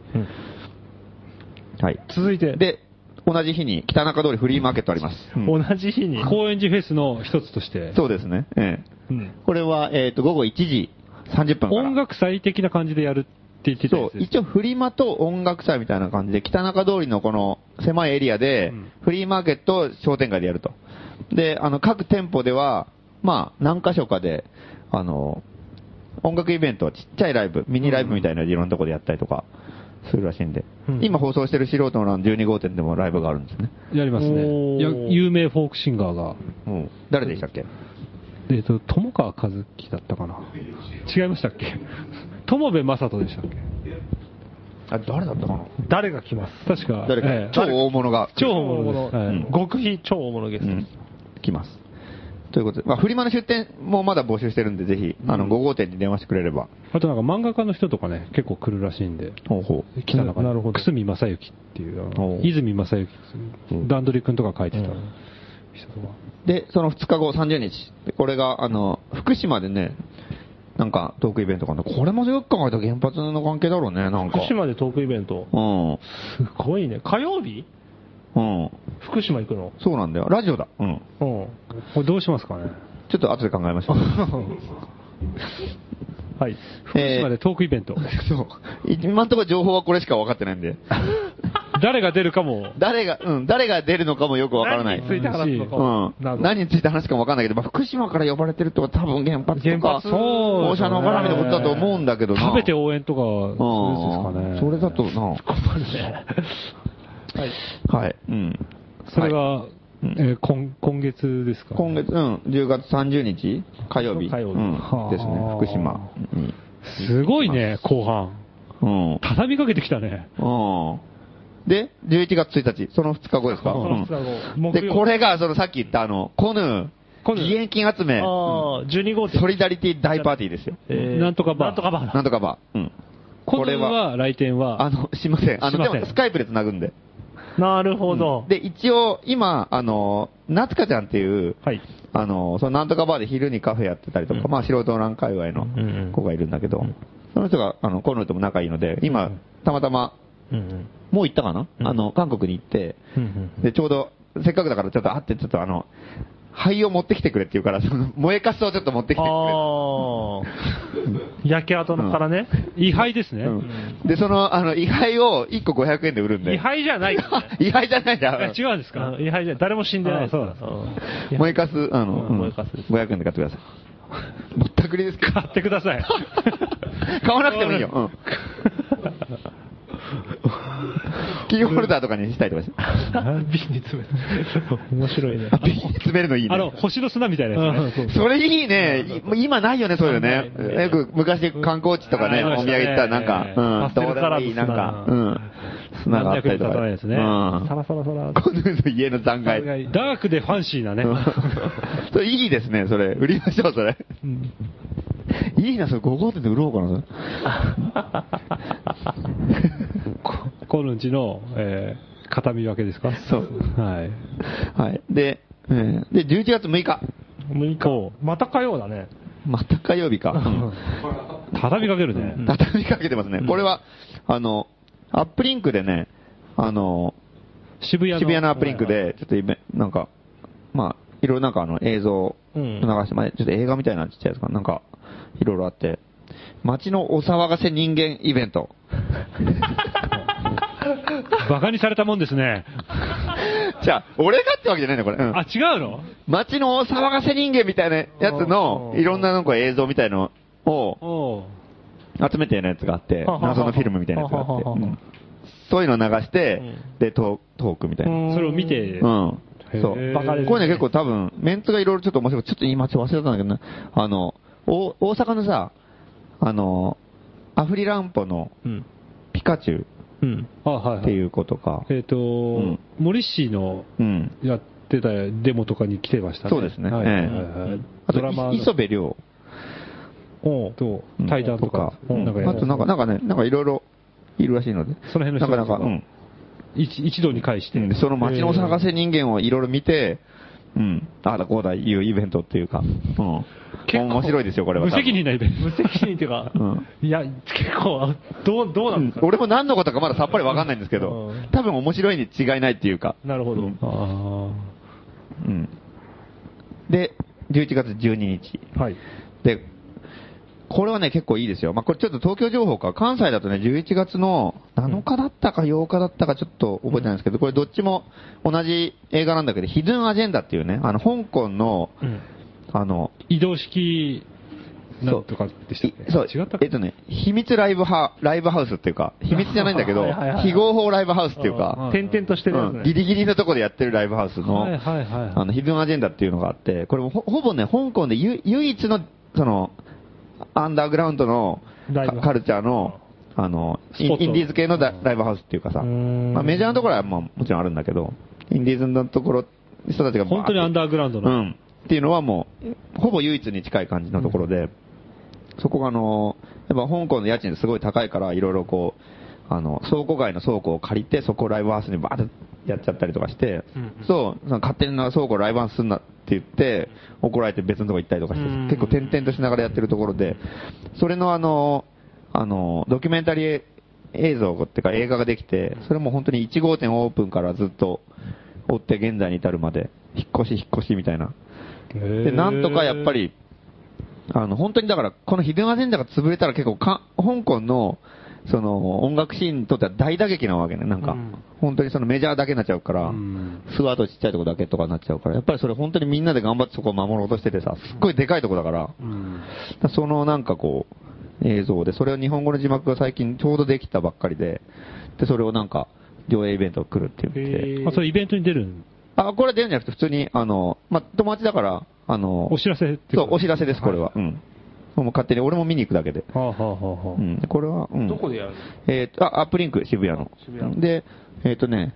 Speaker 3: はい。
Speaker 4: 続いて、
Speaker 3: で、同じ日に北中通りフリーマーケットあります。うん
Speaker 4: 同じ日に、
Speaker 2: 高円寺フェスの一つとして、
Speaker 3: そうですね。え
Speaker 4: う
Speaker 3: え
Speaker 4: ん
Speaker 3: これは、えっと、午後1時30分から。
Speaker 2: 音楽祭的な感じでやるって言ってたや
Speaker 3: そ
Speaker 2: つ
Speaker 3: う、
Speaker 2: です
Speaker 3: 一応フリマと音楽祭みたいな感じで、北中通りのこの狭いエリアで
Speaker 2: ん、
Speaker 3: フリーマーケットを商店街でやると。で、あの、各店舗では、まあ、何箇所かで、あの、音楽イベントはちっちゃいライブ、ミニライブみたいなのいろんなとこでやったりとかするらしいんで、
Speaker 4: うん
Speaker 3: 今放送してる素人の欄12号店でもライブがあるんですね。
Speaker 2: やります
Speaker 4: お
Speaker 2: ね。
Speaker 4: ー
Speaker 2: や有名フォークシンガーが、
Speaker 3: うん。誰でしたっけ
Speaker 2: えっと、友川和樹だったかな。違いましたっけ 友部正人でしたっけ
Speaker 3: あ、誰だったかな
Speaker 4: 誰が来ます
Speaker 2: 確か、
Speaker 3: 誰か、
Speaker 2: ええ
Speaker 3: 超大物が。
Speaker 2: 超大物です
Speaker 4: 超大
Speaker 2: え
Speaker 3: うん
Speaker 4: 極秘超大物ゲス
Speaker 3: う
Speaker 4: ト。
Speaker 3: ん、来ます。ということで、まあ、フリマの出店もまだ募集してるんで、ぜひ、あの、5号店に電話してくれれば。
Speaker 2: あとなんか漫画家の人とかね、結構来るらしいんで、
Speaker 3: ほうほう
Speaker 2: 北中
Speaker 4: なるほど
Speaker 2: 久住正幸っていうあの
Speaker 3: お、う
Speaker 2: 泉正幸、段取り君とか書いてた人
Speaker 4: う
Speaker 2: とか
Speaker 4: ん。
Speaker 3: で、その2日後、30日。でこれが、あの、福島でね、なんか、トークイベントかな。これもよく考えたら原発の関係だろうね、なんか。
Speaker 4: 福島でトークイベント。
Speaker 3: うん。
Speaker 4: すごいね。火曜日
Speaker 3: うん。
Speaker 4: 福島行くの。
Speaker 3: そうなんだよ。ラジオだ。うん。
Speaker 4: うん。
Speaker 2: これどうします かね。
Speaker 3: ちょっと後で考えましょう。
Speaker 4: はい。
Speaker 2: 福島でトーク イベント。
Speaker 3: そう。今んところ情報はこれしか分かってないん で。
Speaker 2: 誰が出るかも、
Speaker 3: 誰が、うん、誰が出るのかもよく分からない。
Speaker 4: 何について話すのかも
Speaker 3: う
Speaker 4: 謎
Speaker 3: ん、何について話すかもわかんないけど、まあ、福島から呼ばれてるってことは多分原発とか、
Speaker 4: 原発
Speaker 2: そう
Speaker 3: 放
Speaker 2: ですね
Speaker 3: 射能絡みのことだと思うんだけどな。
Speaker 2: 食べて
Speaker 3: うん
Speaker 2: 応援とか、そうですかね。
Speaker 3: それだとな。
Speaker 4: はい。
Speaker 3: はい。うん。
Speaker 2: それが、
Speaker 3: はい
Speaker 2: えー今今月ですか、
Speaker 3: 今月、うん、10月30日火曜日。
Speaker 4: 火曜日
Speaker 3: うん
Speaker 2: はあ
Speaker 3: ですね、福島に。
Speaker 2: すごいね、後半。
Speaker 3: うん。
Speaker 2: 畳みかけてきたね。
Speaker 3: うん。で、11月1日、その2日後ですか。
Speaker 4: その二日後
Speaker 3: うん
Speaker 4: 木
Speaker 3: で、
Speaker 4: 曜
Speaker 3: これが、そのさっき言った、あの、コヌー、
Speaker 4: コヌー
Speaker 3: 義援金集め、
Speaker 4: ああ、12号店
Speaker 3: ソ。リダリティ大パーティーですよ。
Speaker 4: えー
Speaker 2: なんとかバー
Speaker 4: なんとかバー
Speaker 3: な
Speaker 4: だ。
Speaker 3: んとかば。うん。
Speaker 2: こ
Speaker 3: こ
Speaker 2: れ
Speaker 3: れは
Speaker 2: は、来店
Speaker 3: あ
Speaker 2: は、
Speaker 3: の、すいません。あの、
Speaker 2: すい
Speaker 3: で
Speaker 2: ません
Speaker 3: もスカイプで繋ぐんで。
Speaker 4: なるほど。
Speaker 3: で、一応、今、あの、夏香ちゃんっていう、
Speaker 4: はい。
Speaker 3: あの、そのなんとかバーで昼にカフェやってたりとか、
Speaker 4: うん
Speaker 3: まあ素人の欄界隈
Speaker 4: うんうん
Speaker 3: の子がいるんだけど、その人が、あの、コーヌとも仲いいので、今、たまたま、
Speaker 4: うん
Speaker 3: もう行ったかな、
Speaker 4: うん
Speaker 3: あの、韓国に行って、
Speaker 4: うん。
Speaker 3: で、ちょうど、せっかくだからちょっと会って、ちょっとあの、灰を持ってきてくれって言うから、その、燃えかすをちょっと持ってきてくれって
Speaker 4: ああ。焼け跡のからね。
Speaker 2: 位牌ですね。
Speaker 3: うんで、その、あの、遺灰を1個500円で売るんで。
Speaker 4: 位牌じゃないからね。
Speaker 3: 遺灰じゃないじゃん。
Speaker 2: え違うんですか
Speaker 4: あ位牌じゃない。誰も死んでない。
Speaker 2: あそうなんです
Speaker 4: うん
Speaker 3: 燃えかす、あの、
Speaker 4: うん
Speaker 3: うん
Speaker 4: 燃えかすです
Speaker 3: 500円で買ってくださ い。ぼったくりですか
Speaker 2: 買ってください。
Speaker 3: 買わなくてもいいよ。 うん。キーホルダーとかにしたいとかして。
Speaker 4: 瓶に詰めて。面白いね。
Speaker 3: ビー詰めるのいい
Speaker 2: あの、
Speaker 3: ね。
Speaker 2: 星の砂みたいなやつね。
Speaker 3: それいいね。い今ないよね、そういう
Speaker 4: あない
Speaker 3: のね。
Speaker 4: ね
Speaker 3: よく昔観光地とかね、
Speaker 2: ありま
Speaker 3: お土産
Speaker 2: したね
Speaker 3: 行ったらなんか、うん、
Speaker 4: パステルカラーの砂
Speaker 3: どうでもいいなんか、うん。砂があったりとか。
Speaker 2: 何百にも立たないやつね
Speaker 4: サラサラサラ。
Speaker 3: この家の残骸。
Speaker 2: ダークでファンシーな ね。
Speaker 3: うんそれいいですね、それ。売りましょう、それ。いいいいな、それ5号店で売ろうかな、
Speaker 2: このうちの、えー、片見分けですか
Speaker 3: そう
Speaker 2: はい。
Speaker 3: それ。はい。で、えーで、11月6日。
Speaker 2: 6日。
Speaker 4: また火曜だね。
Speaker 3: また火曜日か。
Speaker 2: 畳みかけるね。
Speaker 3: 畳みかけてますね。これは、あの、アップリンクでね、あの、
Speaker 2: 渋谷の。
Speaker 3: 渋谷のアップリンクで、ちょっとイベなんか、まあ、いろいろなんかあの映像を
Speaker 4: う
Speaker 3: 流
Speaker 4: ん
Speaker 3: して、まあちょっと映画みたいなちっちゃいやつかな、なんか、いろいろあって、街のお騒がせ人間イベン ト。
Speaker 2: バカにされたもんですね。
Speaker 3: じゃあ、俺がってわけじゃないんだよ、これ。うん
Speaker 2: あ、違うの
Speaker 3: 街のお騒がせ人間みたいなやつの、いろんななんか映像みたいのを
Speaker 2: おう
Speaker 3: 集めてるやつがあって、
Speaker 4: はははは
Speaker 3: 謎のフィルムみたいなやつがあって、
Speaker 4: はははは
Speaker 3: うんそういうの流して、で、トートークみたいな。
Speaker 2: それを見て、
Speaker 3: うん。
Speaker 2: へー
Speaker 3: そう。
Speaker 2: バカですね
Speaker 3: こういうの結構多分、メンツがいろいろちょっと面白い。ちょっと今ちょっと忘れたんだけどな。あの、お大阪のさ、あの、アフリランポの
Speaker 4: うん。
Speaker 3: ピカチュ
Speaker 4: うん。
Speaker 2: あ、はい、は
Speaker 3: ウ
Speaker 2: い。
Speaker 3: っていう子とか、
Speaker 2: えっ、と、
Speaker 3: ん
Speaker 2: モリッシーの
Speaker 3: うん。
Speaker 2: やってたデモとかに来てましたね。
Speaker 3: そうですね
Speaker 2: はい
Speaker 3: え
Speaker 2: はい
Speaker 3: え
Speaker 2: はいはい
Speaker 3: あ
Speaker 2: ドラマ
Speaker 3: と、い磯部亮
Speaker 2: おうと
Speaker 3: うん
Speaker 2: 対談とか、
Speaker 3: うん
Speaker 2: なんかや
Speaker 3: あ
Speaker 2: って
Speaker 3: となんか、なんかね、なんかいろいろいるらしいので。
Speaker 2: その辺の人
Speaker 3: なかなか、
Speaker 2: たち
Speaker 3: う
Speaker 2: が
Speaker 3: ん。
Speaker 2: 一一度に返して、
Speaker 3: うんその街のお騒が
Speaker 2: え
Speaker 3: せ人間をいろいろ見て、うん。あら、こうだいうイベントっていうか、うん。
Speaker 4: 結構
Speaker 3: 面白いですよ、これ
Speaker 2: え
Speaker 3: は。
Speaker 2: 無責任なイベン
Speaker 4: 無責任っていうか、
Speaker 3: う
Speaker 4: いや、結構、どう、どう
Speaker 3: 多
Speaker 4: な
Speaker 3: 分。
Speaker 4: ん
Speaker 3: う
Speaker 4: です
Speaker 3: ん
Speaker 4: か、
Speaker 3: 俺も何のことかまださっぱりわかんないんですけど
Speaker 4: うん、
Speaker 3: 多分面白いに違いないっていうか。
Speaker 4: なるほど。
Speaker 3: うん
Speaker 2: ト。あ
Speaker 3: うん。で、11月12日。
Speaker 2: あ。はい。
Speaker 3: で、これはね、結構いいですよ。まあ、これちょっと東京情報か。関西だとね、11月の7日だったか8日だったかちょっと覚えてないんですけど、これどっちも同じ映画なんだけど、ヒドゥンアジェンダっていうね、あの、香港の、あの、
Speaker 2: 移動式、な
Speaker 3: そうん
Speaker 2: とかでしたっけ
Speaker 3: いそう、
Speaker 2: 違ったか
Speaker 3: えっとね、秘密ライブハライブハウスっていうか、秘密じゃないんだけど
Speaker 4: はいはいは、い
Speaker 3: 非合法ライブハウスっていうか、
Speaker 4: 転々としてるやつ
Speaker 3: う
Speaker 4: ね
Speaker 3: ん。ギリギリのとこでやってるライブハウスの、
Speaker 2: はいはいはい。
Speaker 3: あの、ヒドゥンアジェンダっていうのがあって、これもほほぼね、香港でゆ唯一の、その、アンダーグラウンドの
Speaker 4: ライブ
Speaker 3: カカルチャーの、あの、イン
Speaker 4: スポット
Speaker 3: インディーズ系のだライブハウスっていうかさ、
Speaker 4: うーん
Speaker 3: まあ、メジャーのところは、まあ、もちろんあるんだけど、インディーズのところ、人たちがバーッと
Speaker 2: 本当にアンダーグラウンド
Speaker 3: う
Speaker 2: の。
Speaker 3: ん。っていうのはもう、ほぼ唯一に近い感じのところで、そこがあの、やっぱ香港の家賃すごい高いから、いろいろこう、あの、倉庫外の倉庫を借りて、そこをライブハウスにバーってやっちゃったりとかして、そう、その勝手な倉庫をライブハウスすんなって言って、怒られて別のとこ行ったりとかして、
Speaker 4: うん
Speaker 3: 結構転々としながらやってるところで、それのあの、あの、ドキュメンタリー映像っていうか映画ができて、それも本当に1号店オープンからずっと追って現在に至るまで、引っ越し引っ越しみたいな。で、なんとかやっぱり、あの、本当にだから、このヒデマジェンダが潰れたら結構か、香港の、その、音楽シーンにとっては大打撃なわけね、なんか。
Speaker 4: うん
Speaker 3: 本当にそのメジャーだけになっちゃうから、
Speaker 2: ん
Speaker 3: スワートちっちゃいとこだけとかになっちゃうから、やっぱりそれ本当にみんなで頑張ってそこを守ろうとしててさ、すっごいでかいとこだから、
Speaker 2: うん。
Speaker 3: そのなんかこう、映像で、それを日本語の字幕が最近ちょうどできたばっかりで、で、それをなんか、上映イベント来るって言って、
Speaker 2: あ、それイベントに出るん
Speaker 3: あ、これは出るんじゃなくて普通に、あの、まあ、友達だから、あの、
Speaker 2: お知らせって
Speaker 3: そう、お知
Speaker 2: ら
Speaker 3: らせです、これは。うん。もう勝手に、俺も見に行くだけで。
Speaker 2: せ。はあはあはあは
Speaker 3: う
Speaker 2: あ。
Speaker 3: ん。これは、うん。
Speaker 4: どこでやる
Speaker 3: えっ、と、あ、アップリンク、渋谷の。
Speaker 4: 渋谷の
Speaker 3: で、えっ、とね、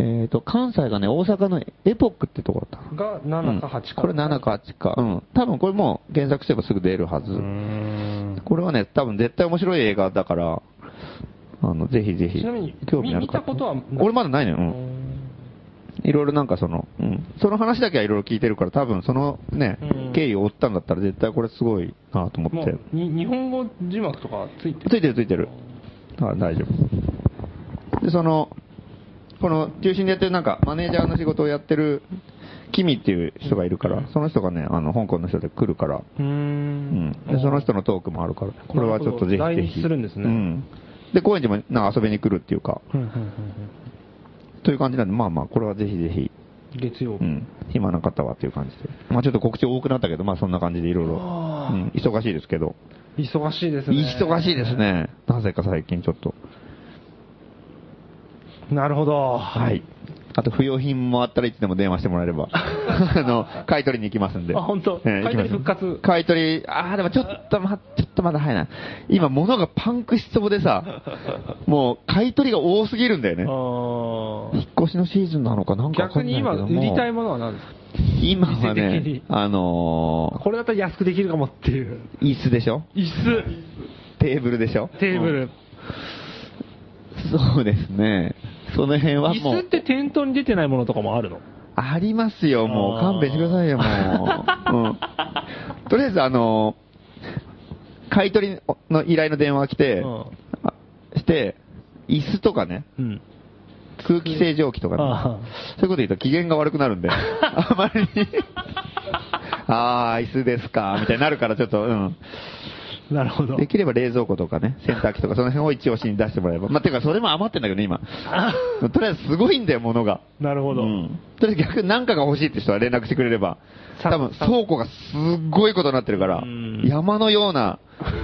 Speaker 3: えっ、と、関西がね、大阪のエポックってとこだった。
Speaker 4: が
Speaker 3: うん
Speaker 4: 7か8か。
Speaker 3: これ7か8か。うん。多分これもう検索すればすぐ出るはず。これはね、多分絶対面白い映画だから、あの、ぜひぜひ。
Speaker 4: ちなみに
Speaker 3: 興味ある
Speaker 4: 見たことはない
Speaker 3: 俺まだないのよ。う。
Speaker 4: うん
Speaker 3: いろいろなんかその、うん、その話だけはいろいろ聞いてるから、多分そのね、
Speaker 4: うん
Speaker 3: 経緯を追ったんだったら絶対これすごいなと思
Speaker 4: も
Speaker 3: って。
Speaker 4: うに日本語字幕とかついて
Speaker 3: ついてるついてる。あ大丈夫。で、その、この中心でやってるなんかマネージャーの仕事をやってるキミっていう人がいるから、その人がね、あの、香港の人で来るから、
Speaker 4: うー
Speaker 3: うん
Speaker 4: ん。
Speaker 3: で、その人のトークもあるから、これはちょっとぜ
Speaker 4: なるほど来
Speaker 3: ひぜ
Speaker 4: 日
Speaker 3: ひ。
Speaker 4: するんですね
Speaker 3: うん。で、高円寺もなんか遊びに来るっていうか、という感じなんで、まあまあ、これはぜひぜひ。
Speaker 4: 月曜
Speaker 3: う
Speaker 4: 日。
Speaker 3: ん、暇な方はっていう感じで。まあちょっと告知多くなったけど、まあそんな感じでいろいろ、うん、忙しいですけど。
Speaker 4: 忙しいですね。
Speaker 3: 忙しいですね。なぜか最近ちょっと。
Speaker 4: なるほど。
Speaker 3: はい。あと、不要品もあったらいつでも電話してもらえ れば、あの、買い取りに行きますんで。
Speaker 4: あ、本当。
Speaker 3: ええ行
Speaker 4: 買い
Speaker 3: き
Speaker 4: 取
Speaker 3: ま
Speaker 4: り
Speaker 3: しょう
Speaker 4: 復活。
Speaker 3: 買い取り、ああ、でもちょっと、ま、ちょっっとまだ早いな。今、物がパンクしそうでさ、もう、買い取りが多すぎるんだよね。引っ越しのシーズンなのかなんかわか
Speaker 4: 逆
Speaker 3: んない
Speaker 4: に
Speaker 3: けど
Speaker 4: 今、
Speaker 3: も
Speaker 4: 売りたいものは何ですか
Speaker 3: 今は
Speaker 4: 店的
Speaker 3: ね
Speaker 4: に、
Speaker 3: あの
Speaker 4: これだったら安くできるかもっていう。
Speaker 3: ー、椅子でしょ
Speaker 4: 椅子、
Speaker 3: テーブルでしょ
Speaker 4: テーブル。
Speaker 3: そうですね。その辺は
Speaker 4: 椅
Speaker 3: も
Speaker 4: 子っ
Speaker 3: う、
Speaker 4: て店頭に出てないものとかもあるの
Speaker 3: ありますよ、もう。
Speaker 4: あー
Speaker 3: 勘弁してください よ、もう。うん。とりあえず、あのー、買い取りの依頼の電話が来て、あして、椅子とかね、
Speaker 4: うん。
Speaker 3: 空気清浄機とかね、
Speaker 4: あ
Speaker 3: そういうこと言うと機嫌が悪くなるん で、あまりに、あー、椅子ですか、みたいになるからちょっと、うん。
Speaker 4: あ、なるほど
Speaker 3: で。きれば冷蔵庫とかね、洗濯機とか、その辺を一押しに出してもらえば。まあ、てか、それも余ってんだけどね、今。とりあえずすごいんだよ、物が。
Speaker 4: なるほど。
Speaker 3: うんとりあえず逆に何かが欲しいって人は連絡してくれれば、
Speaker 4: さ
Speaker 3: 多分
Speaker 4: さ
Speaker 3: 倉庫がすっごいことになってるから
Speaker 4: うん、
Speaker 3: 山のような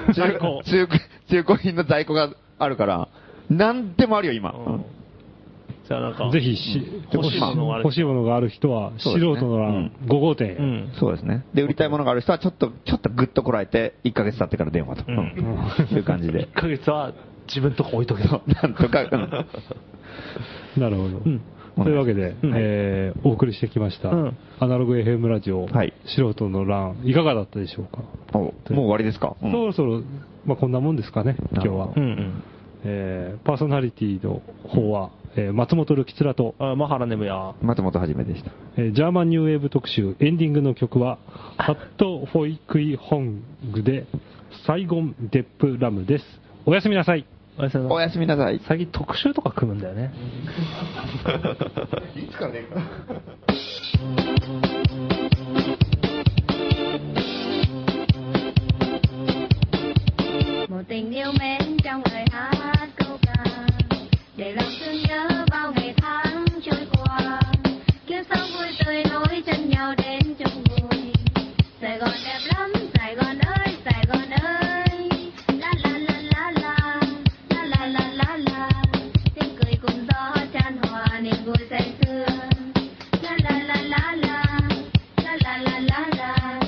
Speaker 3: 中
Speaker 4: 在庫
Speaker 3: 中 古中古品の在庫があるから、何でもあるよ、今。
Speaker 4: うんじゃあなんか、
Speaker 2: ぜひし、
Speaker 4: 欲しいものがある
Speaker 2: 欲しいものがある人は、
Speaker 3: そう
Speaker 2: 素
Speaker 3: ですね
Speaker 2: 人なら
Speaker 3: うん
Speaker 2: 5号店
Speaker 4: う
Speaker 2: へ。
Speaker 4: ん。
Speaker 3: そうですね。で、売りたいものがある人は、ちょっと、ちょっとぐっとこらえて、1ヶ月経ってから電話と。
Speaker 4: うん
Speaker 3: うんいう感じで
Speaker 4: 1 。ヶ月は自分とこ置いとけと。
Speaker 3: なんとか、うん
Speaker 2: なるほど
Speaker 4: ん。
Speaker 2: というわけで、えーお送りしてきました
Speaker 4: うん、
Speaker 2: アナログ FM ラジオ
Speaker 3: はい、
Speaker 2: 素人の欄、いかがだったでしょうか
Speaker 3: おもう終わりですかうん
Speaker 2: そろそろ、まあこんなもんですかね、今
Speaker 3: な
Speaker 2: 日
Speaker 3: る
Speaker 2: は
Speaker 3: ほ。
Speaker 4: うんうん。
Speaker 2: えーパーソナリティの方は、えー松本るきつらと、
Speaker 4: あマハラネムや。
Speaker 3: 松本はじめでした。
Speaker 2: えージャーマンニューウェーブ特集、エンディングの曲は、ハット・フォイ・クイ・ホングで、サイゴン・デップ・ラムです。おやすみなさい。
Speaker 4: おやすみなさい
Speaker 3: おやすみなさい。
Speaker 4: 最近特集とか組むんだよね。
Speaker 3: いつかね
Speaker 6: một tình yêu mến trong lời hát câu ca để lòng thương nhớ bao ngày tháng trôi qua kiếp sống vui tươi nối chân nhau đến chung vui Sài Gòn đẹp lắm Sài Gòn ơi Sài Gòn ơi la la la la la la la la la la tiếng cười cùng gió tràn hòa niềm vui say sưa la la la la la la la la la la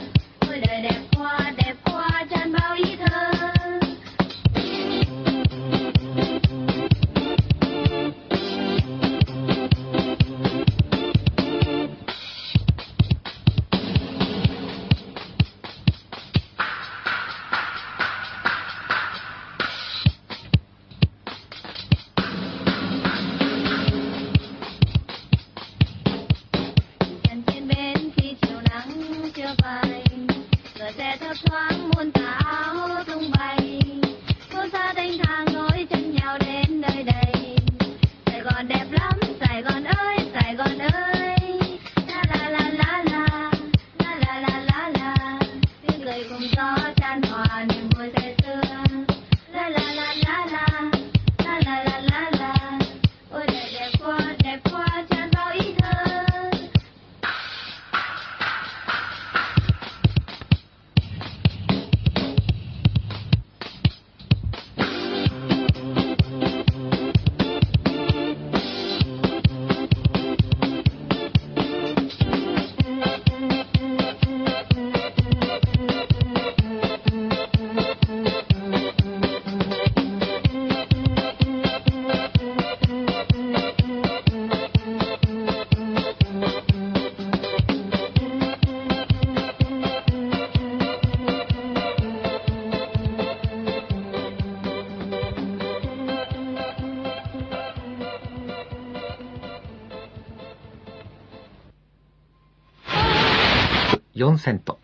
Speaker 6: ôi đời đẹp quá đẹp quá tràn bao ý thơ Trần trên bến khi chiều nắng chưa bay, cửa xe thấp thoáng muôn tà áo tung bay. Phố xa thanh thang nối chân nhau đến nơi đây. Sài Gòn đẹp lắm, Sài Gòn ơi, Sài Gòn ơi. La la la la la, la la la la la. Tiếng cười cùng gió tràn hòa niềm vui say sưa. La la la la la, la la la la la. Ôi đời đẹp quá, đẹp quá tràn bao ý thơ.
Speaker 7: $4 セント。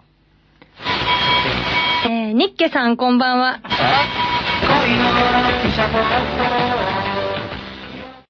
Speaker 8: えー、ニッケさんこんばんは。
Speaker 5: 恋の汽車と